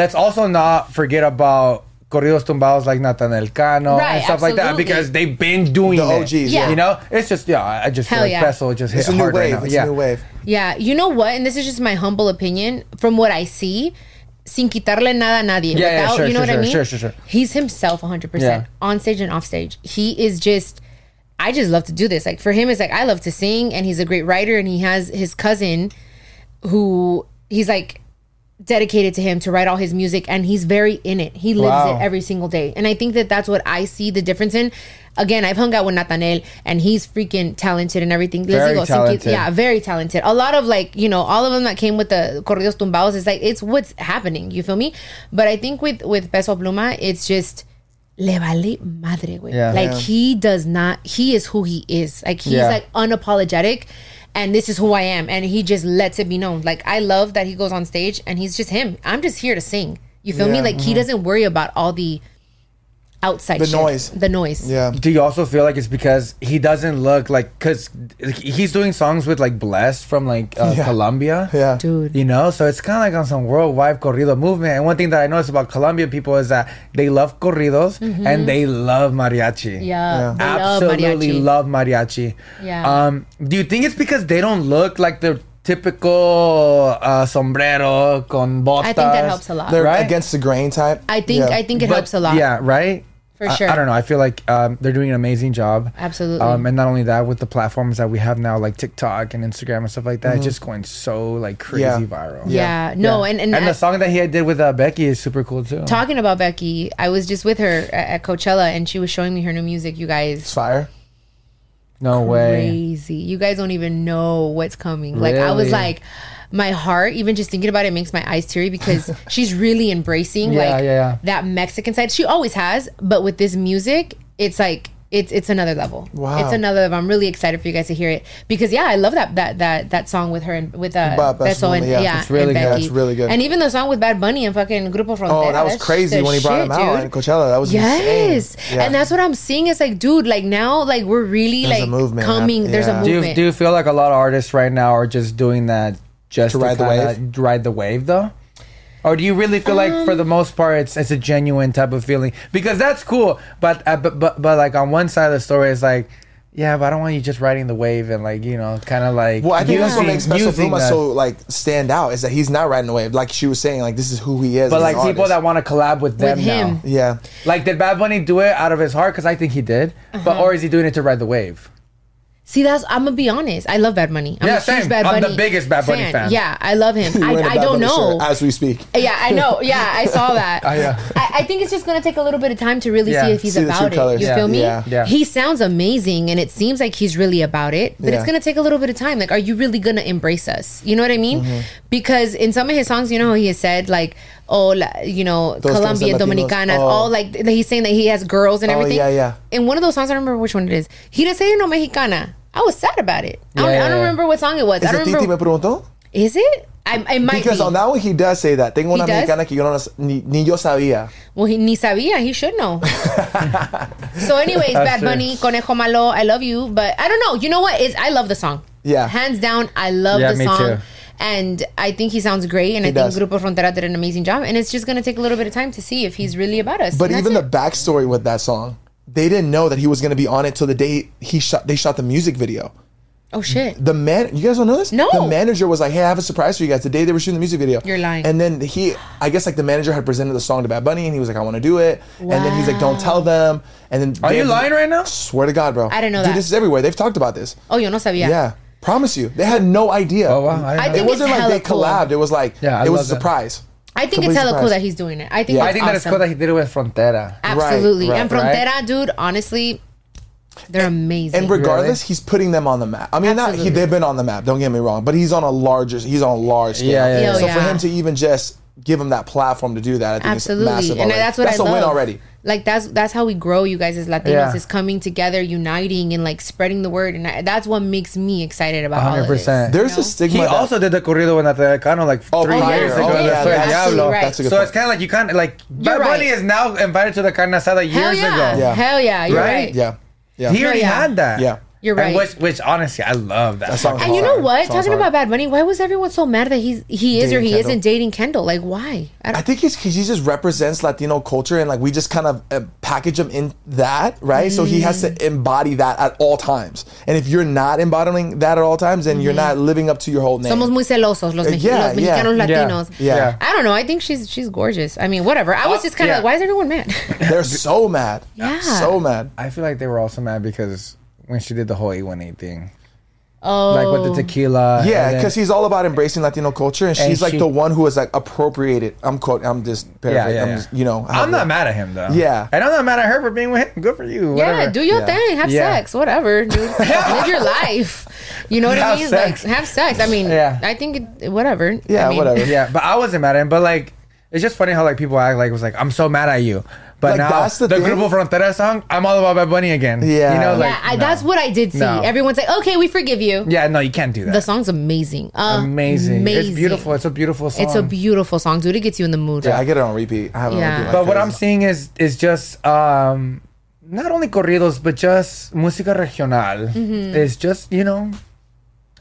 C: Let's also not forget about corridos tumbados like Nathaniel Cano and
D: Right,
C: stuff like that
D: absolutely.
C: because they've been doing
A: The
C: it.
A: OGs, yeah.
C: You know, it's just yeah. I I just feel
B: Hell
C: like
B: yeah.
C: Presto just
A: It's a
C: hit
A: new
C: hard
A: wave.
C: right now.
A: it's
C: yeah.
A: a new wave.
B: Yeah, you know what? And this is just my humble opinion from what I see. Sin quitarle nada a nadie.
C: Yeah, yeah,
B: Without,
C: sure,
B: you know
C: sure,
B: what I
C: sure,
B: mean?
C: sure, sure, sure.
B: He's himself 100%
C: Yeah.
B: on stage and off stage. He is just I just love to do this. Like for him it's like I love to sing and he's a great writer and he has his cousin who he's like dedicated to him to write all his music and he's very in it. He lives
C: Wow.
B: it every single day. And I think that that's what I see the difference in. Again, I've hung out with Nathaniel and he's freaking talented and everything. Les
C: Very
B: digo, sin qui-
C: talented.
B: Yeah, very talented. A lot of like, you know, all of them that came with the corridos tumbados is like it's what's happening. You feel me? But I think with with Peso Pluma, it's just le vale madre, güey.
C: Yeah.
B: Like
C: Yeah.
B: he does not. He is who he is. Like he's
C: Yeah.
B: like unapologetic, and this is who I am. And he just lets it be known. Like I love that he goes on stage and he's just him. I'm just here to sing. You feel me?
A: Yeah,
B: Like he doesn't worry about all the outside
A: The
B: shit.
A: noise.
B: the noise.
A: Yeah.
C: Do you also feel like it's because he doesn't look like because he's doing songs with like Blessed from like uh,
A: Yeah.
C: Colombia?
A: Yeah.
B: dude.
C: You know, so it's kind of like on some worldwide corrido movement. And one thing that I notice about Colombian people is that they love corridos and they love mariachi.
B: Mm-hmm. Yeah, they love
C: Absolutely
B: mariachi.
C: love mariachi.
B: Yeah.
C: Um, do you think it's because they don't look like the typical uh, sombrero con botas?
B: I think that helps a lot.
A: They're
C: Right?
A: against the grain type.
B: I think
A: Yeah.
B: I think it
C: But-
B: helps a lot.
C: Yeah, right?
B: For
C: I-
B: sure.
C: I, don't know. I feel like um, they're doing an amazing job.
B: Absolutely.
C: Um, and not only that, with the platforms that we have now, like TikTok and Instagram and stuff like that,
B: Mm-hmm.
C: it's just going so like crazy
A: Yeah.
C: viral.
B: Yeah. No,
C: Yeah.
B: and and,
C: the
B: I-
C: song that he did with uh, Becky is super cool too.
B: talking about Becky, I was just with her at, at Coachella and she was showing me her new music. You guys,
A: It's fire.
C: no way.
B: crazy. You guys don't even know what's coming. Like I was
C: Really?
B: like, my heart, even just thinking about it, makes my eyes teary because she's really embracing
C: Yeah,
B: like
C: yeah, yeah.
B: that Mexican side. She always has, but with this music, it's like. It's, it's another level.
A: Wow.
B: It's another level. I'm really excited for you guys to hear it because yeah, I love that that that, that song with her and with uh
A: Bad Bunny,
B: Beso and
A: yeah.
B: yeah,
A: It's
B: and
C: really good.
B: Becky.
A: It's really good.
B: And even the song with Bad Bunny and fucking Grupo Frontera.
A: Oh, that was
B: that's
A: crazy
B: the
A: when he brought
B: shit,
A: him out
B: dude.
A: at Coachella. That was
B: Yes,
A: insane. Yeah.
B: and that's what I'm seeing. It's like, dude, like now, like we're really
A: There's a
B: like
A: movement,
B: coming. There's a
A: yeah.
C: Do
B: movement.
C: you, do you feel like a lot of artists right now are just doing that just
A: To
C: to,
A: ride the
C: kinda Ride the wave though. Or do you really feel like,
B: Um,
C: for the most part, it's it's a genuine type of feeling? Because that's cool, but uh, but, but but like on one side of the story, it's like, yeah, but I don't want you just riding the wave and like you know, kind of like.
A: Well, I think that's what
C: using-
A: makes Peso
C: using
A: Pluma
C: the-
A: so like stand out is that he's not riding away. Like she was saying, like this is who he is.
C: But
A: as
C: like
A: an
C: people that
A: artist.
C: want to collab with them
B: him.
C: now,
A: yeah,
C: like did Bad Bunny do it out of his heart? Because I think he did, but
B: Uh-huh.
C: or is he doing it to ride the wave?
B: See, that's I'm gonna be honest. I love Bad Money. I'm a
C: Yeah,
B: huge
C: same.
B: Bad
C: I'm the
B: Bunny
C: biggest Bad Bunny fan.
B: Yeah, I love him. I,
A: Wearing a
B: I
A: Bad
B: don't
A: Bunny
B: know.
A: shirt as we speak.
B: Yeah, I know. Yeah, I saw that.
C: Oh, yeah.
B: I, I think it's just gonna take a little bit of time to really
C: Yeah,
B: see if he's
A: see the true
B: about it.
A: colours.
B: You
A: Yeah,
B: feel me?
A: yeah.
C: Yeah.
B: He sounds amazing, and it seems like he's really about it. But
A: Yeah.
B: it's gonna take a little bit of time. Like, are you really gonna embrace us? You know what I mean?
A: Mm-hmm.
B: Because in some of his songs, you know how he has said like, "Oh, la, you know,
A: Todos queremos ser
B: Colombian,
A: Latinos.
B: Dominicanas,"
A: Oh.
B: all like th- he's saying that he has girls and
A: Oh,
B: everything.
A: yeah, yeah.
B: In one of those songs, I don't remember which one it is. He didn't say you know Mexicana. I was sad about it. I, don't,
C: Yeah,
B: I
C: yeah,
B: don't
C: yeah.
B: remember what song it was.
A: Is
B: I
A: it
B: don't
A: Titi me
B: remember.
A: preguntó?
B: Is it? I, it might
A: Because
B: be.
A: on that one he does say that. Tengo una
B: He does?
A: mexicana que yo no ni, ni yo sabía.
B: Well, he ni sabía. He should know. so, anyways, Bad
C: true.
B: Bunny, Conejo Malo, I love you, but I don't know. You know what? Is I love the song.
A: Yeah.
B: hands down, I love
C: Yeah,
B: the
C: me
B: song.
C: too.
B: And I think he sounds great, and I
A: does.
B: think Grupo Frontera did an amazing job. And it's just gonna take a little bit of time to see if he's really about us.
A: But
B: and that's
A: even the
B: it.
A: backstory with that song, they didn't know that he was going to be on it till the day he shot. They shot the music video.
B: oh shit,
A: The man, you guys don't know this?
B: No.
A: The manager was like, "Hey, I have a surprise for you guys." The day they were shooting the music video,
B: You're lying.
A: And then he, I guess, like the manager had presented the song to Bad Bunny, and he was like, "I want to do it." And then he's like, "Don't tell them." And then
C: Are
A: they-
C: you lying right now?
A: Swear to God, bro.
B: I didn't know
A: Dude,
B: that.
A: this is everywhere. They've talked about this.
B: oh yo no sabía.
A: Yeah. Promise you, they had no idea.
C: Oh wow! I, didn't
B: I
C: know
B: think
A: It wasn't
B: it's
A: like they
B: hella cool.
A: collabed. It was like
C: Yeah, I
A: it was a
C: love that.
A: surprise.
B: I think
A: Complete
B: it's hella cool
A: surprise.
B: that he's doing it. I think
A: Yeah.
B: that's
C: I think that it's
B: awesome. Ah,
C: cool that he did it with Frontera.
B: Absolutely,
A: Right,
B: and
A: right,
B: Frontera,
C: right.
B: dude, honestly, they're amazing.
A: And regardless, he's putting them on the map. I mean, not he,
B: Absolutely.
A: they've been on the map. Don't get me wrong, but he's on a larger. He's on a large scale.
C: Yeah, yeah, yeah.
B: Yo,
A: So for
B: yeah.
A: him to even just give him that platform to do that, I think
B: Absolutely.
A: it's massive.
B: And
A: already.
B: that's what
A: that's
B: I
A: a win
B: love.
A: already.
B: like that's that's how we grow you guys as latinos
C: Yeah.
B: is coming together uniting and like spreading the word and I, that's what makes me excited about all of this.
C: 100%.
A: There's
B: You know?
A: a stigma.
C: He
A: that-
C: also did the corrido with Natalia Cano like
A: Oh,
C: three
A: prior.
C: years
A: Oh,
C: ago.
A: yeah,
C: that's
A: that's-
C: Diablo.
A: that's a good
C: so it's
A: point.
C: kind of like you can't like. Bad
B: You're
C: Bunny
B: right.
C: is now invited to the carne asada years
B: Hell yeah.
C: ago.
A: Yeah.
B: Hell yeah. You're
C: Right?
B: right.
A: Yeah. Yeah.
C: He already
B: yeah.
C: had that.
A: Yeah.
B: You're
C: And
B: right.
C: which, which honestly, I love that.
A: That song is
B: And you know
A: hard.
B: what?
A: Song is
B: Talking
A: hard.
B: about Bad Bunny, why was everyone so mad that he's he is or
A: Dating
B: he
A: Kendall.
B: isn't dating Kendall? Like why? I
A: I
B: don't,
A: think it's because he just represents Latino culture, and like we just kind of uh, package him in that, right? So he has
B: Mm.
A: to embody that at all times. And if you're not embodying that at all times, then you're not living up to your whole name.
B: Mm-hmm. somos muy celosos los, Mex-
A: Uh, Yeah,
B: los
A: yeah.
B: mexicanos
C: Yeah.
B: latinos.
A: Yeah.
B: I don't know. I think she's she's gorgeous. I mean, whatever. I was
C: Uh,
B: just kind of
C: yeah.
B: like, why is everyone mad?
A: They're so mad.
B: Yeah.
A: So mad.
C: I feel like they were also mad because when she did the whole A18 thing,
B: oh,
C: like with the tequila.
A: Yeah, because he's all about embracing Latino culture, and
C: And
A: she's like
C: she-
A: the one who is like appropriated. I'm quote. I'm just paraphrasing. I'm just, you know.
C: I'm
A: yeah.
C: not mad at him though.
A: Yeah.
C: and I'm not mad at her for being with him. Good for you.
B: yeah,
C: whatever.
B: do your
A: Yeah.
B: thing, have
C: Yeah.
B: sex, whatever, dude. Live your life. You know what
C: Have
B: I mean?
C: sex.
B: Like have sex. I mean,
C: Yeah.
B: I think it, whatever.
A: Yeah,
B: I mean,
A: whatever.
C: yeah, but I wasn't mad at him. But like, it's just funny how like people act like it was like I'm so mad at you.
A: Like,
C: But now
A: that's the
C: the
A: thing.
C: Grupo Frontera song, I'm all about Bad Bunny again.
A: Yeah.
C: you know, like
B: yeah, I,
C: no.
B: that's what I did see.
C: No.
B: Everyone's like, okay, we forgive you.
C: Yeah, no, you can't do that.
B: The song's amazing.
C: amazing.
B: Amazing.
C: It's beautiful. It's a beautiful song.
B: It's a beautiful song, dude. It gets you in the mood.
A: Yeah, I get it on repeat. I have it
B: Yeah.
A: on repeat. like
C: but what
A: crazy.
C: I'm seeing is is just um not only corridos but just música regional.
B: Mm-hmm.
C: It's just you know.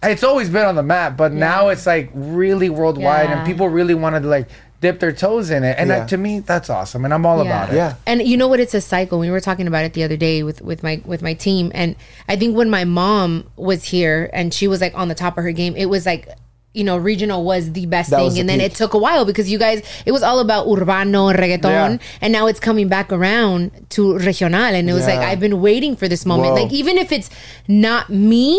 C: It's always been on the map, but now it's like really worldwide,
B: Yeah.
C: and people really wanted to like dip their toes in it. And
A: Yeah.
C: that, to me, that's awesome, and I'm all about it.
A: Yeah.
B: And you know what? It's a cycle. We were talking about it the other day with with my with my team, and I think when my mom was here and she was like on the top of her game, it was like. You know, regional was the best
A: That
B: thing,
A: was the
B: and then
A: peak.
B: it took a while because you guys, it was all about urbano reggaeton,
C: Yeah.
B: and now it's coming back around to regional, and it was like
A: Yeah.
B: I've been waiting for this moment.
A: Whoa.
B: Like even if it's not me,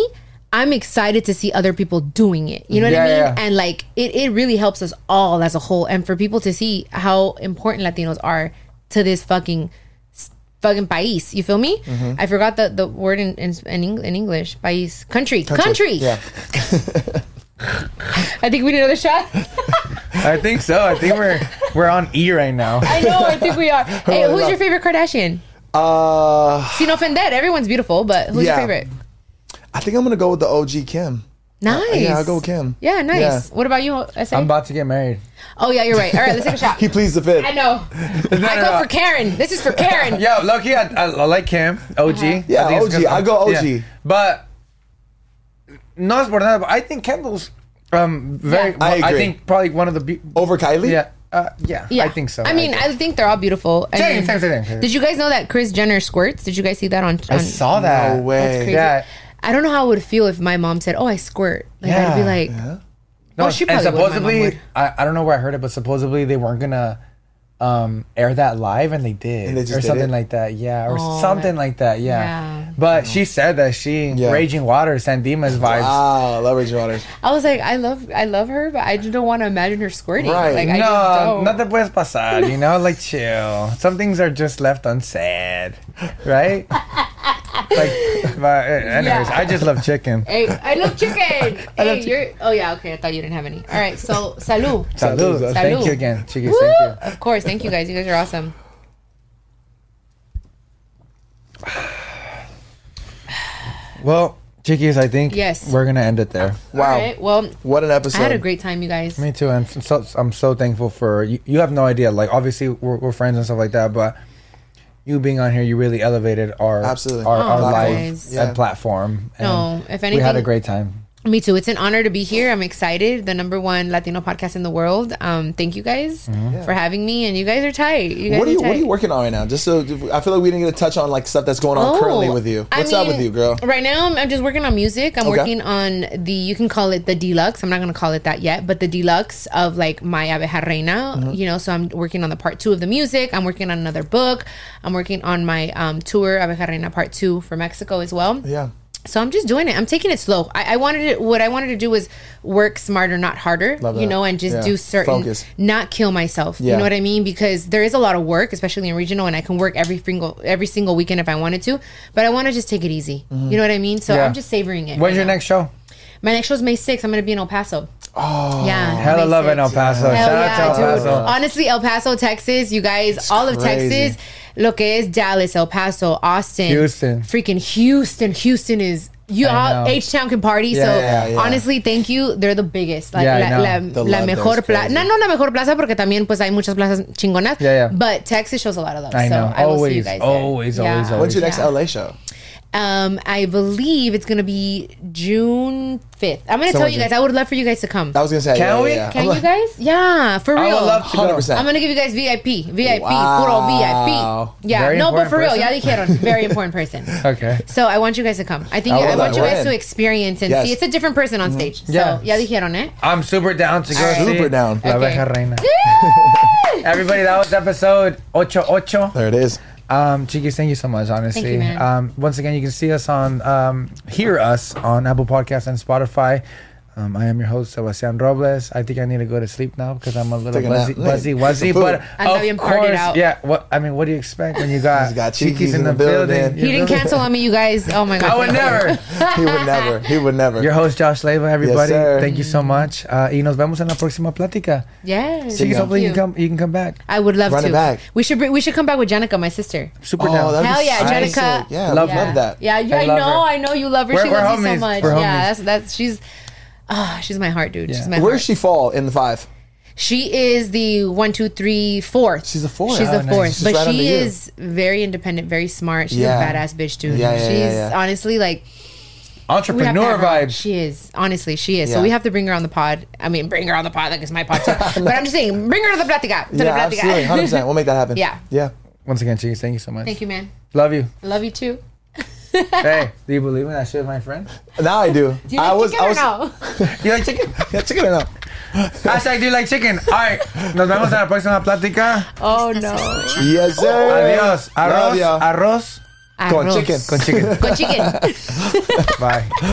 B: I'm excited to see other people doing it. You know what
C: Yeah,
B: I mean?
C: yeah.
B: and like it, it really helps us all as a whole and for people to see how important latinos are to this fucking s- fucking país you feel me
A: Mm-hmm.
B: i forgot the, the word in, in, in, Eng- in english país country country,
A: Yeah.
B: i think we need another shot
C: I think so. I think we're we're on E right now.
B: i know i think we are hey who's your favorite kardashian
A: Uh,
B: sin ofender everyone's beautiful but who's
A: Yeah.
B: your favorite
A: I think I'm gonna go with the OG Kim.
B: nice
A: Uh, Yeah, I'll go with Kim.
B: yeah nice
A: Yeah.
B: what about you SA?
C: I'm about to get married.
B: oh yeah you're right all right let's take a shot
A: He pleads the fifth.
B: i know i
C: no,
B: go
C: no.
B: for karen this is for karen
C: Yo, lucky I, I, I like him. OG.
B: Uh-huh.
A: Yeah,
C: I think it's
A: OG.
C: 'cause-
A: I go OG.
C: But no, it's por nada, but I think Kendall's um very.
A: I
C: I
A: agree. Oh,
C: think probably one of the. Be-
A: Over Kylie.
C: yeah, uh, yeah,
B: Yeah.
C: I think so.
B: I mean,
C: do.
B: I think, they're all beautiful. And
C: Same,
B: then-
C: same, same, same.
B: Did you guys know that Chris Jenner squirts? Did you guys see that on?
C: I
B: on-
C: saw that.
A: No way.
B: crazy.
C: Yeah.
B: I don't know how I would feel if my mom said, "Oh, I squirt." Like I'd be
C: Yeah.
B: like,
C: No,
B: Oh, she probably would,
C: and
B: my mom
C: supposedly,
B: would.
C: I, I don't know where I heard it, but supposedly they weren't gonna um air that live, and they did,
A: And they just
C: or
A: did it?
C: something
A: Oh.
C: like that. Yeah, or
B: Oh,
C: something
B: that-
C: like that. Yeah.
B: Yeah.
C: But she said that she
A: Yeah.
C: raging water, Sandimas vibes.
A: Ah, leverage waters.
B: "I was like, I love, I love her, but I just don't want to imagine her squirting."
A: Right.
B: Like I just
C: no,
B: don't.
C: not te puedes pasar, you know, like chill. Some things are just left unsaid, right? like, but, uh, anyways,
B: Yeah.
C: I just love chicken.
B: Hey, I love chicken. hey,
A: love chicken.
B: you're. Oh yeah, okay. I thought you didn't have any. All right, so salud.
C: Salud.
A: Salud.
C: Thank
B: Salud.
C: you again, chicken.
B: Woo!
C: Thank you.
B: Of course, thank you guys. You guys are awesome.
C: Well, chickies, I think
B: Yes.
C: we're gonna end it there.
A: Wow.
B: All right. Well,
A: What an episode.
B: I had a great time, you guys.
C: Me too. And I'm so, I'm so thankful for you. You have no idea. Like, obviously, we're, we're friends and stuff like that, but you being on here, you really elevated our
A: Absolutely.
C: our, our
B: Aw,
C: life
B: guys.
A: Yeah.
C: and platform. And
B: Oh, No, if
C: we had a
B: anything-
C: great time.
B: Me too. It's an honor to be here. I'm excited. The number one Latino podcast in the world. Um, thank you guys for having me. And you guys are tight. You guys
A: What are you
B: tight.
A: What are you working on right now? Just so I feel like we didn't get to touch on like stuff that's going on
B: Oh,
A: currently with you.
B: I
A: What's up
B: mean,
A: with you, girl?
B: Right now, I'm, I'm just working on music. I'm
A: Okay.
B: working on the you can call it the deluxe. I'm not gonna call it that yet, but the deluxe of like my abeja reina.
A: Mm-hmm.
B: You know, so I'm working on the part two of the music. I'm working on another book. I'm working on my um, tour abeja reina part two for Mexico as well.
A: Yeah.
B: So I'm just doing it. I'm taking it slow. I, I wanted it. What I wanted to do was work smarter, not harder.
A: Love
B: you
A: that.
B: know, and just
A: Yeah.
B: do certain,
A: Focus.
B: not kill myself.
A: Yeah.
B: You know what I mean? Because there is a lot of work, especially in regional, and I can work every single every single weekend if I wanted to. But I want to just take it easy. You know what I mean? So
C: Mm-hmm. Yeah.
B: I'm just savoring it.
C: When's
B: right
C: your
B: now.
C: next show?
B: My next show is May 6th. I'm going to be in El Paso. Oh, yeah.
C: Hella
B: May
C: love in
B: 6th.
C: El Paso.
B: Hell
C: Shout out
B: yeah,
C: to El
B: dude.
C: Paso.
B: Honestly, El Paso, Texas, you guys, all of
A: crazy.
B: Texas. lo que es Dallas, El Paso, Austin,
C: Houston.
B: freaking Houston. Houston is you
C: I
B: all
C: know.
B: H Town can party. so
A: yeah, yeah.
B: honestly, thank you. They're the biggest. Like
C: Yeah, I
B: la,
C: know.
B: la-
A: The
B: la
A: love there
B: mejor
A: is crazy.
B: plaza. No, no la mejor plaza porque también pues hay muchas plazas chingonas.
C: Yeah, yeah.
B: But Texas shows a lot of love.
C: I know.
B: So I will see you
C: Always,
B: guys. there.
C: always, always, always.
A: When's your next
B: Yeah.
A: LA show?
B: Um, I believe it's gonna be June fifth. I'm gonna
C: So
B: tell
C: is
B: you
C: it-
B: guys. I would love for you guys to come.
A: I was gonna say.
C: Can
A: yeah,
C: we?
A: Yeah, yeah.
B: Can you guys? Yeah, for real.
C: I would love to go.
A: 100%.
B: I'm gonna give you guys VIP, VIP,
A: Wow.
B: puro VIP. Yeah,
C: Very
B: no, but
C: important
B: for real,
C: person? Ah,
B: yeah, they dijeron, very important person.
A: Uh,
C: Okay.
B: So I want you guys to come. I think
A: I
B: I,
A: will,
B: want
A: I
B: you guys
A: will.
B: to experience and
A: Yes.
B: see. It's a different person on stage.
C: Yeah.
B: So yeah, dijeron, eh?
C: I'm super down to go.
A: Alright.
C: see
A: Super down.
C: La
B: Okay.
C: Abeja Reina. Everybody, that was episode ocho ocho.
A: There it is.
C: Um, Chiquis, thank you so much. Honestly,
B: Thank you, man.
C: um, once again, you can see us on, um, hear us on Apple Podcasts and Spotify. Um, I am your host Sebastian Robles. I think I need to go to sleep now because I'm a little
A: Take a nap.
C: buzzy, buzzy,
A: Hey,
C: wuzzy.
A: some
C: But
A: food.
B: Anda
C: of
B: bien partied
C: course,
B: out.
C: yeah. What I mean, what do you expect when you got,
A: He's got
C: Chiquis,
A: Chiquis
C: in, the building?
A: He
B: He
C: You
B: didn't
C: know?
B: cancel on me, you guys. Oh my god.
C: I would never.
A: He would never. He would never.
C: Your host Josh Leva, everybody.
A: sir.
C: Thank you so much. Uh, y nos vemos en la próxima plática.
B: Yes.
A: you
C: Chiquis,
A: go.
C: hopefully you can
B: Thank
C: come. You can come back.
B: I would love
A: Run it
B: to.
A: back.
B: We should br- we should come back with Janica, my sister.
C: Super
A: Oh,
C: down.
A: that'd be
B: Hell yeah,
A: so
B: Jenica.
A: sick. Yeah, love,
C: Love-
A: love that.
B: Yeah, you,
C: I
B: I,
C: love
B: know,
C: her.
B: I know you love her.
C: We're-
B: she
C: we're
B: loves you
C: homies.
B: so much.
C: We're homies.
B: yeah, that's that's she's ah, she's my heart, dude.
C: Yeah.
B: She's my
A: Where
B: heart.
A: does she fall in the five?
B: She is the one, two, three, fourth.
A: She's a four.
B: She's
A: Oh,
B: the
A: nice.
B: fourth.
A: She's
B: But
A: right under
B: she
A: you.
B: is very independent, very smart. She's
A: Yeah.
B: a badass bitch, dude.
A: Yeah, yeah, yeah,
B: She's
A: yeah.
B: honestly like we have to
C: Entrepreneur
B: have her on.
C: vibes.
B: She is honestly, she is.
A: Yeah.
B: So we have to bring her on the pod. I mean, bring her on the pod like it's my pod, too. but I'm just saying, bring her to the platica. To the
A: Yeah,
B: platica.
A: absolutely, hundred percent. We'll make that happen.
B: Yeah.
A: yeah.
C: Once again, Chiquis, thank you so much.
B: Thank you, man.
C: Love you.
B: I love you too.
C: hey, do you believe in that shit, my friend?
A: Now I do.
B: Do you like
A: I was.
B: chicken
A: I was.
B: or no?
C: You like chicken?
A: Yeah, chicken or no?
C: Hashtag do you like chicken? All right. Nos vemos en la próxima plática.
B: Oh no.
A: Yes, sir.
C: Adiós.
A: Love
C: Arroz.
A: ya.
C: Arroz
A: Con
B: Arroz.
A: chicken.
C: con chicken.
B: Con chicken.
C: Bye.